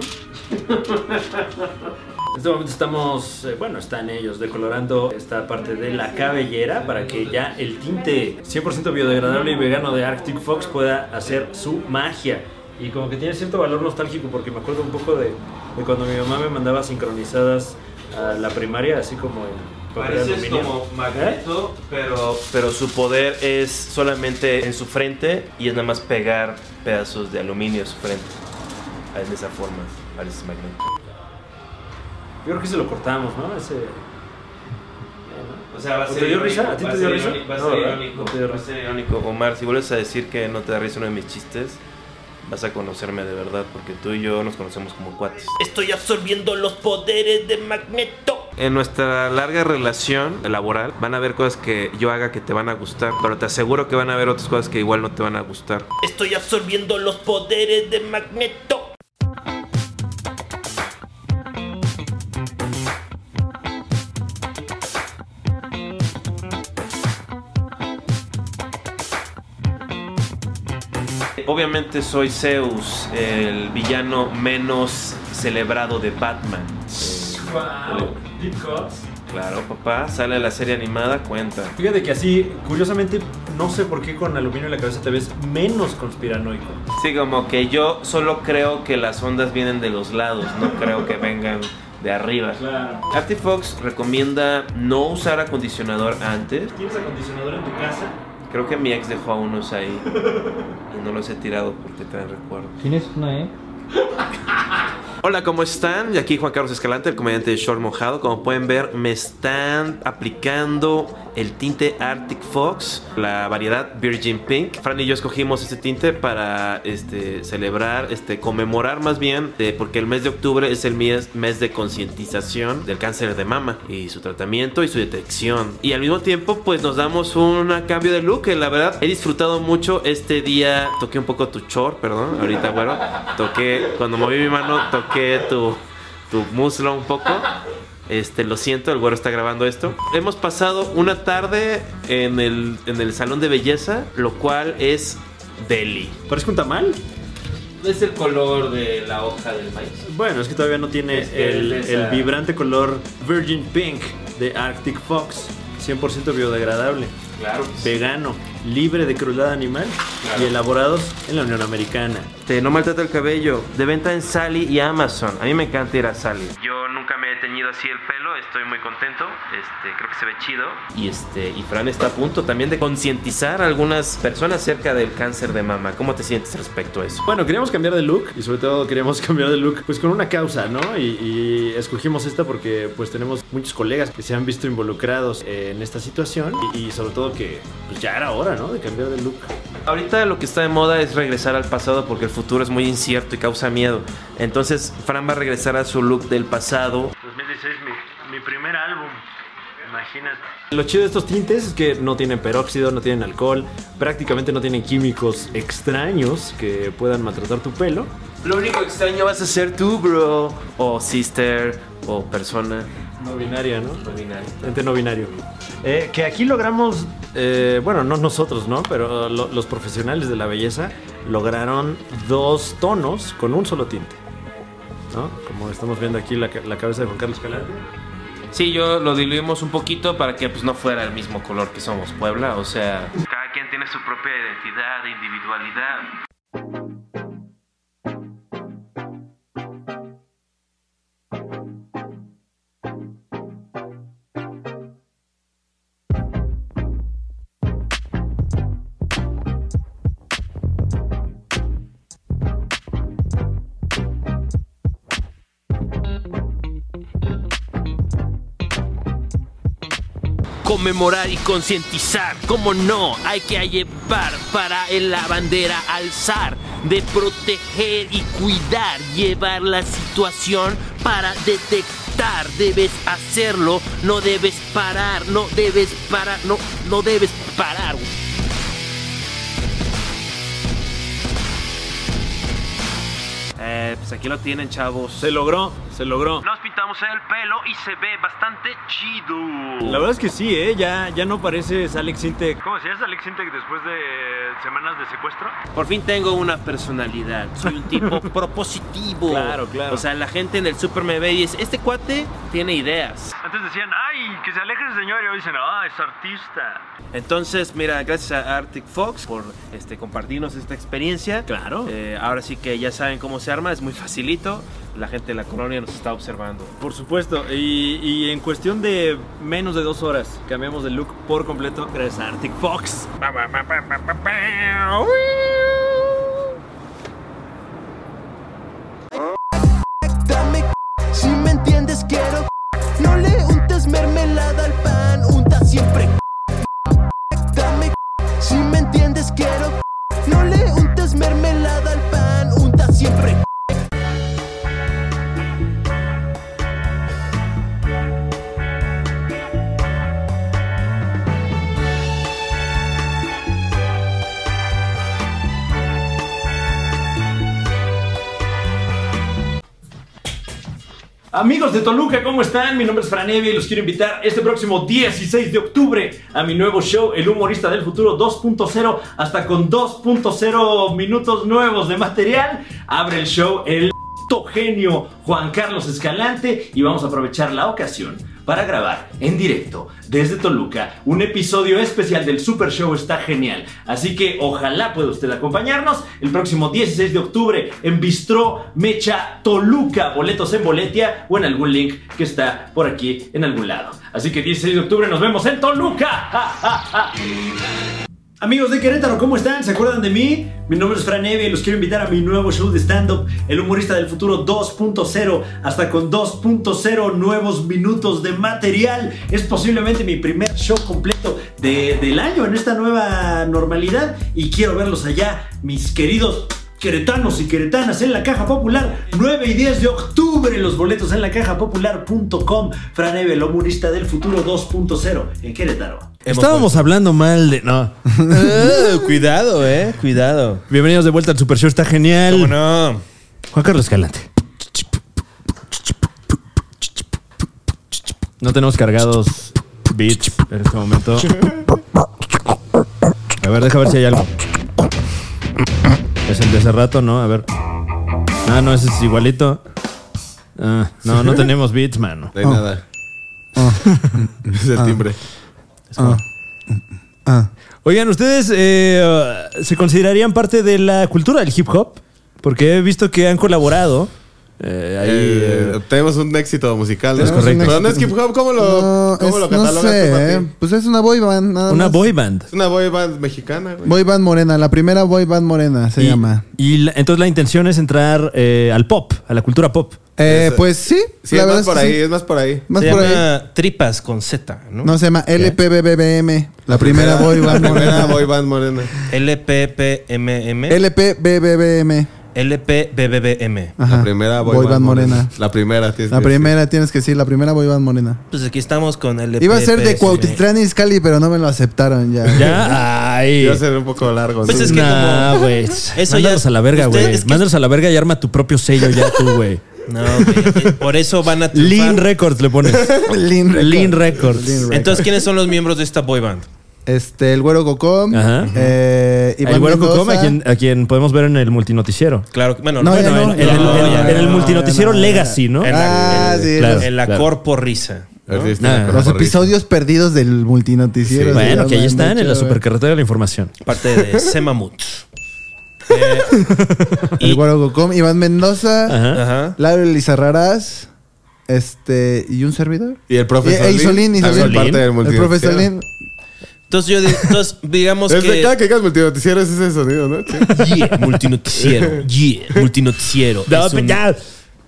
Speaker 8: En este momento estamos, eh, bueno, están ellos decolorando esta parte de la cabellera para que ya el tinte 100% biodegradable y vegano de Arctic Fox pueda hacer su magia. Y como que tiene cierto valor nostálgico porque me acuerdo un poco de, de cuando mi mamá me mandaba sincronizadas a la primaria, así como en papel aluminio. ¿Eh?
Speaker 7: pero... Pero su poder es solamente en su frente y es nada más pegar pedazos de aluminio a su frente. Ah, De esa forma, pareces magneto.
Speaker 8: Yo creo que se lo cortamos, ¿no? Ese...
Speaker 7: O sea, va a
Speaker 8: ¿O
Speaker 7: ser
Speaker 8: te dio
Speaker 7: irónico,
Speaker 8: risa? ¿A ti
Speaker 7: va
Speaker 8: te
Speaker 7: a
Speaker 8: dio
Speaker 7: ser
Speaker 8: risa?
Speaker 7: irónico, Va a
Speaker 8: No,
Speaker 7: ser
Speaker 8: ¿verdad?
Speaker 7: irónico.
Speaker 8: No te dio
Speaker 7: Va a
Speaker 8: risa.
Speaker 7: ser irónico. Omar, si vuelves a decir que no te da risa uno de mis chistes, vas a conocerme de verdad, porque tú y yo nos conocemos como cuates.
Speaker 2: Estoy absorbiendo los poderes de Magneto.
Speaker 7: En nuestra larga relación laboral van a haber cosas que yo haga que te van a gustar, pero te aseguro que van a haber otras cosas que igual no te van a gustar.
Speaker 2: Estoy absorbiendo los poderes de Magneto.
Speaker 7: Obviamente soy Zeus, el villano menos celebrado de Batman. Eh,
Speaker 8: ¡Wow! Deep cuts.
Speaker 7: Claro, papá, sale la serie animada, cuenta.
Speaker 8: Fíjate que así, curiosamente, no sé por qué con aluminio en la cabeza te ves menos conspiranoico.
Speaker 7: Sí, como que yo solo creo que las ondas vienen de los lados, no creo que vengan de arriba.
Speaker 8: Claro.
Speaker 7: Artifox recomienda no usar acondicionador antes.
Speaker 8: ¿Tienes acondicionador en tu casa?
Speaker 7: Creo que mi ex dejó a unos ahí y no los he tirado porque traen recuerdos.
Speaker 9: ¿Tienes una E?
Speaker 7: Hola, ¿cómo están? Y aquí Juan Carlos Escalante, el comediante de Short Mojado. Como pueden ver, me están aplicando el tinte Arctic Fox, la variedad Virgin Pink. Fran y yo escogimos este tinte para este, celebrar, este, conmemorar más bien, de- porque el mes de octubre es el mes, mes de concientización del cáncer de mama y su tratamiento y su detección. Y al mismo tiempo, pues nos damos un cambio de look. que La verdad, he disfrutado mucho este día. Toqué un poco tu short, perdón, ahorita, bueno. Toqué, cuando moví mi mano, toqué tu, tu muslo un poco. Este, lo siento, el güero está grabando esto. Hemos pasado una tarde en el, en el salón de belleza, lo cual es deli.
Speaker 8: ¿Parezco un tamal?
Speaker 7: Es el color de la hoja del maíz.
Speaker 8: Bueno, es que todavía no tiene
Speaker 7: Es que
Speaker 8: el,
Speaker 7: es de esa-
Speaker 8: el vibrante color Virgin Pink de Arctic Fox. 100% biodegradable. Claro. Vegano, libre de crueldad animal y elaborados en la Unión Americana.
Speaker 7: Este, no maltrata el cabello. De venta en Sally y Amazon. A mí me encanta ir a Sally. Yo nunca me he teñido así el pelo. Estoy muy contento. Este, creo que se ve chido. Y este, y Fran está a punto también de concientizar a algunas personas acerca del cáncer de mama. ¿Cómo te sientes respecto a eso?
Speaker 8: Bueno, queríamos cambiar de look y sobre todo queríamos (laughs) cambiar de look pues con una causa, ¿no? Y, y escogimos esta porque pues tenemos muchos colegas que se han visto involucrados eh, en esta situación y, y sobre todo que pues ya era hora, ¿no? De cambiar de look.
Speaker 7: Ahorita lo que está de moda es regresar al pasado porque el futuro es muy incierto y causa miedo. Entonces, Fran va a regresar a su look del pasado.
Speaker 8: 2016, mi, mi primer álbum. Imagínate. Lo chido de estos tintes es que no tienen peróxido, no tienen alcohol, prácticamente no tienen químicos extraños que puedan maltratar tu pelo.
Speaker 7: Lo único extraño vas a ser tú, bro. O sister, o persona.
Speaker 8: No binaria, ¿no?
Speaker 7: No binario.
Speaker 8: Ente no binario. Eh, que aquí logramos, eh, bueno, no nosotros, ¿no? Pero lo- los profesionales de la belleza lograron dos tonos con un solo tinte. ¿No? Como estamos viendo aquí la, ca- la cabeza de Juan Carlos Calante.
Speaker 7: Sí, yo lo diluimos un poquito para que pues no fuera el mismo color que somos Puebla, o sea... Cada quien tiene su propia identidad, individualidad.
Speaker 10: Conmemorar y concientizar, como no, hay que llevar para la bandera alzar, de proteger y cuidar, llevar la situación para detectar, debes hacerlo, no debes parar, no debes parar, no, no debes parar.
Speaker 7: Eh, pues aquí lo tienen, chavos.
Speaker 8: Se logró, se logró.
Speaker 7: Nos pintamos el pelo y se ve bastante chido.
Speaker 8: La verdad es que sí, ¿eh? Ya, ya no pareces Alex Intec. ¿Cómo si es Alex Intec después de semanas de secuestro?
Speaker 10: Por fin tengo una personalidad, soy un
Speaker 8: (laughs)
Speaker 10: tipo propositivo.
Speaker 8: Claro, claro.
Speaker 10: O sea, la gente en el super me ve y dice, este cuate tiene ideas.
Speaker 8: Antes decían, ay, que se aleje el señor y hoy dicen, ah, es artista.
Speaker 10: Entonces, mira, gracias a Arctic Fox por este, compartirnos esta experiencia.
Speaker 8: Claro.
Speaker 10: Eh, ahora sí que ya saben cómo se arma, es muy facilito. La gente de la colonia nos está observando.
Speaker 8: Por supuesto, y, y en cuestión de menos de dos horas cambiamos de look por completo gracias a Arctic Fox.
Speaker 11: Dame si me entiendes quiero No le untes mermelada al pan, unta siempre Dame si me entiendes quiero No le untes mermelada al pan, unta siempre
Speaker 8: Amigos de Toluca, ¿cómo están? Mi nombre es Fran Evia y los quiero invitar este próximo 16 de octubre a mi nuevo show, El Humorista del Futuro 2.0, hasta con 2.0 minutos nuevos de material. Abre el show el genio Juan Carlos Escalante y vamos a aprovechar la ocasión para grabar en directo desde Toluca un episodio especial del Super Show está genial. Así que ojalá pueda usted acompañarnos el próximo 16 de octubre en Bistró Mecha Toluca, boletos en Boletia o en algún link que está por aquí en algún lado. Así que 16 de octubre nos vemos en Toluca. ¡Ja, ja, ja! Amigos de Querétaro, ¿cómo están? ¿Se acuerdan de mí? Mi nombre es Fran Evia y los quiero invitar a mi nuevo show de stand-up, El Humorista del Futuro 2.0, hasta con 2.0 nuevos minutos de material. Es posiblemente mi primer show completo de- del año en esta nueva normalidad y quiero verlos allá, mis queridos queretanos y queretanas en la Caja Popular, 9 y 10 de octubre, los boletos en la cajapopular.com, Fran Evia, El Humorista del Futuro 2.0, en Querétaro.
Speaker 1: Estábamos hablando mal de.
Speaker 2: (laughs)
Speaker 1: No.
Speaker 2: cuidado, eh. Cuidado.
Speaker 1: Bienvenidos de vuelta al Super Show, está genial.
Speaker 2: no?
Speaker 1: Juan Carlos Escalante. No tenemos cargados beats en este momento. A ver, deja ver si hay algo. Es el de hace rato, ¿no? A ver. Ah, no, ese es igualito. Ah, no, no tenemos beats,
Speaker 4: Oh.
Speaker 1: mano.
Speaker 3: (laughs) No hay nada. es el timbre.
Speaker 4: Ah.
Speaker 1: Oigan, ¿ustedes eh, se considerarían parte de la cultura del hip hop? Porque he visto que han colaborado. eh, ahí,
Speaker 3: Eh,
Speaker 1: eh,
Speaker 3: tenemos un éxito musical. ¿no?
Speaker 4: Tenemos un
Speaker 3: Pero
Speaker 4: éxito.
Speaker 3: no es hip hop, ¿cómo lo,
Speaker 4: no,
Speaker 3: cómo
Speaker 4: es-
Speaker 3: lo
Speaker 4: no
Speaker 3: catalogas tú,
Speaker 4: sé,
Speaker 3: Martín?
Speaker 4: ¿eh? Pues es una boy band. nada
Speaker 1: una
Speaker 4: más.
Speaker 1: boy band.
Speaker 3: Es una boy band mexicana, güey.
Speaker 4: Boy band morena, la primera boy band morena se
Speaker 1: y,
Speaker 4: llama.
Speaker 1: y la- entonces la intención es entrar eh, al pop, a la cultura pop.
Speaker 4: Eh,
Speaker 3: Eso.
Speaker 4: pues sí,
Speaker 3: Sí,
Speaker 4: la
Speaker 3: es
Speaker 4: verdad
Speaker 3: más
Speaker 4: es
Speaker 3: por
Speaker 4: que
Speaker 3: ahí,
Speaker 4: sí.
Speaker 3: es más por ahí.
Speaker 4: Más
Speaker 2: Se
Speaker 4: por ahí.
Speaker 2: llama Tripas con Z, ¿no?
Speaker 4: No, se llama LPBBBM, la primera boy band
Speaker 3: Morena,
Speaker 4: morena.
Speaker 3: boy band morena.
Speaker 2: LPPMM.
Speaker 4: LPBBBM,
Speaker 2: LPBBM.
Speaker 3: La
Speaker 4: Ajá.
Speaker 3: primera boy, band, morena. La primera, tienes
Speaker 4: La
Speaker 3: que decir.
Speaker 4: primera, tienes que decir, la primera boy band morena.
Speaker 2: Pues aquí estamos con LPPM.
Speaker 4: Iba a ser de Cuautitlán y Izcalli, pero no me lo aceptaron ya. (laughs)
Speaker 1: Ya, (laughs) ay.
Speaker 3: Iba a ser un poco largo.
Speaker 2: Pues
Speaker 3: ¿no?
Speaker 2: es que
Speaker 1: Nah,
Speaker 2: como-
Speaker 1: güey.
Speaker 2: Eso
Speaker 1: Mándalos
Speaker 2: ya-
Speaker 1: a la verga,
Speaker 2: Usted-
Speaker 1: güey.
Speaker 2: es que-
Speaker 1: Mándalos a la verga y arma tu propio sello ya tú, (laughs) güey.
Speaker 2: No, güey, Por eso van
Speaker 4: (laughs)
Speaker 2: a triunfar.
Speaker 1: Lean Records le pones.
Speaker 4: Lean Records.
Speaker 1: (laughs) Lean Records.
Speaker 4: Lean Records.
Speaker 2: Entonces, ¿quiénes son los miembros de esta boy band?
Speaker 4: Este, el güero Cocom.
Speaker 1: Ajá.
Speaker 4: Eh, Iván
Speaker 1: El güero
Speaker 4: Mendoza.
Speaker 1: Cocom, a quien, a quien podemos ver en el multinoticiero.
Speaker 2: Claro, bueno,
Speaker 4: No,
Speaker 2: bueno,
Speaker 4: ya no,
Speaker 2: en,
Speaker 1: en,
Speaker 2: en-
Speaker 4: no,
Speaker 1: el, en-
Speaker 2: en-
Speaker 4: ya
Speaker 1: en el
Speaker 4: no,
Speaker 1: multinoticiero
Speaker 4: ya no, ya no.
Speaker 1: Legacy, ¿no?
Speaker 2: en la,
Speaker 4: Ah, sí,
Speaker 1: Claro.
Speaker 4: los-
Speaker 2: en la
Speaker 1: claro.
Speaker 2: corpo risa.
Speaker 3: Así
Speaker 1: Nah.
Speaker 3: está,
Speaker 4: Los
Speaker 3: corporrisa.
Speaker 4: episodios perdidos del multinoticiero.
Speaker 3: Sí.
Speaker 4: se
Speaker 1: Bueno, que ahí
Speaker 4: llaman,
Speaker 1: están
Speaker 4: de
Speaker 1: en la
Speaker 4: hecho,
Speaker 1: supercarretera de la información.
Speaker 2: Parte de
Speaker 4: (laughs)
Speaker 2: Eh, Semamut.
Speaker 4: El Güero Cocom, Iván Mendoza,
Speaker 1: Ajá.
Speaker 2: Ajá.
Speaker 4: Laura Elizarrarás, este, y un servidor.
Speaker 3: Y el profesor.
Speaker 4: Eh, Isolín,
Speaker 3: Lin, también
Speaker 4: Isolín.
Speaker 3: parte del
Speaker 4: El
Speaker 3: multinoticiero.
Speaker 4: profesor Lin.
Speaker 2: Entonces, yo di- entonces, digamos
Speaker 3: Desde
Speaker 2: que.
Speaker 3: cada que digas multinoticiero es ese sonido, ¿no? Sí.
Speaker 2: Yeah, multinoticiero. Yeah, multinoticiero.
Speaker 1: No, pues
Speaker 2: Es un-
Speaker 1: ya.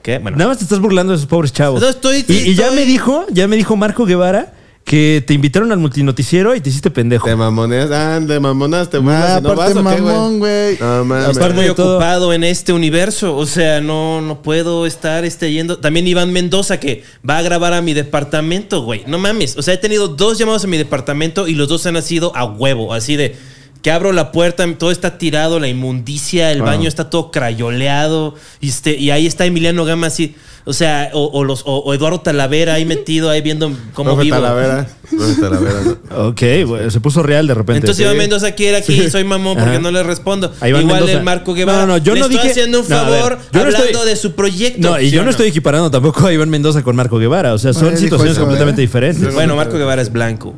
Speaker 2: ¿Qué? Bueno.
Speaker 1: Nada más te estás burlando de esos pobres chavos.
Speaker 2: No, estoy-
Speaker 1: y, y ya
Speaker 2: estoy-
Speaker 1: me dijo, ya me dijo Marco Guevara que te invitaron al multinoticiero y te hiciste pendejo.
Speaker 3: Te mamoneas. Ah, te mamonas, te
Speaker 4: Ah,
Speaker 3: burlas y no vas,
Speaker 4: aparte
Speaker 3: ¿o qué,
Speaker 4: mamón, güey.
Speaker 3: No mames.
Speaker 2: Estar muy
Speaker 1: de todo.
Speaker 2: ocupado en este universo. O sea, no, no puedo estar este, yendo. También Iván Mendoza, que va a grabar a mi departamento, güey. No mames. O sea, he tenido dos llamados a mi departamento y los dos han sido a huevo. Así de que abro la puerta, todo está tirado, la inmundicia,
Speaker 3: Ah.
Speaker 2: el baño está todo crayoleado. Y, este, y ahí está Emiliano Gama así. O sea, o, o los, o, o Eduardo Talavera ahí metido, ahí viendo cómo
Speaker 3: Profe
Speaker 2: vivo.
Speaker 3: Talavera. Profe Talavera. ¿no?
Speaker 1: Ok, bueno, se puso real de repente.
Speaker 2: Entonces Iván
Speaker 1: Sí.
Speaker 2: Mendoza quiere aquí, soy mamón porque
Speaker 1: Ajá.
Speaker 2: no le respondo.
Speaker 1: A Iván
Speaker 2: Igual
Speaker 1: Mendoza.
Speaker 2: el Marco Guevara.
Speaker 1: No, no, yo
Speaker 2: le
Speaker 1: no
Speaker 2: estoy
Speaker 1: dije-
Speaker 2: haciendo un
Speaker 1: No, a ver,
Speaker 2: favor
Speaker 1: yo no
Speaker 2: hablando
Speaker 1: estoy-
Speaker 2: de su proyecto.
Speaker 1: No, y
Speaker 2: ¿sí
Speaker 1: yo
Speaker 2: o
Speaker 1: no estoy equiparando tampoco a Iván Mendoza con Marco Guevara. O sea, son
Speaker 4: Bueno, dijo
Speaker 1: situaciones
Speaker 4: eso,
Speaker 1: completamente
Speaker 4: ¿eh?
Speaker 1: diferentes.
Speaker 2: Bueno, Marco Guevara es blanco.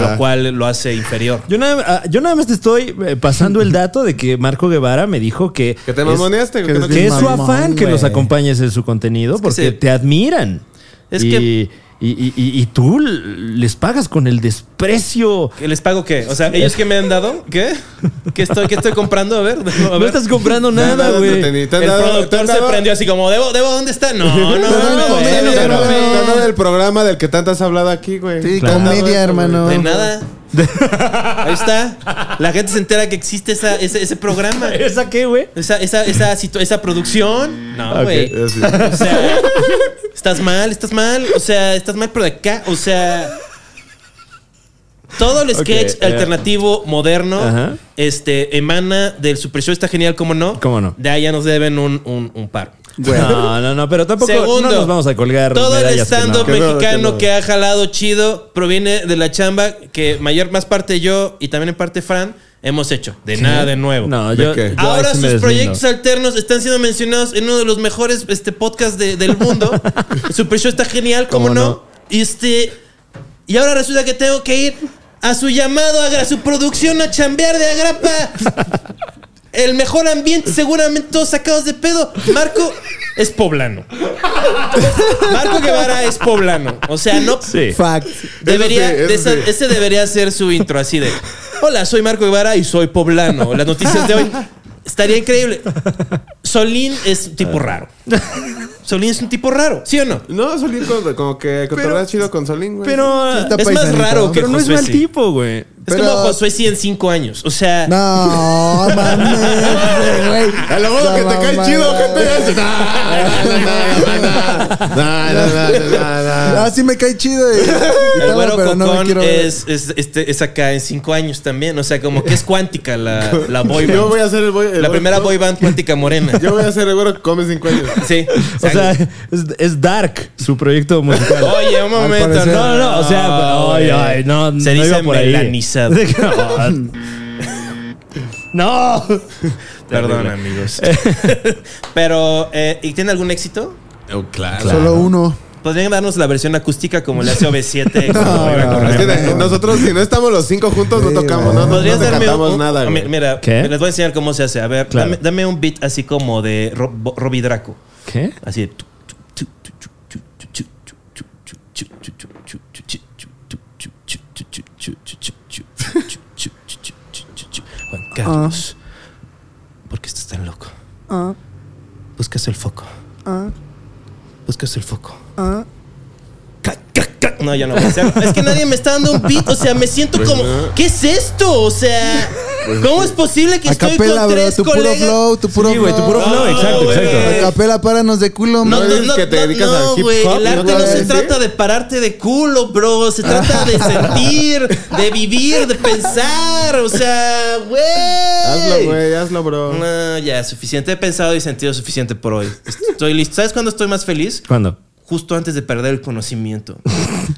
Speaker 2: Lo cual lo hace inferior.
Speaker 1: Yo nada, ah, yo nada más te estoy eh, pasando el dato de que Marco Guevara me dijo que.
Speaker 3: Que te
Speaker 1: es-
Speaker 3: mamoneaste.
Speaker 4: que
Speaker 3: Que no
Speaker 4: es
Speaker 1: que es su
Speaker 4: Mamón,
Speaker 1: afán que
Speaker 4: güey.
Speaker 1: los acompañes en su contenido porque
Speaker 2: se-
Speaker 1: te admiran.
Speaker 2: Es
Speaker 1: y,
Speaker 2: que-
Speaker 1: Y, y- y- y tú les pagas con el desprecio.
Speaker 2: ¿Que ¿Les pago qué? O sea, ¿ellos que me han dado? ¿Qué? ¿Qué estoy, qué estoy comprando? A ver, a
Speaker 1: No
Speaker 2: ver.
Speaker 1: estás comprando nada,
Speaker 3: nada,
Speaker 1: güey.
Speaker 3: no te- ni- te han
Speaker 2: El
Speaker 3: dado- te
Speaker 2: productor
Speaker 3: han
Speaker 2: se
Speaker 3: dado-
Speaker 2: prendió así como, ¿Debo? ¿Debo? ¿Dónde está? No, no, no,
Speaker 4: Te dan
Speaker 2: no,
Speaker 4: comedia,
Speaker 2: no, no, no,
Speaker 4: güey.
Speaker 2: no.
Speaker 3: Nada del programa del que tanto has hablado aquí, güey.
Speaker 4: Sí,
Speaker 1: Claro.
Speaker 4: comedia, hermano.
Speaker 2: De nada. Ahí está. La gente se entera que existe esa- ese, ese
Speaker 1: (laughs)
Speaker 2: programa.
Speaker 1: (laughs) ¿Esa qué, güey?
Speaker 2: Esa, esa, esa, situ- esa producción.
Speaker 1: Ah,
Speaker 2: No, güey.
Speaker 3: Eh, sí.
Speaker 2: O sea, estás mal, estás mal. O sea, estás mal por acá. O sea. Todo el sketch
Speaker 1: eh.
Speaker 2: alternativo moderno
Speaker 1: Ajá.
Speaker 2: este, emana del Super Show. Está genial, ¿cómo no?
Speaker 1: ¿Cómo no?
Speaker 2: De ahí ya nos deben un, un, un par.
Speaker 1: (laughs) No, no, no, pero tampoco
Speaker 2: Segundo,
Speaker 1: no nos vamos a colgar.
Speaker 2: Todo el
Speaker 1: medallas que no.
Speaker 2: stand-up
Speaker 3: Que no,
Speaker 2: mexicano
Speaker 3: que no.
Speaker 2: que ha jalado chido proviene de la chamba que mayor más parte yo y también en parte Fran hemos hecho. De nada de nuevo.
Speaker 1: No,
Speaker 3: ¿De
Speaker 1: yo,
Speaker 3: qué?
Speaker 1: yo ahí
Speaker 2: Ahora
Speaker 1: sí me deslindo.
Speaker 2: sus proyectos alternos están siendo mencionados en uno de los mejores este, podcasts de-
Speaker 1: (laughs)
Speaker 2: del mundo. Super Show está genial, ¿cómo,
Speaker 1: ¿Cómo
Speaker 2: no?
Speaker 1: no?
Speaker 2: Y este. Y ahora resulta que tengo que ir a su llamado, a, gra- su producción, a chambear de
Speaker 1: (laughs)
Speaker 2: agrapa. El mejor ambiente, seguramente todos sacados de pedo. Marco es poblano. Marco Guevara es poblano. O sea, no.
Speaker 1: Sí.
Speaker 4: Fact.
Speaker 2: Debería,
Speaker 3: Eso sí, eso
Speaker 2: de esa-
Speaker 3: sí.
Speaker 2: Ese debería ser su intro, así de: Hola, soy Marco Guevara y soy poblano. Las noticias de hoy. Estaría increíble. Solín es un tipo raro. Solín es un tipo raro, ¿sí o no?
Speaker 3: No, Solín, con- como que controlas chido con Solín, güey.
Speaker 1: Pero,
Speaker 4: Sí está
Speaker 2: es más
Speaker 4: paisanito.
Speaker 2: raro ah, que
Speaker 1: pero no es
Speaker 2: Josué
Speaker 1: mal
Speaker 2: sí.
Speaker 1: tipo, güey.
Speaker 2: (laughs) Es
Speaker 4: Pero-
Speaker 2: como Josué sí en cinco años. O sea,
Speaker 4: No, mames, güey.
Speaker 3: A lo mejor que te cae chido,
Speaker 2: (laughs)
Speaker 3: gente.
Speaker 1: (laughs)
Speaker 4: Ah, sí me cae chido. eh. Y
Speaker 2: el
Speaker 4: todo,
Speaker 2: güero
Speaker 4: pero
Speaker 2: Cocón
Speaker 4: no me quiero ver.
Speaker 2: es, es- este, es acá en cinco años también. O sea, como que es cuántica
Speaker 3: (laughs)
Speaker 2: la, la boy
Speaker 3: Yo
Speaker 2: band.
Speaker 3: voy a hacer el boy. el
Speaker 2: la primera boy band cuántica morena.
Speaker 3: Yo voy a hacer el güero que come 5 años.
Speaker 2: sí.
Speaker 1: O sea, es, es dark su proyecto (laughs) musical.
Speaker 2: Oye, un momento.
Speaker 4: parecer-
Speaker 1: No, no, no, o sea, ay,
Speaker 2: güey.
Speaker 1: ay, no,
Speaker 2: Ah, Se
Speaker 1: no
Speaker 2: dice
Speaker 1: iba por ahí. (laughs)
Speaker 2: melanizado. (laughs)
Speaker 1: No.
Speaker 2: Perdón, (laughs) amigos. Pero, eh, ¿y tiene algún éxito?
Speaker 1: Oh,
Speaker 3: claro.
Speaker 4: Solo uno.
Speaker 2: Podrían darnos la versión acústica como le hace OB7. como iba con
Speaker 3: Es que
Speaker 2: Ramón.
Speaker 3: de- nosotros, si no estamos los cinco juntos, no
Speaker 4: Sí,
Speaker 3: tocamos,
Speaker 4: güey.
Speaker 3: no, no, no
Speaker 2: Podrías
Speaker 3: te
Speaker 2: darme
Speaker 3: cantamos
Speaker 2: un-
Speaker 3: nada,
Speaker 2: mi-
Speaker 3: güey.
Speaker 2: Mira,
Speaker 1: ¿Qué?
Speaker 2: les voy a enseñar cómo se hace. A ver,
Speaker 1: Claro.
Speaker 2: dame, dame un beat así como de Ro- Bo- Robbie Draco.
Speaker 1: ¿Qué?
Speaker 2: Así. Juan
Speaker 4: Ah.
Speaker 2: Carlos, ¿por qué estás tan loco?
Speaker 4: Ah.
Speaker 2: Buscas el foco. Buscas el foco. Ca- ca- ca- No, ya no voy a hacerlo. Es que nadie me está dando un beat. O sea, me siento como. ¿Qué es esto? O sea, ¿cómo es posible que estoy
Speaker 4: Acapela,
Speaker 2: con
Speaker 4: bro,
Speaker 2: tres
Speaker 4: tu puro
Speaker 2: colegas?
Speaker 4: flow, tu puro
Speaker 1: Sí, güey, tu puro
Speaker 4: flow.
Speaker 1: flow,
Speaker 2: No,
Speaker 1: exacto,
Speaker 2: güey.
Speaker 1: exacto.
Speaker 4: Acapela, páranos de
Speaker 2: No,
Speaker 4: culo, man.
Speaker 2: no,
Speaker 3: dices
Speaker 2: no,
Speaker 3: que te
Speaker 2: no,
Speaker 3: dedicas
Speaker 2: no,
Speaker 3: al hip
Speaker 2: güey.
Speaker 3: hop,
Speaker 2: El
Speaker 3: ¿no?
Speaker 2: arte no se
Speaker 3: Sí.
Speaker 2: trata de pararte de culo, bro. Se trata
Speaker 4: (laughs)
Speaker 2: de sentir, de vivir, de pensar. O sea, güey.
Speaker 3: Hazlo, güey, hazlo, bro.
Speaker 2: No, ya, suficiente. He pensado y sentido suficiente por hoy. Estoy listo. ¿Sabes cuándo estoy más feliz?
Speaker 1: ¿Cuándo?
Speaker 2: Justo antes de perder el conocimiento.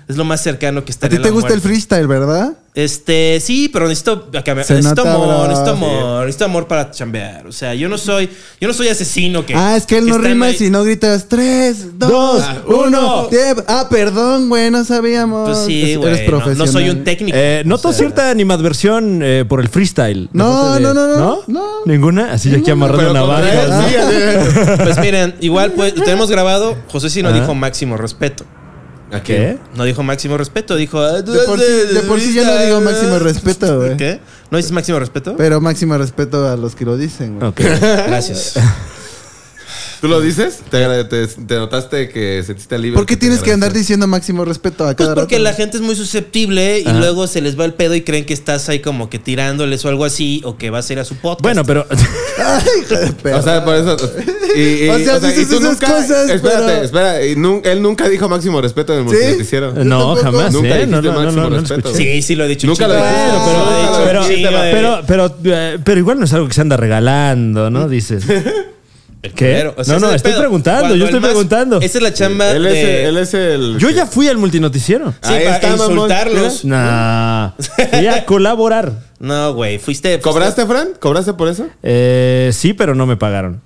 Speaker 2: Es lo más cercano que
Speaker 4: A
Speaker 2: estaré
Speaker 4: ti
Speaker 2: a
Speaker 4: te
Speaker 2: la
Speaker 4: gusta el
Speaker 2: muerte.
Speaker 4: freestyle, ¿verdad?
Speaker 2: Este, sí, pero necesito, acá me-
Speaker 4: Se
Speaker 2: necesito
Speaker 4: nota,
Speaker 2: amor,
Speaker 4: bro.
Speaker 2: necesito amor, necesito amor para chambear. O sea, yo no soy, yo no soy asesino que.
Speaker 4: Ah, es que él no
Speaker 2: está en
Speaker 4: rima
Speaker 2: ahí.
Speaker 4: si no gritas tres, dos, uno. Tiemp- Ah, perdón, güey, no sabíamos.
Speaker 2: Pues sí,
Speaker 4: Es-
Speaker 2: güey.
Speaker 4: Eres
Speaker 2: No,
Speaker 4: profesional.
Speaker 2: no soy un técnico.
Speaker 1: Eh, noto cierta animadversión eh, por el freestyle.
Speaker 4: No,
Speaker 1: De-
Speaker 4: no, no, no,
Speaker 1: ¿No?
Speaker 4: no.
Speaker 1: ¿Ninguna? Así aquí amarrando navajas. ¿no?
Speaker 2: Pues miren, igual pues tenemos grabado, José sí no dijo máximo respeto.
Speaker 1: (laughs) ¿A qué?
Speaker 2: No dijo máximo respeto, dijo... De
Speaker 4: De por sí, de por sí yo no digo máximo respeto, güey.
Speaker 2: ¿Qué? ¿No dices máximo respeto?
Speaker 4: Pero máximo respeto a los que lo dicen, güey.
Speaker 1: Ok.
Speaker 2: (laughs)
Speaker 4: (laughs)
Speaker 2: Gracias.
Speaker 3: ¿Tú lo dices? ¿Te, te, te notaste que sentiste libre?
Speaker 4: ¿Por qué
Speaker 3: te
Speaker 4: tienes que andar
Speaker 3: agradezco.
Speaker 4: diciendo máximo respeto a
Speaker 2: Pues
Speaker 4: cada
Speaker 2: porque
Speaker 4: rato?
Speaker 2: la gente es muy susceptible y luego se les va el pedo y creen que estás ahí como que tirándoles o algo así o que vas a ir a su podcast.
Speaker 1: Bueno, pero. (laughs)
Speaker 4: (laughs) Ay, hijo de perra.
Speaker 3: O sea, por eso. Y, y-
Speaker 4: (laughs) O sea, dices esas cosas,
Speaker 3: Espérate,
Speaker 4: pero-
Speaker 3: espera. Y nun- él nunca dijo máximo respeto en el
Speaker 4: ¿Sí?
Speaker 3: multinoticiero.
Speaker 1: No,
Speaker 4: tampoco.
Speaker 1: jamás,
Speaker 3: Nunca
Speaker 1: ¿eh?
Speaker 3: dijiste
Speaker 1: No, no, no, no,
Speaker 3: máximo
Speaker 1: no lo
Speaker 3: respeto.
Speaker 1: escuché.
Speaker 2: Sí, sí lo he dicho.
Speaker 3: Nunca lo
Speaker 2: chingo de
Speaker 3: dijiste,
Speaker 2: veces,
Speaker 3: pero-
Speaker 2: lo he dicho
Speaker 1: Pero,
Speaker 2: chingo de
Speaker 1: pero, pero, eh, pero igual no es algo que se anda regalando, ¿no? Dices. ¿Qué?
Speaker 2: Pero, o
Speaker 1: no,
Speaker 2: sea, ese
Speaker 1: no,
Speaker 2: (laughs) es el
Speaker 1: estoy
Speaker 2: pedo.
Speaker 1: preguntando,
Speaker 2: Cuando
Speaker 1: yo
Speaker 2: el
Speaker 1: estoy
Speaker 2: más-
Speaker 1: preguntando.
Speaker 2: Esa es la chamba
Speaker 3: Él, es,
Speaker 2: de...
Speaker 3: el- él es el.
Speaker 1: Yo ya fui al
Speaker 2: (laughs)
Speaker 1: multinoticiero.
Speaker 2: Sí,
Speaker 3: Ahí
Speaker 2: para
Speaker 3: está, mamón.
Speaker 2: insultarlos.
Speaker 1: Nah. Fui a colaborar.
Speaker 2: No, güey, fuiste...
Speaker 3: ¿Cobraste, Fran? ¿Cobraste por eso?
Speaker 1: Eh, sí, pero no me pagaron.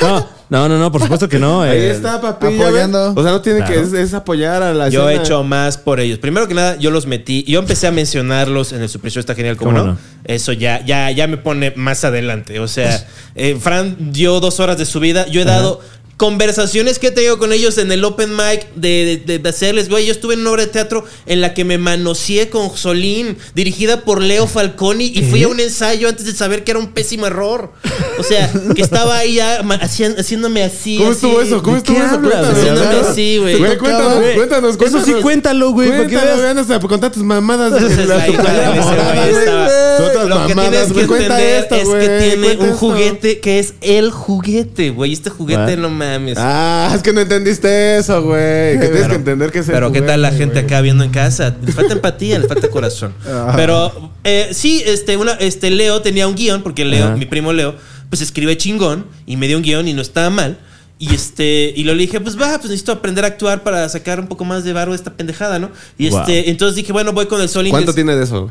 Speaker 1: No, no, no, no, por supuesto que no.
Speaker 3: Ahí
Speaker 1: eh,
Speaker 3: está, papi. ya
Speaker 4: apoyando.
Speaker 3: ves. O sea, no tiene que.
Speaker 1: Claro.
Speaker 3: Es, es apoyar a la
Speaker 2: Yo he
Speaker 3: escena.
Speaker 2: hecho más por ellos. Primero que nada, yo los metí. Yo empecé a mencionarlos en el Super Show, está genial, ¿cómo,
Speaker 1: ¿Cómo
Speaker 2: no?
Speaker 1: no?
Speaker 2: Eso ya, ya, ya me pone más adelante. O sea, eh, Fran dio dos horas de su vida. Yo he dado conversaciones que he tenido con ellos en el open mic de, de- de hacerles, güey, yo estuve en una obra de teatro en la que me manoseé con Solín, dirigida por Leo Falconi, y fui a un ensayo antes de saber que era un pésimo error. O sea, que estaba ahí ya ma- hacian- haciéndome así.
Speaker 3: ¿Cómo
Speaker 2: así.
Speaker 3: estuvo eso? ¿Cómo
Speaker 4: ¿De
Speaker 3: estuvo
Speaker 4: qué
Speaker 3: eso?
Speaker 4: hablas?
Speaker 3: Cuéntanos.
Speaker 2: Haciéndome
Speaker 3: cuéntanos.
Speaker 2: así, güey.
Speaker 3: Güey, cuéntanos,
Speaker 1: Güey,
Speaker 3: cuéntanos,
Speaker 1: eso
Speaker 3: cuéntanos.
Speaker 1: sí, cuéntalo, güey, para que
Speaker 3: Cuéntalo,
Speaker 1: veas.
Speaker 3: vean hasta contar tus mamadas. de
Speaker 2: Entonces,
Speaker 3: la
Speaker 2: la
Speaker 3: (laughs)
Speaker 2: hija de
Speaker 3: tucana
Speaker 2: ese güey
Speaker 3: morada, güey.
Speaker 2: estaba-
Speaker 3: Son otras
Speaker 2: Lo que
Speaker 3: mamadas,
Speaker 2: tienes que
Speaker 3: güey. Cuenta
Speaker 2: entender
Speaker 3: esto,
Speaker 2: es
Speaker 3: güey,
Speaker 2: que tiene
Speaker 3: cuenta
Speaker 2: un
Speaker 3: esto.
Speaker 2: juguete que es el juguete, güey. Este juguete
Speaker 1: Ah.
Speaker 2: no mames.
Speaker 3: Ah, es que no entendiste eso, güey. Que tienes que entender que es el
Speaker 2: Pero qué tal la
Speaker 3: juguete,
Speaker 2: gente
Speaker 3: güey. Ah.
Speaker 2: acá viendo en casa. Le falta empatía, le falta
Speaker 3: (laughs)
Speaker 2: corazón. Pero eh, sí, este, una, este Leo tenía un guión, porque Leo,
Speaker 1: Ajá.
Speaker 2: mi primo Leo, pues escribe chingón y me dio un guión y no estaba mal. Y este, y lo le dije, pues va, pues necesito aprender a actuar para sacar un poco más de barro de esta pendejada, ¿no? Y
Speaker 1: Wow.
Speaker 2: este, entonces dije, bueno, voy con el sol
Speaker 3: ¿Cuánto
Speaker 2: inglés.
Speaker 3: tiene de eso?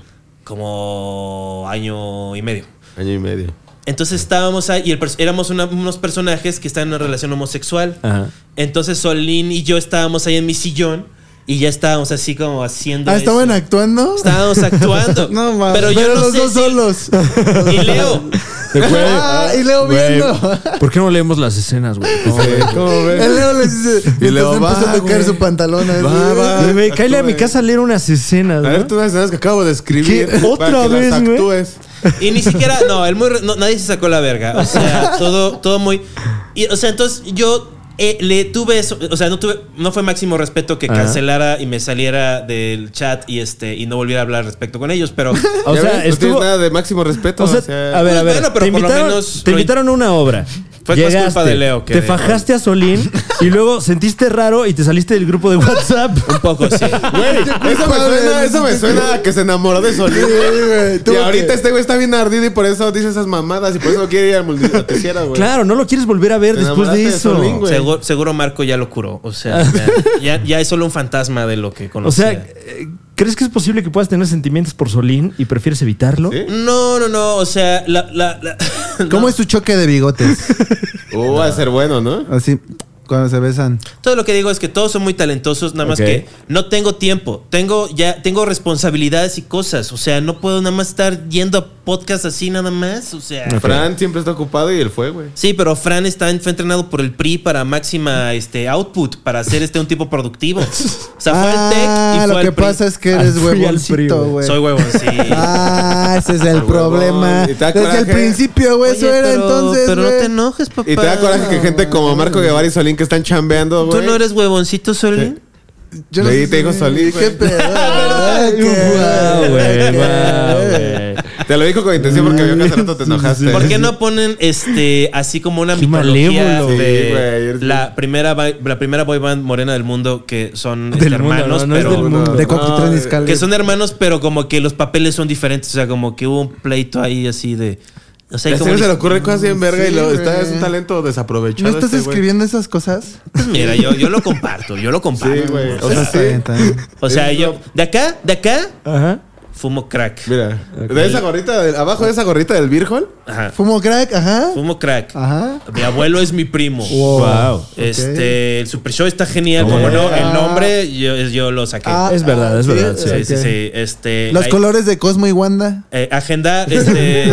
Speaker 2: Como año y medio.
Speaker 3: Año y medio.
Speaker 2: Entonces estábamos ahí y el pers- éramos una- unos personajes que estaban en una relación homosexual. (laughs)
Speaker 1: Ajá.
Speaker 2: Entonces Solín y yo estábamos ahí en mi sillón y ya estábamos así como haciendo.
Speaker 4: Ah,
Speaker 2: eso.
Speaker 4: ¿estaban actuando?
Speaker 2: Estábamos actuando.
Speaker 4: (laughs) No, mames.
Speaker 2: Pero yo no
Speaker 4: los
Speaker 2: sé
Speaker 4: dos
Speaker 2: si-
Speaker 4: solos.
Speaker 2: Y Leo.
Speaker 4: (laughs)
Speaker 1: de güey.
Speaker 4: Ah, y Leo
Speaker 1: Güey,
Speaker 4: viendo.
Speaker 1: ¿Por qué no leemos las escenas,
Speaker 2: (laughs)
Speaker 1: güey?
Speaker 3: ¿Cómo
Speaker 4: El Leo les dice.
Speaker 3: Y Leo,
Speaker 4: entonces empezó
Speaker 3: va,
Speaker 4: a tocar
Speaker 3: güey.
Speaker 4: su pantalón. así.
Speaker 3: Va, va.
Speaker 1: Güey, güey,
Speaker 3: actúa,
Speaker 1: cállale a mi
Speaker 3: güey.
Speaker 1: casa a leer unas escenas,
Speaker 3: A ver,
Speaker 1: ¿no?
Speaker 3: tú las escenas que acabo de escribir.
Speaker 1: ¿Qué? ¿Otra
Speaker 3: para que
Speaker 1: vez,
Speaker 3: las
Speaker 1: güey?
Speaker 3: actúes.
Speaker 2: Y ni siquiera, no, el muy, re- no, nadie se sacó la verga. O
Speaker 1: (laughs)
Speaker 2: sea, todo, todo muy. y, o sea, entonces yo eh, le tuve eso. O sea, no tuve, no fue máximo respeto que
Speaker 1: Ajá.
Speaker 2: cancelara y me saliera del chat y este, y no volviera a hablar respecto con ellos. Pero
Speaker 1: O
Speaker 3: Ya
Speaker 1: sea,
Speaker 3: ves, no
Speaker 1: estuvo-
Speaker 3: tienes nada de máximo respeto.
Speaker 1: O sea,
Speaker 3: o sea,
Speaker 1: a ver, a ver.
Speaker 2: pues, Bueno, pero
Speaker 1: te,
Speaker 2: por lo
Speaker 1: invitaron,
Speaker 2: menos
Speaker 1: te
Speaker 2: lo-
Speaker 1: invitaron a una obra.
Speaker 2: Fue más
Speaker 1: Llegaste,
Speaker 2: culpa de Leo que
Speaker 1: Te
Speaker 2: de-
Speaker 1: fajaste a Solín y luego sentiste raro y te saliste del grupo de
Speaker 2: (laughs)
Speaker 1: WhatsApp.
Speaker 2: un poco sí.
Speaker 3: Eso me suena, eso me suena a que se enamoró de Solín. Y ahorita este güey está bien ardido y por eso dice esas mamadas y por eso no quiere ir al multinoticiero, güey.
Speaker 1: Claro, no lo quieres volver a ver
Speaker 3: Te
Speaker 1: después
Speaker 3: enamoraste
Speaker 1: de
Speaker 3: de
Speaker 1: eso.
Speaker 3: Solín, güey.
Speaker 2: Seguro, seguro Marco ya lo curó. O sea, ya, ya- ya es solo un fantasma de lo que
Speaker 1: o sea,
Speaker 2: conocía.
Speaker 1: eh, ¿crees que es posible que puedas tener sentimientos por Solín y prefieres evitarlo?
Speaker 3: ¿Sí?
Speaker 2: no, no, no. O sea, la. (laughs) la- la-
Speaker 4: ¿Cómo es tu choque de bigotes?
Speaker 3: Uh, va a ser bueno, ¿no?
Speaker 4: Así. Cuando se besan.
Speaker 2: Todo lo que digo es que todos son muy talentosos, nada más
Speaker 3: Ok.
Speaker 2: que no tengo tiempo. Tengo ya tengo responsabilidades y cosas, o sea, no puedo nada más estar yendo a podcast así nada más, o sea.
Speaker 3: Fran siempre está ocupado y él fue, güey.
Speaker 2: Sí, pero Fran está en- fue entrenado por el PRI para máxima este output, para ser este un tipo productivo. O sea, fue al
Speaker 4: ah,
Speaker 2: tech y
Speaker 4: lo
Speaker 2: fue
Speaker 4: que
Speaker 2: al PRI.
Speaker 4: pasa es que eres
Speaker 1: Ah, fui al PRI,
Speaker 4: huevoncito,
Speaker 1: güey.
Speaker 4: güey.
Speaker 2: Soy huevón, sí.
Speaker 4: (laughs) Ah, ese
Speaker 3: (laughs)
Speaker 4: es el
Speaker 3: Huevón,
Speaker 4: problema.
Speaker 3: y te da
Speaker 4: Desde el
Speaker 3: coraje.
Speaker 4: principio, güey, eso
Speaker 2: Oye,
Speaker 4: era
Speaker 2: pero-
Speaker 4: entonces.
Speaker 2: Pero no
Speaker 4: güey.
Speaker 2: te enojes, papá.
Speaker 3: Y te da coraje que gente como Marco Guevara y Solín que están chambeando,
Speaker 2: ¿Tú
Speaker 3: güey.
Speaker 2: no eres huevoncito, Solín?
Speaker 4: Yo no
Speaker 3: Leí,
Speaker 4: sé
Speaker 3: te
Speaker 4: si-
Speaker 3: dijo Solís,
Speaker 4: Qué
Speaker 3: güey.
Speaker 4: pedo. (laughs) ¿verdad?
Speaker 1: Guau, güey, guau, güey.
Speaker 3: Te lo dijo con intención porque vio que hace rato te enojaste.
Speaker 2: ¿Por qué no ponen este así como una
Speaker 1: Qué
Speaker 2: mitología
Speaker 1: malévolo.
Speaker 2: de
Speaker 3: Sí, güey, eres-
Speaker 2: la primera ba- la primera boy band morena del mundo que son este,
Speaker 1: Del mundo,
Speaker 2: hermanos,
Speaker 1: no, no es
Speaker 2: pero
Speaker 1: del mundo.
Speaker 4: De Cuauhtitlán
Speaker 3: No,
Speaker 4: Izcalli.
Speaker 2: que son hermanos, pero como que los papeles son diferentes, o sea, como que hubo un pleito ahí así de o sea,
Speaker 3: A
Speaker 2: como
Speaker 3: este se le
Speaker 2: dices,
Speaker 3: ocurren cosas bien verga y lo,
Speaker 4: Sí,
Speaker 3: está,
Speaker 4: güey.
Speaker 3: es un talento
Speaker 4: ¿No
Speaker 3: desaprovechado.
Speaker 4: estás
Speaker 3: este güey.
Speaker 4: escribiendo esas cosas?
Speaker 2: "Pues (laughs) mira, yo, yo lo comparto, yo lo comparto.
Speaker 3: Sí, güey. O
Speaker 4: Está
Speaker 3: sea,
Speaker 4: bien,
Speaker 3: sí.
Speaker 4: está bien.
Speaker 2: O sea,
Speaker 3: Es
Speaker 2: yo
Speaker 3: lo-
Speaker 2: de acá, de acá
Speaker 1: Ajá.
Speaker 2: fumo crack.
Speaker 3: Mira, de esa gorrita, del- abajo de esa gorrita del Virgol.
Speaker 2: Ajá.
Speaker 4: (laughs) Fumo crack, ajá.
Speaker 2: Fumo crack.
Speaker 4: Ajá.
Speaker 2: Mi abuelo es mi primo.
Speaker 1: Ah. Wow.
Speaker 2: Este, el Super Show está genial,
Speaker 1: ¿Cómo
Speaker 2: como
Speaker 1: no?
Speaker 2: no, el nombre yo, yo lo saqué.
Speaker 4: Ah,
Speaker 1: Es verdad, es
Speaker 4: ah,
Speaker 1: verdad,
Speaker 2: Sí,
Speaker 4: ok.
Speaker 2: sí, sí. Este,
Speaker 4: Los
Speaker 2: hay-
Speaker 4: colores de Cosmo y Wanda.
Speaker 2: eh, agendar este,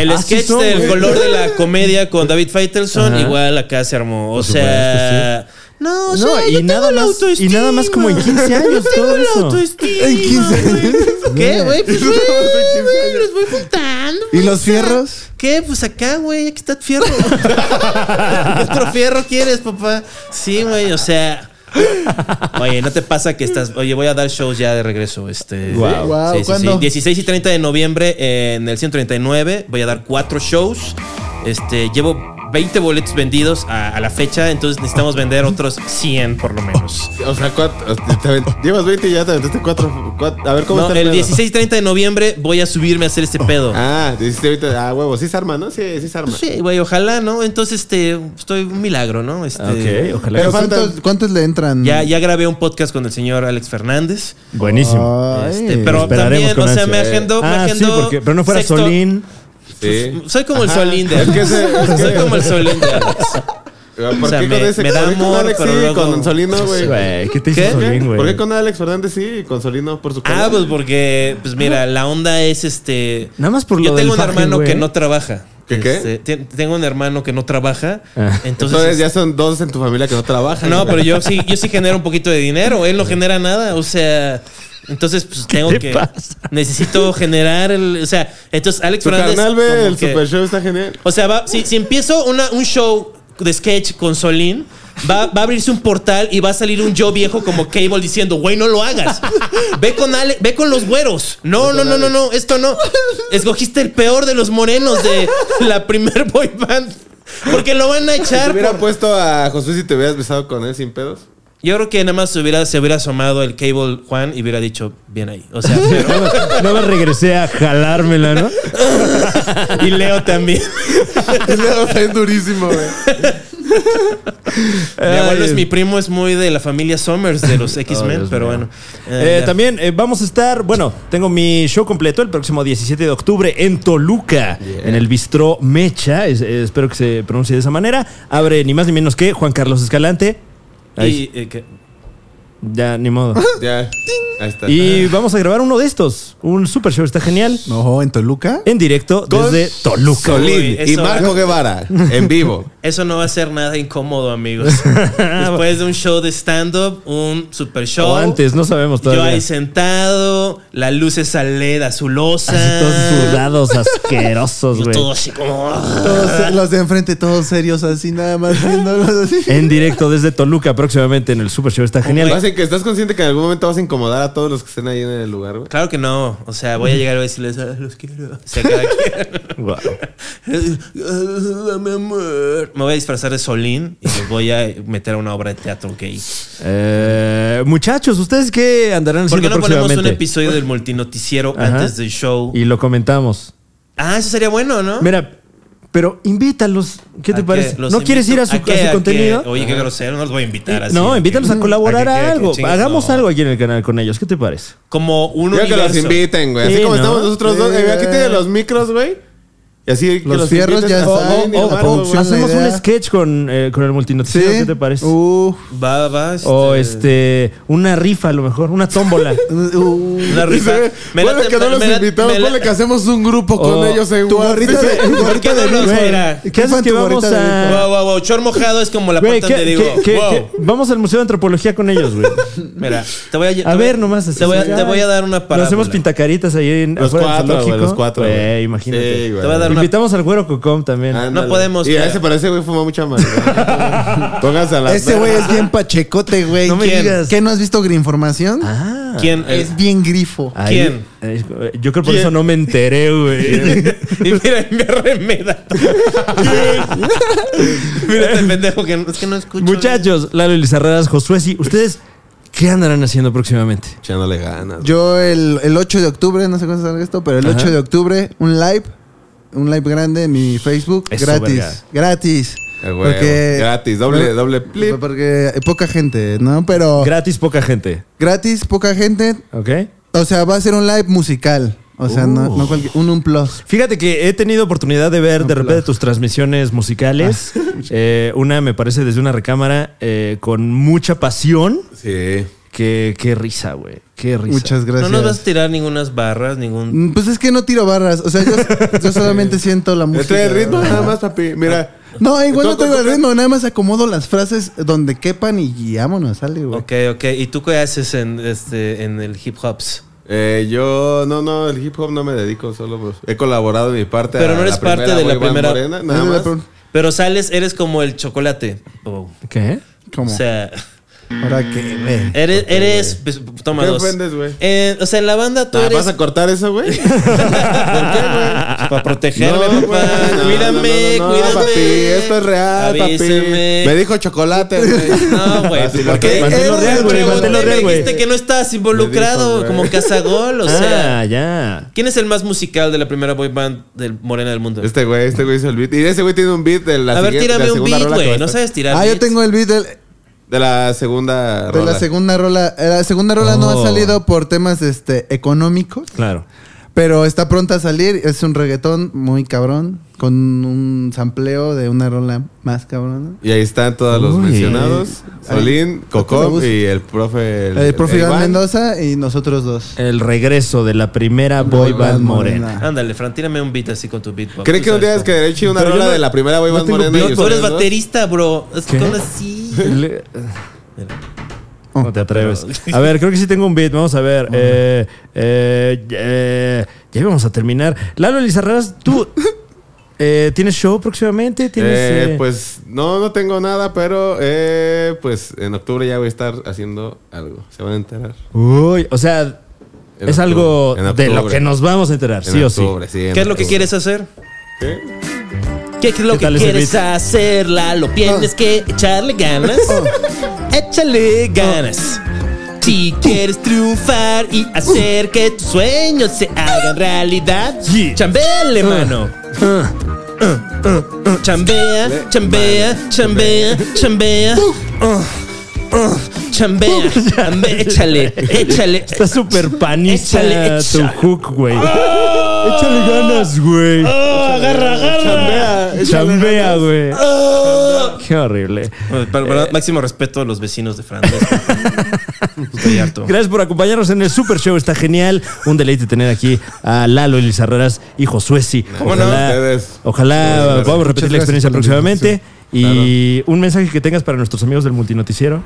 Speaker 2: el
Speaker 1: Así
Speaker 2: sketch
Speaker 1: Ah, son,
Speaker 2: del
Speaker 1: güey.
Speaker 2: color de la comedia con David Faitelson,
Speaker 1: Ajá.
Speaker 2: igual acá se armó. O
Speaker 1: Por
Speaker 2: sea, no,
Speaker 1: No,
Speaker 2: o sea,
Speaker 1: y
Speaker 2: yo
Speaker 1: nada
Speaker 2: tengo la
Speaker 1: más-
Speaker 2: autoestima.
Speaker 1: y nada más como en 15 años
Speaker 2: Yo tengo
Speaker 1: todo
Speaker 2: la
Speaker 1: eso.
Speaker 2: autoestima,
Speaker 4: En 15
Speaker 2: güey. ¿Qué,
Speaker 1: (laughs)
Speaker 2: güey? Pues, güey, güey, los voy juntando.
Speaker 4: ¿Y
Speaker 2: güey,
Speaker 4: los
Speaker 2: o sea,
Speaker 4: fierros?
Speaker 2: ¿Qué? Pues acá, güey, aquí está tu fierro. (laughs) ¿Qué otro fierro quieres, papá? Sí, güey, o sea... Oye, ¿no te pasa que estás...? Oye, voy a dar shows ya de regreso, este...
Speaker 1: Wow.
Speaker 4: Wow,
Speaker 2: Sí, sí,
Speaker 4: ¿cuándo?
Speaker 2: sí. 16 y 30 de noviembre eh, en el 139 voy a dar cuatro shows. Este, llevo 20 boletos vendidos a, a la fecha, entonces necesitamos vender otros 100 por lo menos.
Speaker 3: O sea, cuatro, te avent- llevas 20 y ya te aventaste 4. A ver cómo
Speaker 2: No,
Speaker 3: está
Speaker 2: el
Speaker 3: pedo?
Speaker 2: 16 y 30 de noviembre voy a subirme a hacer este pedo.
Speaker 3: Ah, 17 ahorita. Ah, huevo, sí se arma, ¿no? Sí, sí se arma.
Speaker 2: Pues sí, güey, ojalá, ¿no? Entonces, este, estoy un milagro, ¿no? Este,
Speaker 1: Ok, ojalá.
Speaker 4: Pero
Speaker 1: que-
Speaker 4: ¿cuántos, cuántos le entran?
Speaker 3: Mm.
Speaker 2: Ya, ya grabé un podcast con el señor Alex Fernández.
Speaker 3: Ah.
Speaker 1: Buenísimo.
Speaker 4: Ay.
Speaker 2: Este,
Speaker 4: (laughs)
Speaker 2: pero
Speaker 1: Esperaremos
Speaker 2: también,
Speaker 1: con
Speaker 2: o sea,
Speaker 1: ansia.
Speaker 2: me agendó, me
Speaker 1: Ah, sí,
Speaker 2: agendó
Speaker 1: porque, pero no fuera
Speaker 2: sexto-
Speaker 1: Solín.
Speaker 3: Sí.
Speaker 2: Soy como el Solín de
Speaker 3: Es que
Speaker 2: Alex.
Speaker 3: ese-
Speaker 2: (laughs)
Speaker 3: es
Speaker 2: Soy
Speaker 3: que-
Speaker 2: como el Solín de Alex.
Speaker 3: (laughs) ¿Por
Speaker 2: O sea,
Speaker 3: qué
Speaker 2: me-
Speaker 3: con ese?
Speaker 2: me da
Speaker 3: ¿Por qué con
Speaker 2: amor,
Speaker 3: Alex sí
Speaker 2: pero
Speaker 3: y con
Speaker 2: luego-
Speaker 3: Solino, güey?
Speaker 1: Güey, ¿qué te hizo
Speaker 2: ¿Qué?
Speaker 1: Solín, güey?
Speaker 3: ¿Por qué con Alex Fernández sí y con Solino por su
Speaker 2: Ah,
Speaker 3: cuenta?
Speaker 2: pues porque, pues mira, la onda es este.
Speaker 1: Nada más por
Speaker 2: Yo
Speaker 1: lo
Speaker 2: tengo
Speaker 1: del
Speaker 2: un
Speaker 1: faje,
Speaker 2: hermano
Speaker 1: güey.
Speaker 2: que no trabaja.
Speaker 3: ¿Qué, qué?
Speaker 2: Este, te- tengo un hermano que no trabaja.
Speaker 1: Ah.
Speaker 2: Entonces.
Speaker 3: Entonces ya son dos en tu familia que no trabajan.
Speaker 2: No, pero yo sí, yo sí genero un poquito de dinero. Él no genera nada. O sea. Entonces, pues tengo
Speaker 1: te
Speaker 2: que.
Speaker 1: pasa?
Speaker 2: Necesito generar el. O sea, entonces Alex
Speaker 3: Tu
Speaker 2: Fernández.
Speaker 3: carnal ve
Speaker 2: como
Speaker 3: el
Speaker 2: que-
Speaker 3: super show, está genial.
Speaker 2: o sea, va- si, si empiezo una- un show de sketch con Solín, va, va a abrirse un portal y va a salir un yo viejo como Cable diciendo, güey, no lo hagas. Ve con Ale- ve con los güeros. No, no, no, no, no, esto no. Escogiste el peor de los morenos de la primer boy band. Porque lo van a
Speaker 3: Si te
Speaker 2: echar.
Speaker 3: hubiera
Speaker 2: por-
Speaker 3: puesto a Josué si te hubieras besado con él sin pedos.
Speaker 2: Yo creo que nada más se hubiera, se hubiera asomado el Cable Juan y hubiera dicho, bien ahí. O sea, pero-
Speaker 1: (laughs) Nada más regresé a jalármela, ¿no?
Speaker 2: Eh, y Leo también.
Speaker 3: Y luego está bien durísimo, güey.
Speaker 2: Mi abuelo
Speaker 1: Ay. Oh,
Speaker 2: es mi primo, es muy de la familia Summers de
Speaker 1: (laughs)
Speaker 2: los X-Men,
Speaker 1: Dios
Speaker 2: pero
Speaker 1: mío.
Speaker 2: bueno.
Speaker 1: Eh,
Speaker 2: Eh, ya.
Speaker 1: también eh, vamos a estar, bueno, tengo mi show completo el próximo 17 de octubre en Toluca, en el Bistró Mecha, es- eh, espero que se pronuncie de esa manera. Abre ni más ni menos que Juan Carlos Escalante. Ahí,
Speaker 2: Y, eh, que-
Speaker 1: ya, ni
Speaker 2: (laughs)
Speaker 1: modo.
Speaker 3: Ya. Ahí está.
Speaker 1: Y vamos a grabar uno de estos, un super show, está genial,
Speaker 4: No, en Toluca.
Speaker 1: en directo
Speaker 3: Con
Speaker 1: desde Toluca.
Speaker 3: Solín
Speaker 2: Uy,
Speaker 3: y
Speaker 2: eso-
Speaker 3: Marco Guevara en vivo.
Speaker 2: Eso no va a ser nada incómodo,
Speaker 1: (laughs)
Speaker 2: amigos. Después de un show de stand-up, un super show.
Speaker 1: O antes, no sabemos
Speaker 2: Yo
Speaker 1: todavía.
Speaker 2: ahí sentado, la luz es a LED azulosa.
Speaker 1: Así todos sudados,
Speaker 2: (laughs)
Speaker 1: asquerosos,
Speaker 2: Yo
Speaker 1: güey.
Speaker 2: todo así como.
Speaker 4: Todos, los de enfrente, todos serios, así nada más viéndolos (laughs) así.
Speaker 1: En directo desde Toluca, próximamente en el Super Show. Está genial.
Speaker 3: Lo hacen que estás consciente que en algún momento vas a incomodar a todos los que estén ahí en el lugar, güey.
Speaker 2: Claro que no. O sea, voy a llegar y voy a decirles, "Ah, los quiero. O sea, cada (laughs) quien.
Speaker 1: Guau.
Speaker 2: Dame Ah, amor. Me voy a disfrazar de Solín y los voy a meter a una obra de teatro gay.
Speaker 1: Eh, muchachos, ¿ustedes qué andarán
Speaker 2: ¿Por
Speaker 1: haciendo
Speaker 2: qué no ponemos un
Speaker 1: próximamente?
Speaker 2: episodio del multinoticiero
Speaker 1: Ajá.
Speaker 2: antes del show?
Speaker 1: Y lo comentamos.
Speaker 2: Ah, eso sería bueno, ¿no?
Speaker 1: Mira, pero invítalos. ¿Qué te
Speaker 2: ¿A
Speaker 1: parece?
Speaker 2: qué? Los
Speaker 1: ¿No quieres ir a su,
Speaker 2: invito-
Speaker 1: a
Speaker 2: qué?
Speaker 1: su
Speaker 2: qué?
Speaker 1: contenido?
Speaker 2: Oye, qué grosero, no los voy a invitar así.
Speaker 1: no,
Speaker 2: ¿a
Speaker 1: invítalos
Speaker 2: (laughs) qué?
Speaker 1: a colaborar
Speaker 2: ¿A qué?
Speaker 1: a
Speaker 2: ¿A qué?
Speaker 1: algo.
Speaker 2: Chingues,
Speaker 1: Hagamos
Speaker 2: no.
Speaker 1: algo aquí en el canal con ellos. ¿Qué te parece?
Speaker 2: Como un
Speaker 3: Yo creo que los
Speaker 2: universo.
Speaker 3: inviten, güey. Así
Speaker 1: Sí,
Speaker 3: como
Speaker 1: ¿no?
Speaker 3: estamos nosotros dos.
Speaker 4: Sí,
Speaker 3: eh, güey, aquí
Speaker 4: güey.
Speaker 3: tienen los micros, güey. Y así que
Speaker 4: Los fierros
Speaker 3: inviten
Speaker 4: ya
Speaker 3: a-
Speaker 1: O-
Speaker 4: están.
Speaker 1: o-
Speaker 4: Ay, ni la
Speaker 1: o-
Speaker 4: producción,
Speaker 1: Oh, pues, hacemos
Speaker 4: la idea. Uh,
Speaker 1: un sketch con, eh, con el multinoticiero, ¿qué te parece?
Speaker 4: Uf.
Speaker 2: Va, va. este-
Speaker 1: o este, una rifa a lo mejor, una
Speaker 4: (laughs)
Speaker 1: tómbola.
Speaker 4: Uh,
Speaker 2: Una rifa.
Speaker 3: Dice,
Speaker 2: Me
Speaker 3: ponle
Speaker 2: late-
Speaker 3: que no
Speaker 2: me-
Speaker 3: los
Speaker 2: me la-
Speaker 3: invitamos,
Speaker 2: me la-
Speaker 3: ponle que hacemos un grupo con
Speaker 1: Oh,
Speaker 3: ellos en
Speaker 4: tu
Speaker 3: WhatsApp.
Speaker 4: gorrita de. tu
Speaker 2: ¿Por qué
Speaker 4: gorrita
Speaker 2: no
Speaker 4: de
Speaker 2: nos
Speaker 4: Luis.
Speaker 2: mira?
Speaker 1: ¿Qué,
Speaker 4: fue
Speaker 1: haces
Speaker 4: en
Speaker 1: que
Speaker 4: tu
Speaker 1: vamos
Speaker 4: gorrita de
Speaker 1: a...?
Speaker 2: Wow, wow, wow. Chor mojado es como la
Speaker 1: Güey,
Speaker 2: parte
Speaker 1: ¿qué-
Speaker 2: donde digo.
Speaker 1: qué- qué-
Speaker 2: wow.
Speaker 1: qué- vamos al Museo de Antropología con ellos, güey.
Speaker 4: (laughs)
Speaker 2: Mira, te voy a. te
Speaker 1: A
Speaker 2: voy-
Speaker 1: ver, nomás. así,
Speaker 2: Te voy a,
Speaker 1: ya.
Speaker 2: te voy a dar una
Speaker 1: Nos
Speaker 2: parábola.
Speaker 1: hacemos pintacaritas ahí en
Speaker 3: Los
Speaker 1: afuera del
Speaker 3: cuatro, güey,
Speaker 1: zoológico.
Speaker 3: los cuatro,
Speaker 1: Güey,
Speaker 3: güey.
Speaker 1: Eh, imagínate.
Speaker 3: Sí, güey. Ah.
Speaker 2: Te voy a dar una.
Speaker 1: Invitamos al güero Cocom también.
Speaker 3: Ándale.
Speaker 2: podemos,
Speaker 3: Y a
Speaker 2: claro.
Speaker 3: ese parece, güey, fuma mucha marihuana. Pónganse a la.
Speaker 4: Ese güey es
Speaker 2: (laughs)
Speaker 4: bien pachecote, güey.
Speaker 1: No me
Speaker 4: ¿Quién?
Speaker 1: digas.
Speaker 4: ¿Qué no has visto Grinformación?
Speaker 1: Ah.
Speaker 2: ¿Quién es?
Speaker 4: Es bien grifo.
Speaker 1: Ahí-
Speaker 2: ¿Quién?
Speaker 1: eh, Yo creo por eso no me enteré,
Speaker 3: (laughs)
Speaker 1: güey.
Speaker 2: (laughs) Y mira, y me
Speaker 1: (laughs)
Speaker 2: arremeda. mira este pendejo que no- es que no escucho.
Speaker 1: Muchachos, Lalo Lizarradas, Josué, sí, ¿ustedes qué andarán haciendo próximamente?
Speaker 3: Echándole ganas.
Speaker 4: Yo el, el 8 de octubre, no sé cuándo salga esto, pero el
Speaker 1: Ajá.
Speaker 4: 8 de octubre, un live, un live grande en mi Facebook,
Speaker 1: Eso,
Speaker 4: gratis,
Speaker 1: verga.
Speaker 4: gratis.
Speaker 3: Eh, güey, gratis, doble-
Speaker 4: Bueno,
Speaker 3: doble plip.
Speaker 4: Porque poca gente, ¿no?
Speaker 2: Oh.
Speaker 4: Pero
Speaker 1: Gratis, poca gente.
Speaker 4: gratis, poca gente,
Speaker 1: ¿Ok?
Speaker 4: o sea, va a ser un live musical, o sea,
Speaker 2: Uh.
Speaker 4: no, no cualquier, un un plus.
Speaker 1: Fíjate que he tenido oportunidad de ver de repente tus transmisiones
Speaker 2: Ah, (laughs)
Speaker 1: musicales. Eh, una me parece desde una recámara eh, con mucha pasión.
Speaker 3: Sí.
Speaker 1: Qué, qué risa, güey. Qué risa.
Speaker 4: Muchas
Speaker 2: No
Speaker 4: gracias.
Speaker 2: nos vas a tirar ningunas barras, ningún.
Speaker 4: Mm, Pues es que no tiro barras, o sea, yo,
Speaker 3: (laughs)
Speaker 4: yo solamente siento la música.
Speaker 3: Este ritmo nada más, papi. Mira.
Speaker 4: No, igual no
Speaker 3: Toco,
Speaker 4: traigo el
Speaker 3: toco.
Speaker 4: ritmo, nada más acomodo las frases donde quepan y guiámonos, sale, güey.
Speaker 2: Ok, ok. ¿Y tú qué haces en, este, en el hip hops?
Speaker 3: Eh, yo, no, no, el hip hop no me dedico, solo pues, he colaborado en mi parte.
Speaker 2: Pero
Speaker 3: a
Speaker 2: no eres
Speaker 3: la primera
Speaker 2: parte de la
Speaker 3: Boy Band
Speaker 2: primera-
Speaker 3: Morena, nada
Speaker 4: Esa es la
Speaker 3: más.
Speaker 4: pregunta.
Speaker 2: Pero sales, eres como el chocolate. Oh.
Speaker 1: ¿Qué?
Speaker 2: O
Speaker 3: Ah.
Speaker 4: ¿Cómo?
Speaker 2: sea,
Speaker 4: ¿Ahora qué,
Speaker 1: Eh.
Speaker 4: güey?
Speaker 2: eres. eres pues, toma
Speaker 3: ¿Qué
Speaker 2: dos.
Speaker 3: ofendes, güey?
Speaker 2: Eh, o sea, en la banda tú
Speaker 3: Ah,
Speaker 2: eres.
Speaker 3: ¿Vas a cortar eso, güey? ¿Por qué, güey?
Speaker 1: (laughs)
Speaker 2: Para protegerme,
Speaker 3: No,
Speaker 2: papá.
Speaker 3: güey, no,
Speaker 2: cuídame,
Speaker 3: no, no, no,
Speaker 2: cuídame.
Speaker 3: Papi, esto es real,
Speaker 2: Avísame.
Speaker 3: papi. Me dijo chocolate, güey.
Speaker 2: (laughs)
Speaker 3: Ah,
Speaker 2: No, güey.
Speaker 3: Así
Speaker 2: ¿Por qué?
Speaker 3: lo-
Speaker 1: Manténlo
Speaker 2: Eh,
Speaker 1: real, güey,
Speaker 2: pregunté,
Speaker 1: manténlo
Speaker 2: me
Speaker 1: real, güey.
Speaker 2: dijiste que no estabas involucrado
Speaker 3: Me dijo,
Speaker 2: como
Speaker 3: güey.
Speaker 2: cazagol, o sea.
Speaker 1: ah, ya.
Speaker 2: ¿Quién es el más musical de la primera boy band del Morena del Mundo?
Speaker 3: Este güey, este güey hizo el beat. Y ese güey tiene un beat de la
Speaker 2: a ver,
Speaker 3: siguiente- de
Speaker 2: tírame
Speaker 3: la
Speaker 2: un
Speaker 3: segunda
Speaker 2: beat,
Speaker 3: rola que va a
Speaker 2: güey. No
Speaker 3: estar.
Speaker 2: sabes tirar
Speaker 4: Ah, yo
Speaker 2: beats?
Speaker 4: tengo el beat del,
Speaker 3: De la segunda
Speaker 4: De
Speaker 3: rola.
Speaker 4: la segunda rola. eh, La segunda rola no
Speaker 1: Oh.
Speaker 4: ha salido por temas este, económicos,
Speaker 1: Claro.
Speaker 4: pero está pronta a salir. Es un reggaetón muy cabrón, con un sampleo de una rola más cabrona.
Speaker 3: Y ahí están todos los
Speaker 1: Uy.
Speaker 3: mencionados. Solín, Cocom
Speaker 4: Autobús.
Speaker 3: y el profe...
Speaker 4: El, Eh, profe Iván
Speaker 3: Iván.
Speaker 4: Mendoza y nosotros dos.
Speaker 1: El regreso de la primera boy band morena.
Speaker 2: Ándale, Fran, tírame un beat así con tu beatbox.
Speaker 3: ¿Cree
Speaker 2: Tú
Speaker 3: que un
Speaker 2: sabes
Speaker 3: día es que
Speaker 2: cómo.
Speaker 3: derecho una rola de la primera Boy Band Morena? y
Speaker 2: No, tú
Speaker 3: ustedes
Speaker 2: eres
Speaker 3: dos?
Speaker 2: baterista, bro. Es que
Speaker 1: ¿Qué?
Speaker 2: hablas así.
Speaker 1: Le-
Speaker 3: Oh.
Speaker 1: No te (laughs) atreves. A ver, creo que sí tengo un beat. Vamos a ver. Eh, eh, eh, ya íbamos a terminar. Lalo Lizarraras,
Speaker 3: (laughs)
Speaker 1: tú eh, tienes show próximamente. ¿Tienes,
Speaker 3: Eh,
Speaker 1: eh,
Speaker 3: Pues no, no tengo nada, pero eh, pues en octubre ya voy a estar haciendo algo. Se van a enterar.
Speaker 1: Uy, o sea,
Speaker 3: En
Speaker 1: es
Speaker 3: octubre.
Speaker 1: algo
Speaker 3: En
Speaker 1: de lo
Speaker 3: octubre.
Speaker 1: que nos vamos a enterar,
Speaker 3: En
Speaker 1: sí
Speaker 3: octubre,
Speaker 1: o sí.
Speaker 3: sí, en
Speaker 2: ¿Qué es lo que
Speaker 3: octubre.
Speaker 2: quieres hacer?
Speaker 3: ¿Qué?
Speaker 2: ¿Qué es lo
Speaker 1: ¿Qué
Speaker 2: que
Speaker 1: tal ese
Speaker 2: quieres
Speaker 1: beat?
Speaker 2: hacerla? Lo tienes que echarle ganas. Échale ganas. Si quieres triunfar y hacer que tus sueños se hagan realidad,
Speaker 1: Yeah.
Speaker 2: chambele, mano. Chambea, chambea, chambea, chambea. Uh, uh, Chambea, chambea, échale, échale.
Speaker 1: Está súper panista
Speaker 2: Échale, échale. Ah.
Speaker 1: tu hook, güey. Échale ganas, güey.
Speaker 2: Oh, agarra, agarra.
Speaker 1: Chambea, güey.
Speaker 2: Ah.
Speaker 1: Qué horrible.
Speaker 2: Para- para- máximo respeto a los vecinos de Francia. Estoy harto.
Speaker 1: Gracias por acompañarnos en el Super Show. Está genial. Un deleite tener aquí a Lalo Elizarreras y Josué. Sí.
Speaker 3: ¿Cómo no? Ustedes.
Speaker 1: ojalá
Speaker 3: gracias.
Speaker 1: podamos repetir
Speaker 4: Muchas
Speaker 1: la experiencia
Speaker 4: gracias por la
Speaker 1: próximamente. Y un mensaje que tengas para nuestros amigos del multinoticiero.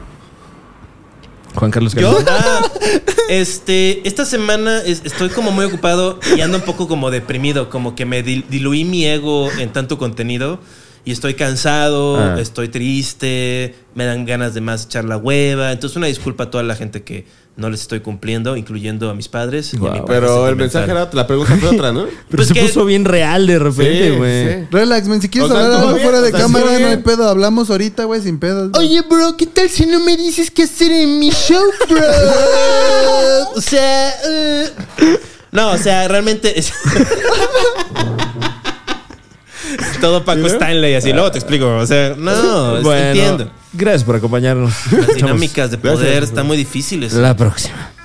Speaker 1: Juan Carlos
Speaker 2: ¿Yo?
Speaker 1: Calderón.
Speaker 2: Ah, este, esta semana es- estoy como muy ocupado y ando un poco como deprimido, como que me dil- diluí mi ego en tanto contenido y estoy cansado,
Speaker 1: Ah.
Speaker 2: estoy triste, me dan ganas de más echar la hueva. Entonces, una disculpa a toda la gente que no les estoy cumpliendo, incluyendo a mis padres. y a mi
Speaker 1: Wow.
Speaker 2: padre
Speaker 3: Pero el
Speaker 2: sentimental.
Speaker 3: mensaje era, la pregunta fue otra, ¿no?
Speaker 1: Pero
Speaker 2: Pues
Speaker 1: se
Speaker 2: que-
Speaker 1: puso bien real de repente, güey.
Speaker 4: Relax, men, si quieres
Speaker 3: O sea,
Speaker 4: hablar
Speaker 3: todo
Speaker 4: algo
Speaker 3: bien,
Speaker 4: fuera
Speaker 3: o
Speaker 4: de
Speaker 3: sea,
Speaker 4: cámara,
Speaker 3: todo
Speaker 4: no hay
Speaker 3: bien.
Speaker 4: pedo. Hablamos ahorita, güey, sin pedos.
Speaker 2: Oye, bro, ¿qué tal si no me dices qué hacer en mi show, bro? o sea. eh, No, o sea, realmente. es- Todo Paco Stanley, así. Luego te explico. O sea, no, es-
Speaker 1: Bueno,
Speaker 2: entiendo.
Speaker 1: gracias por acompañarnos.
Speaker 2: Las dinámicas de poder están muy difíciles.
Speaker 1: La próxima.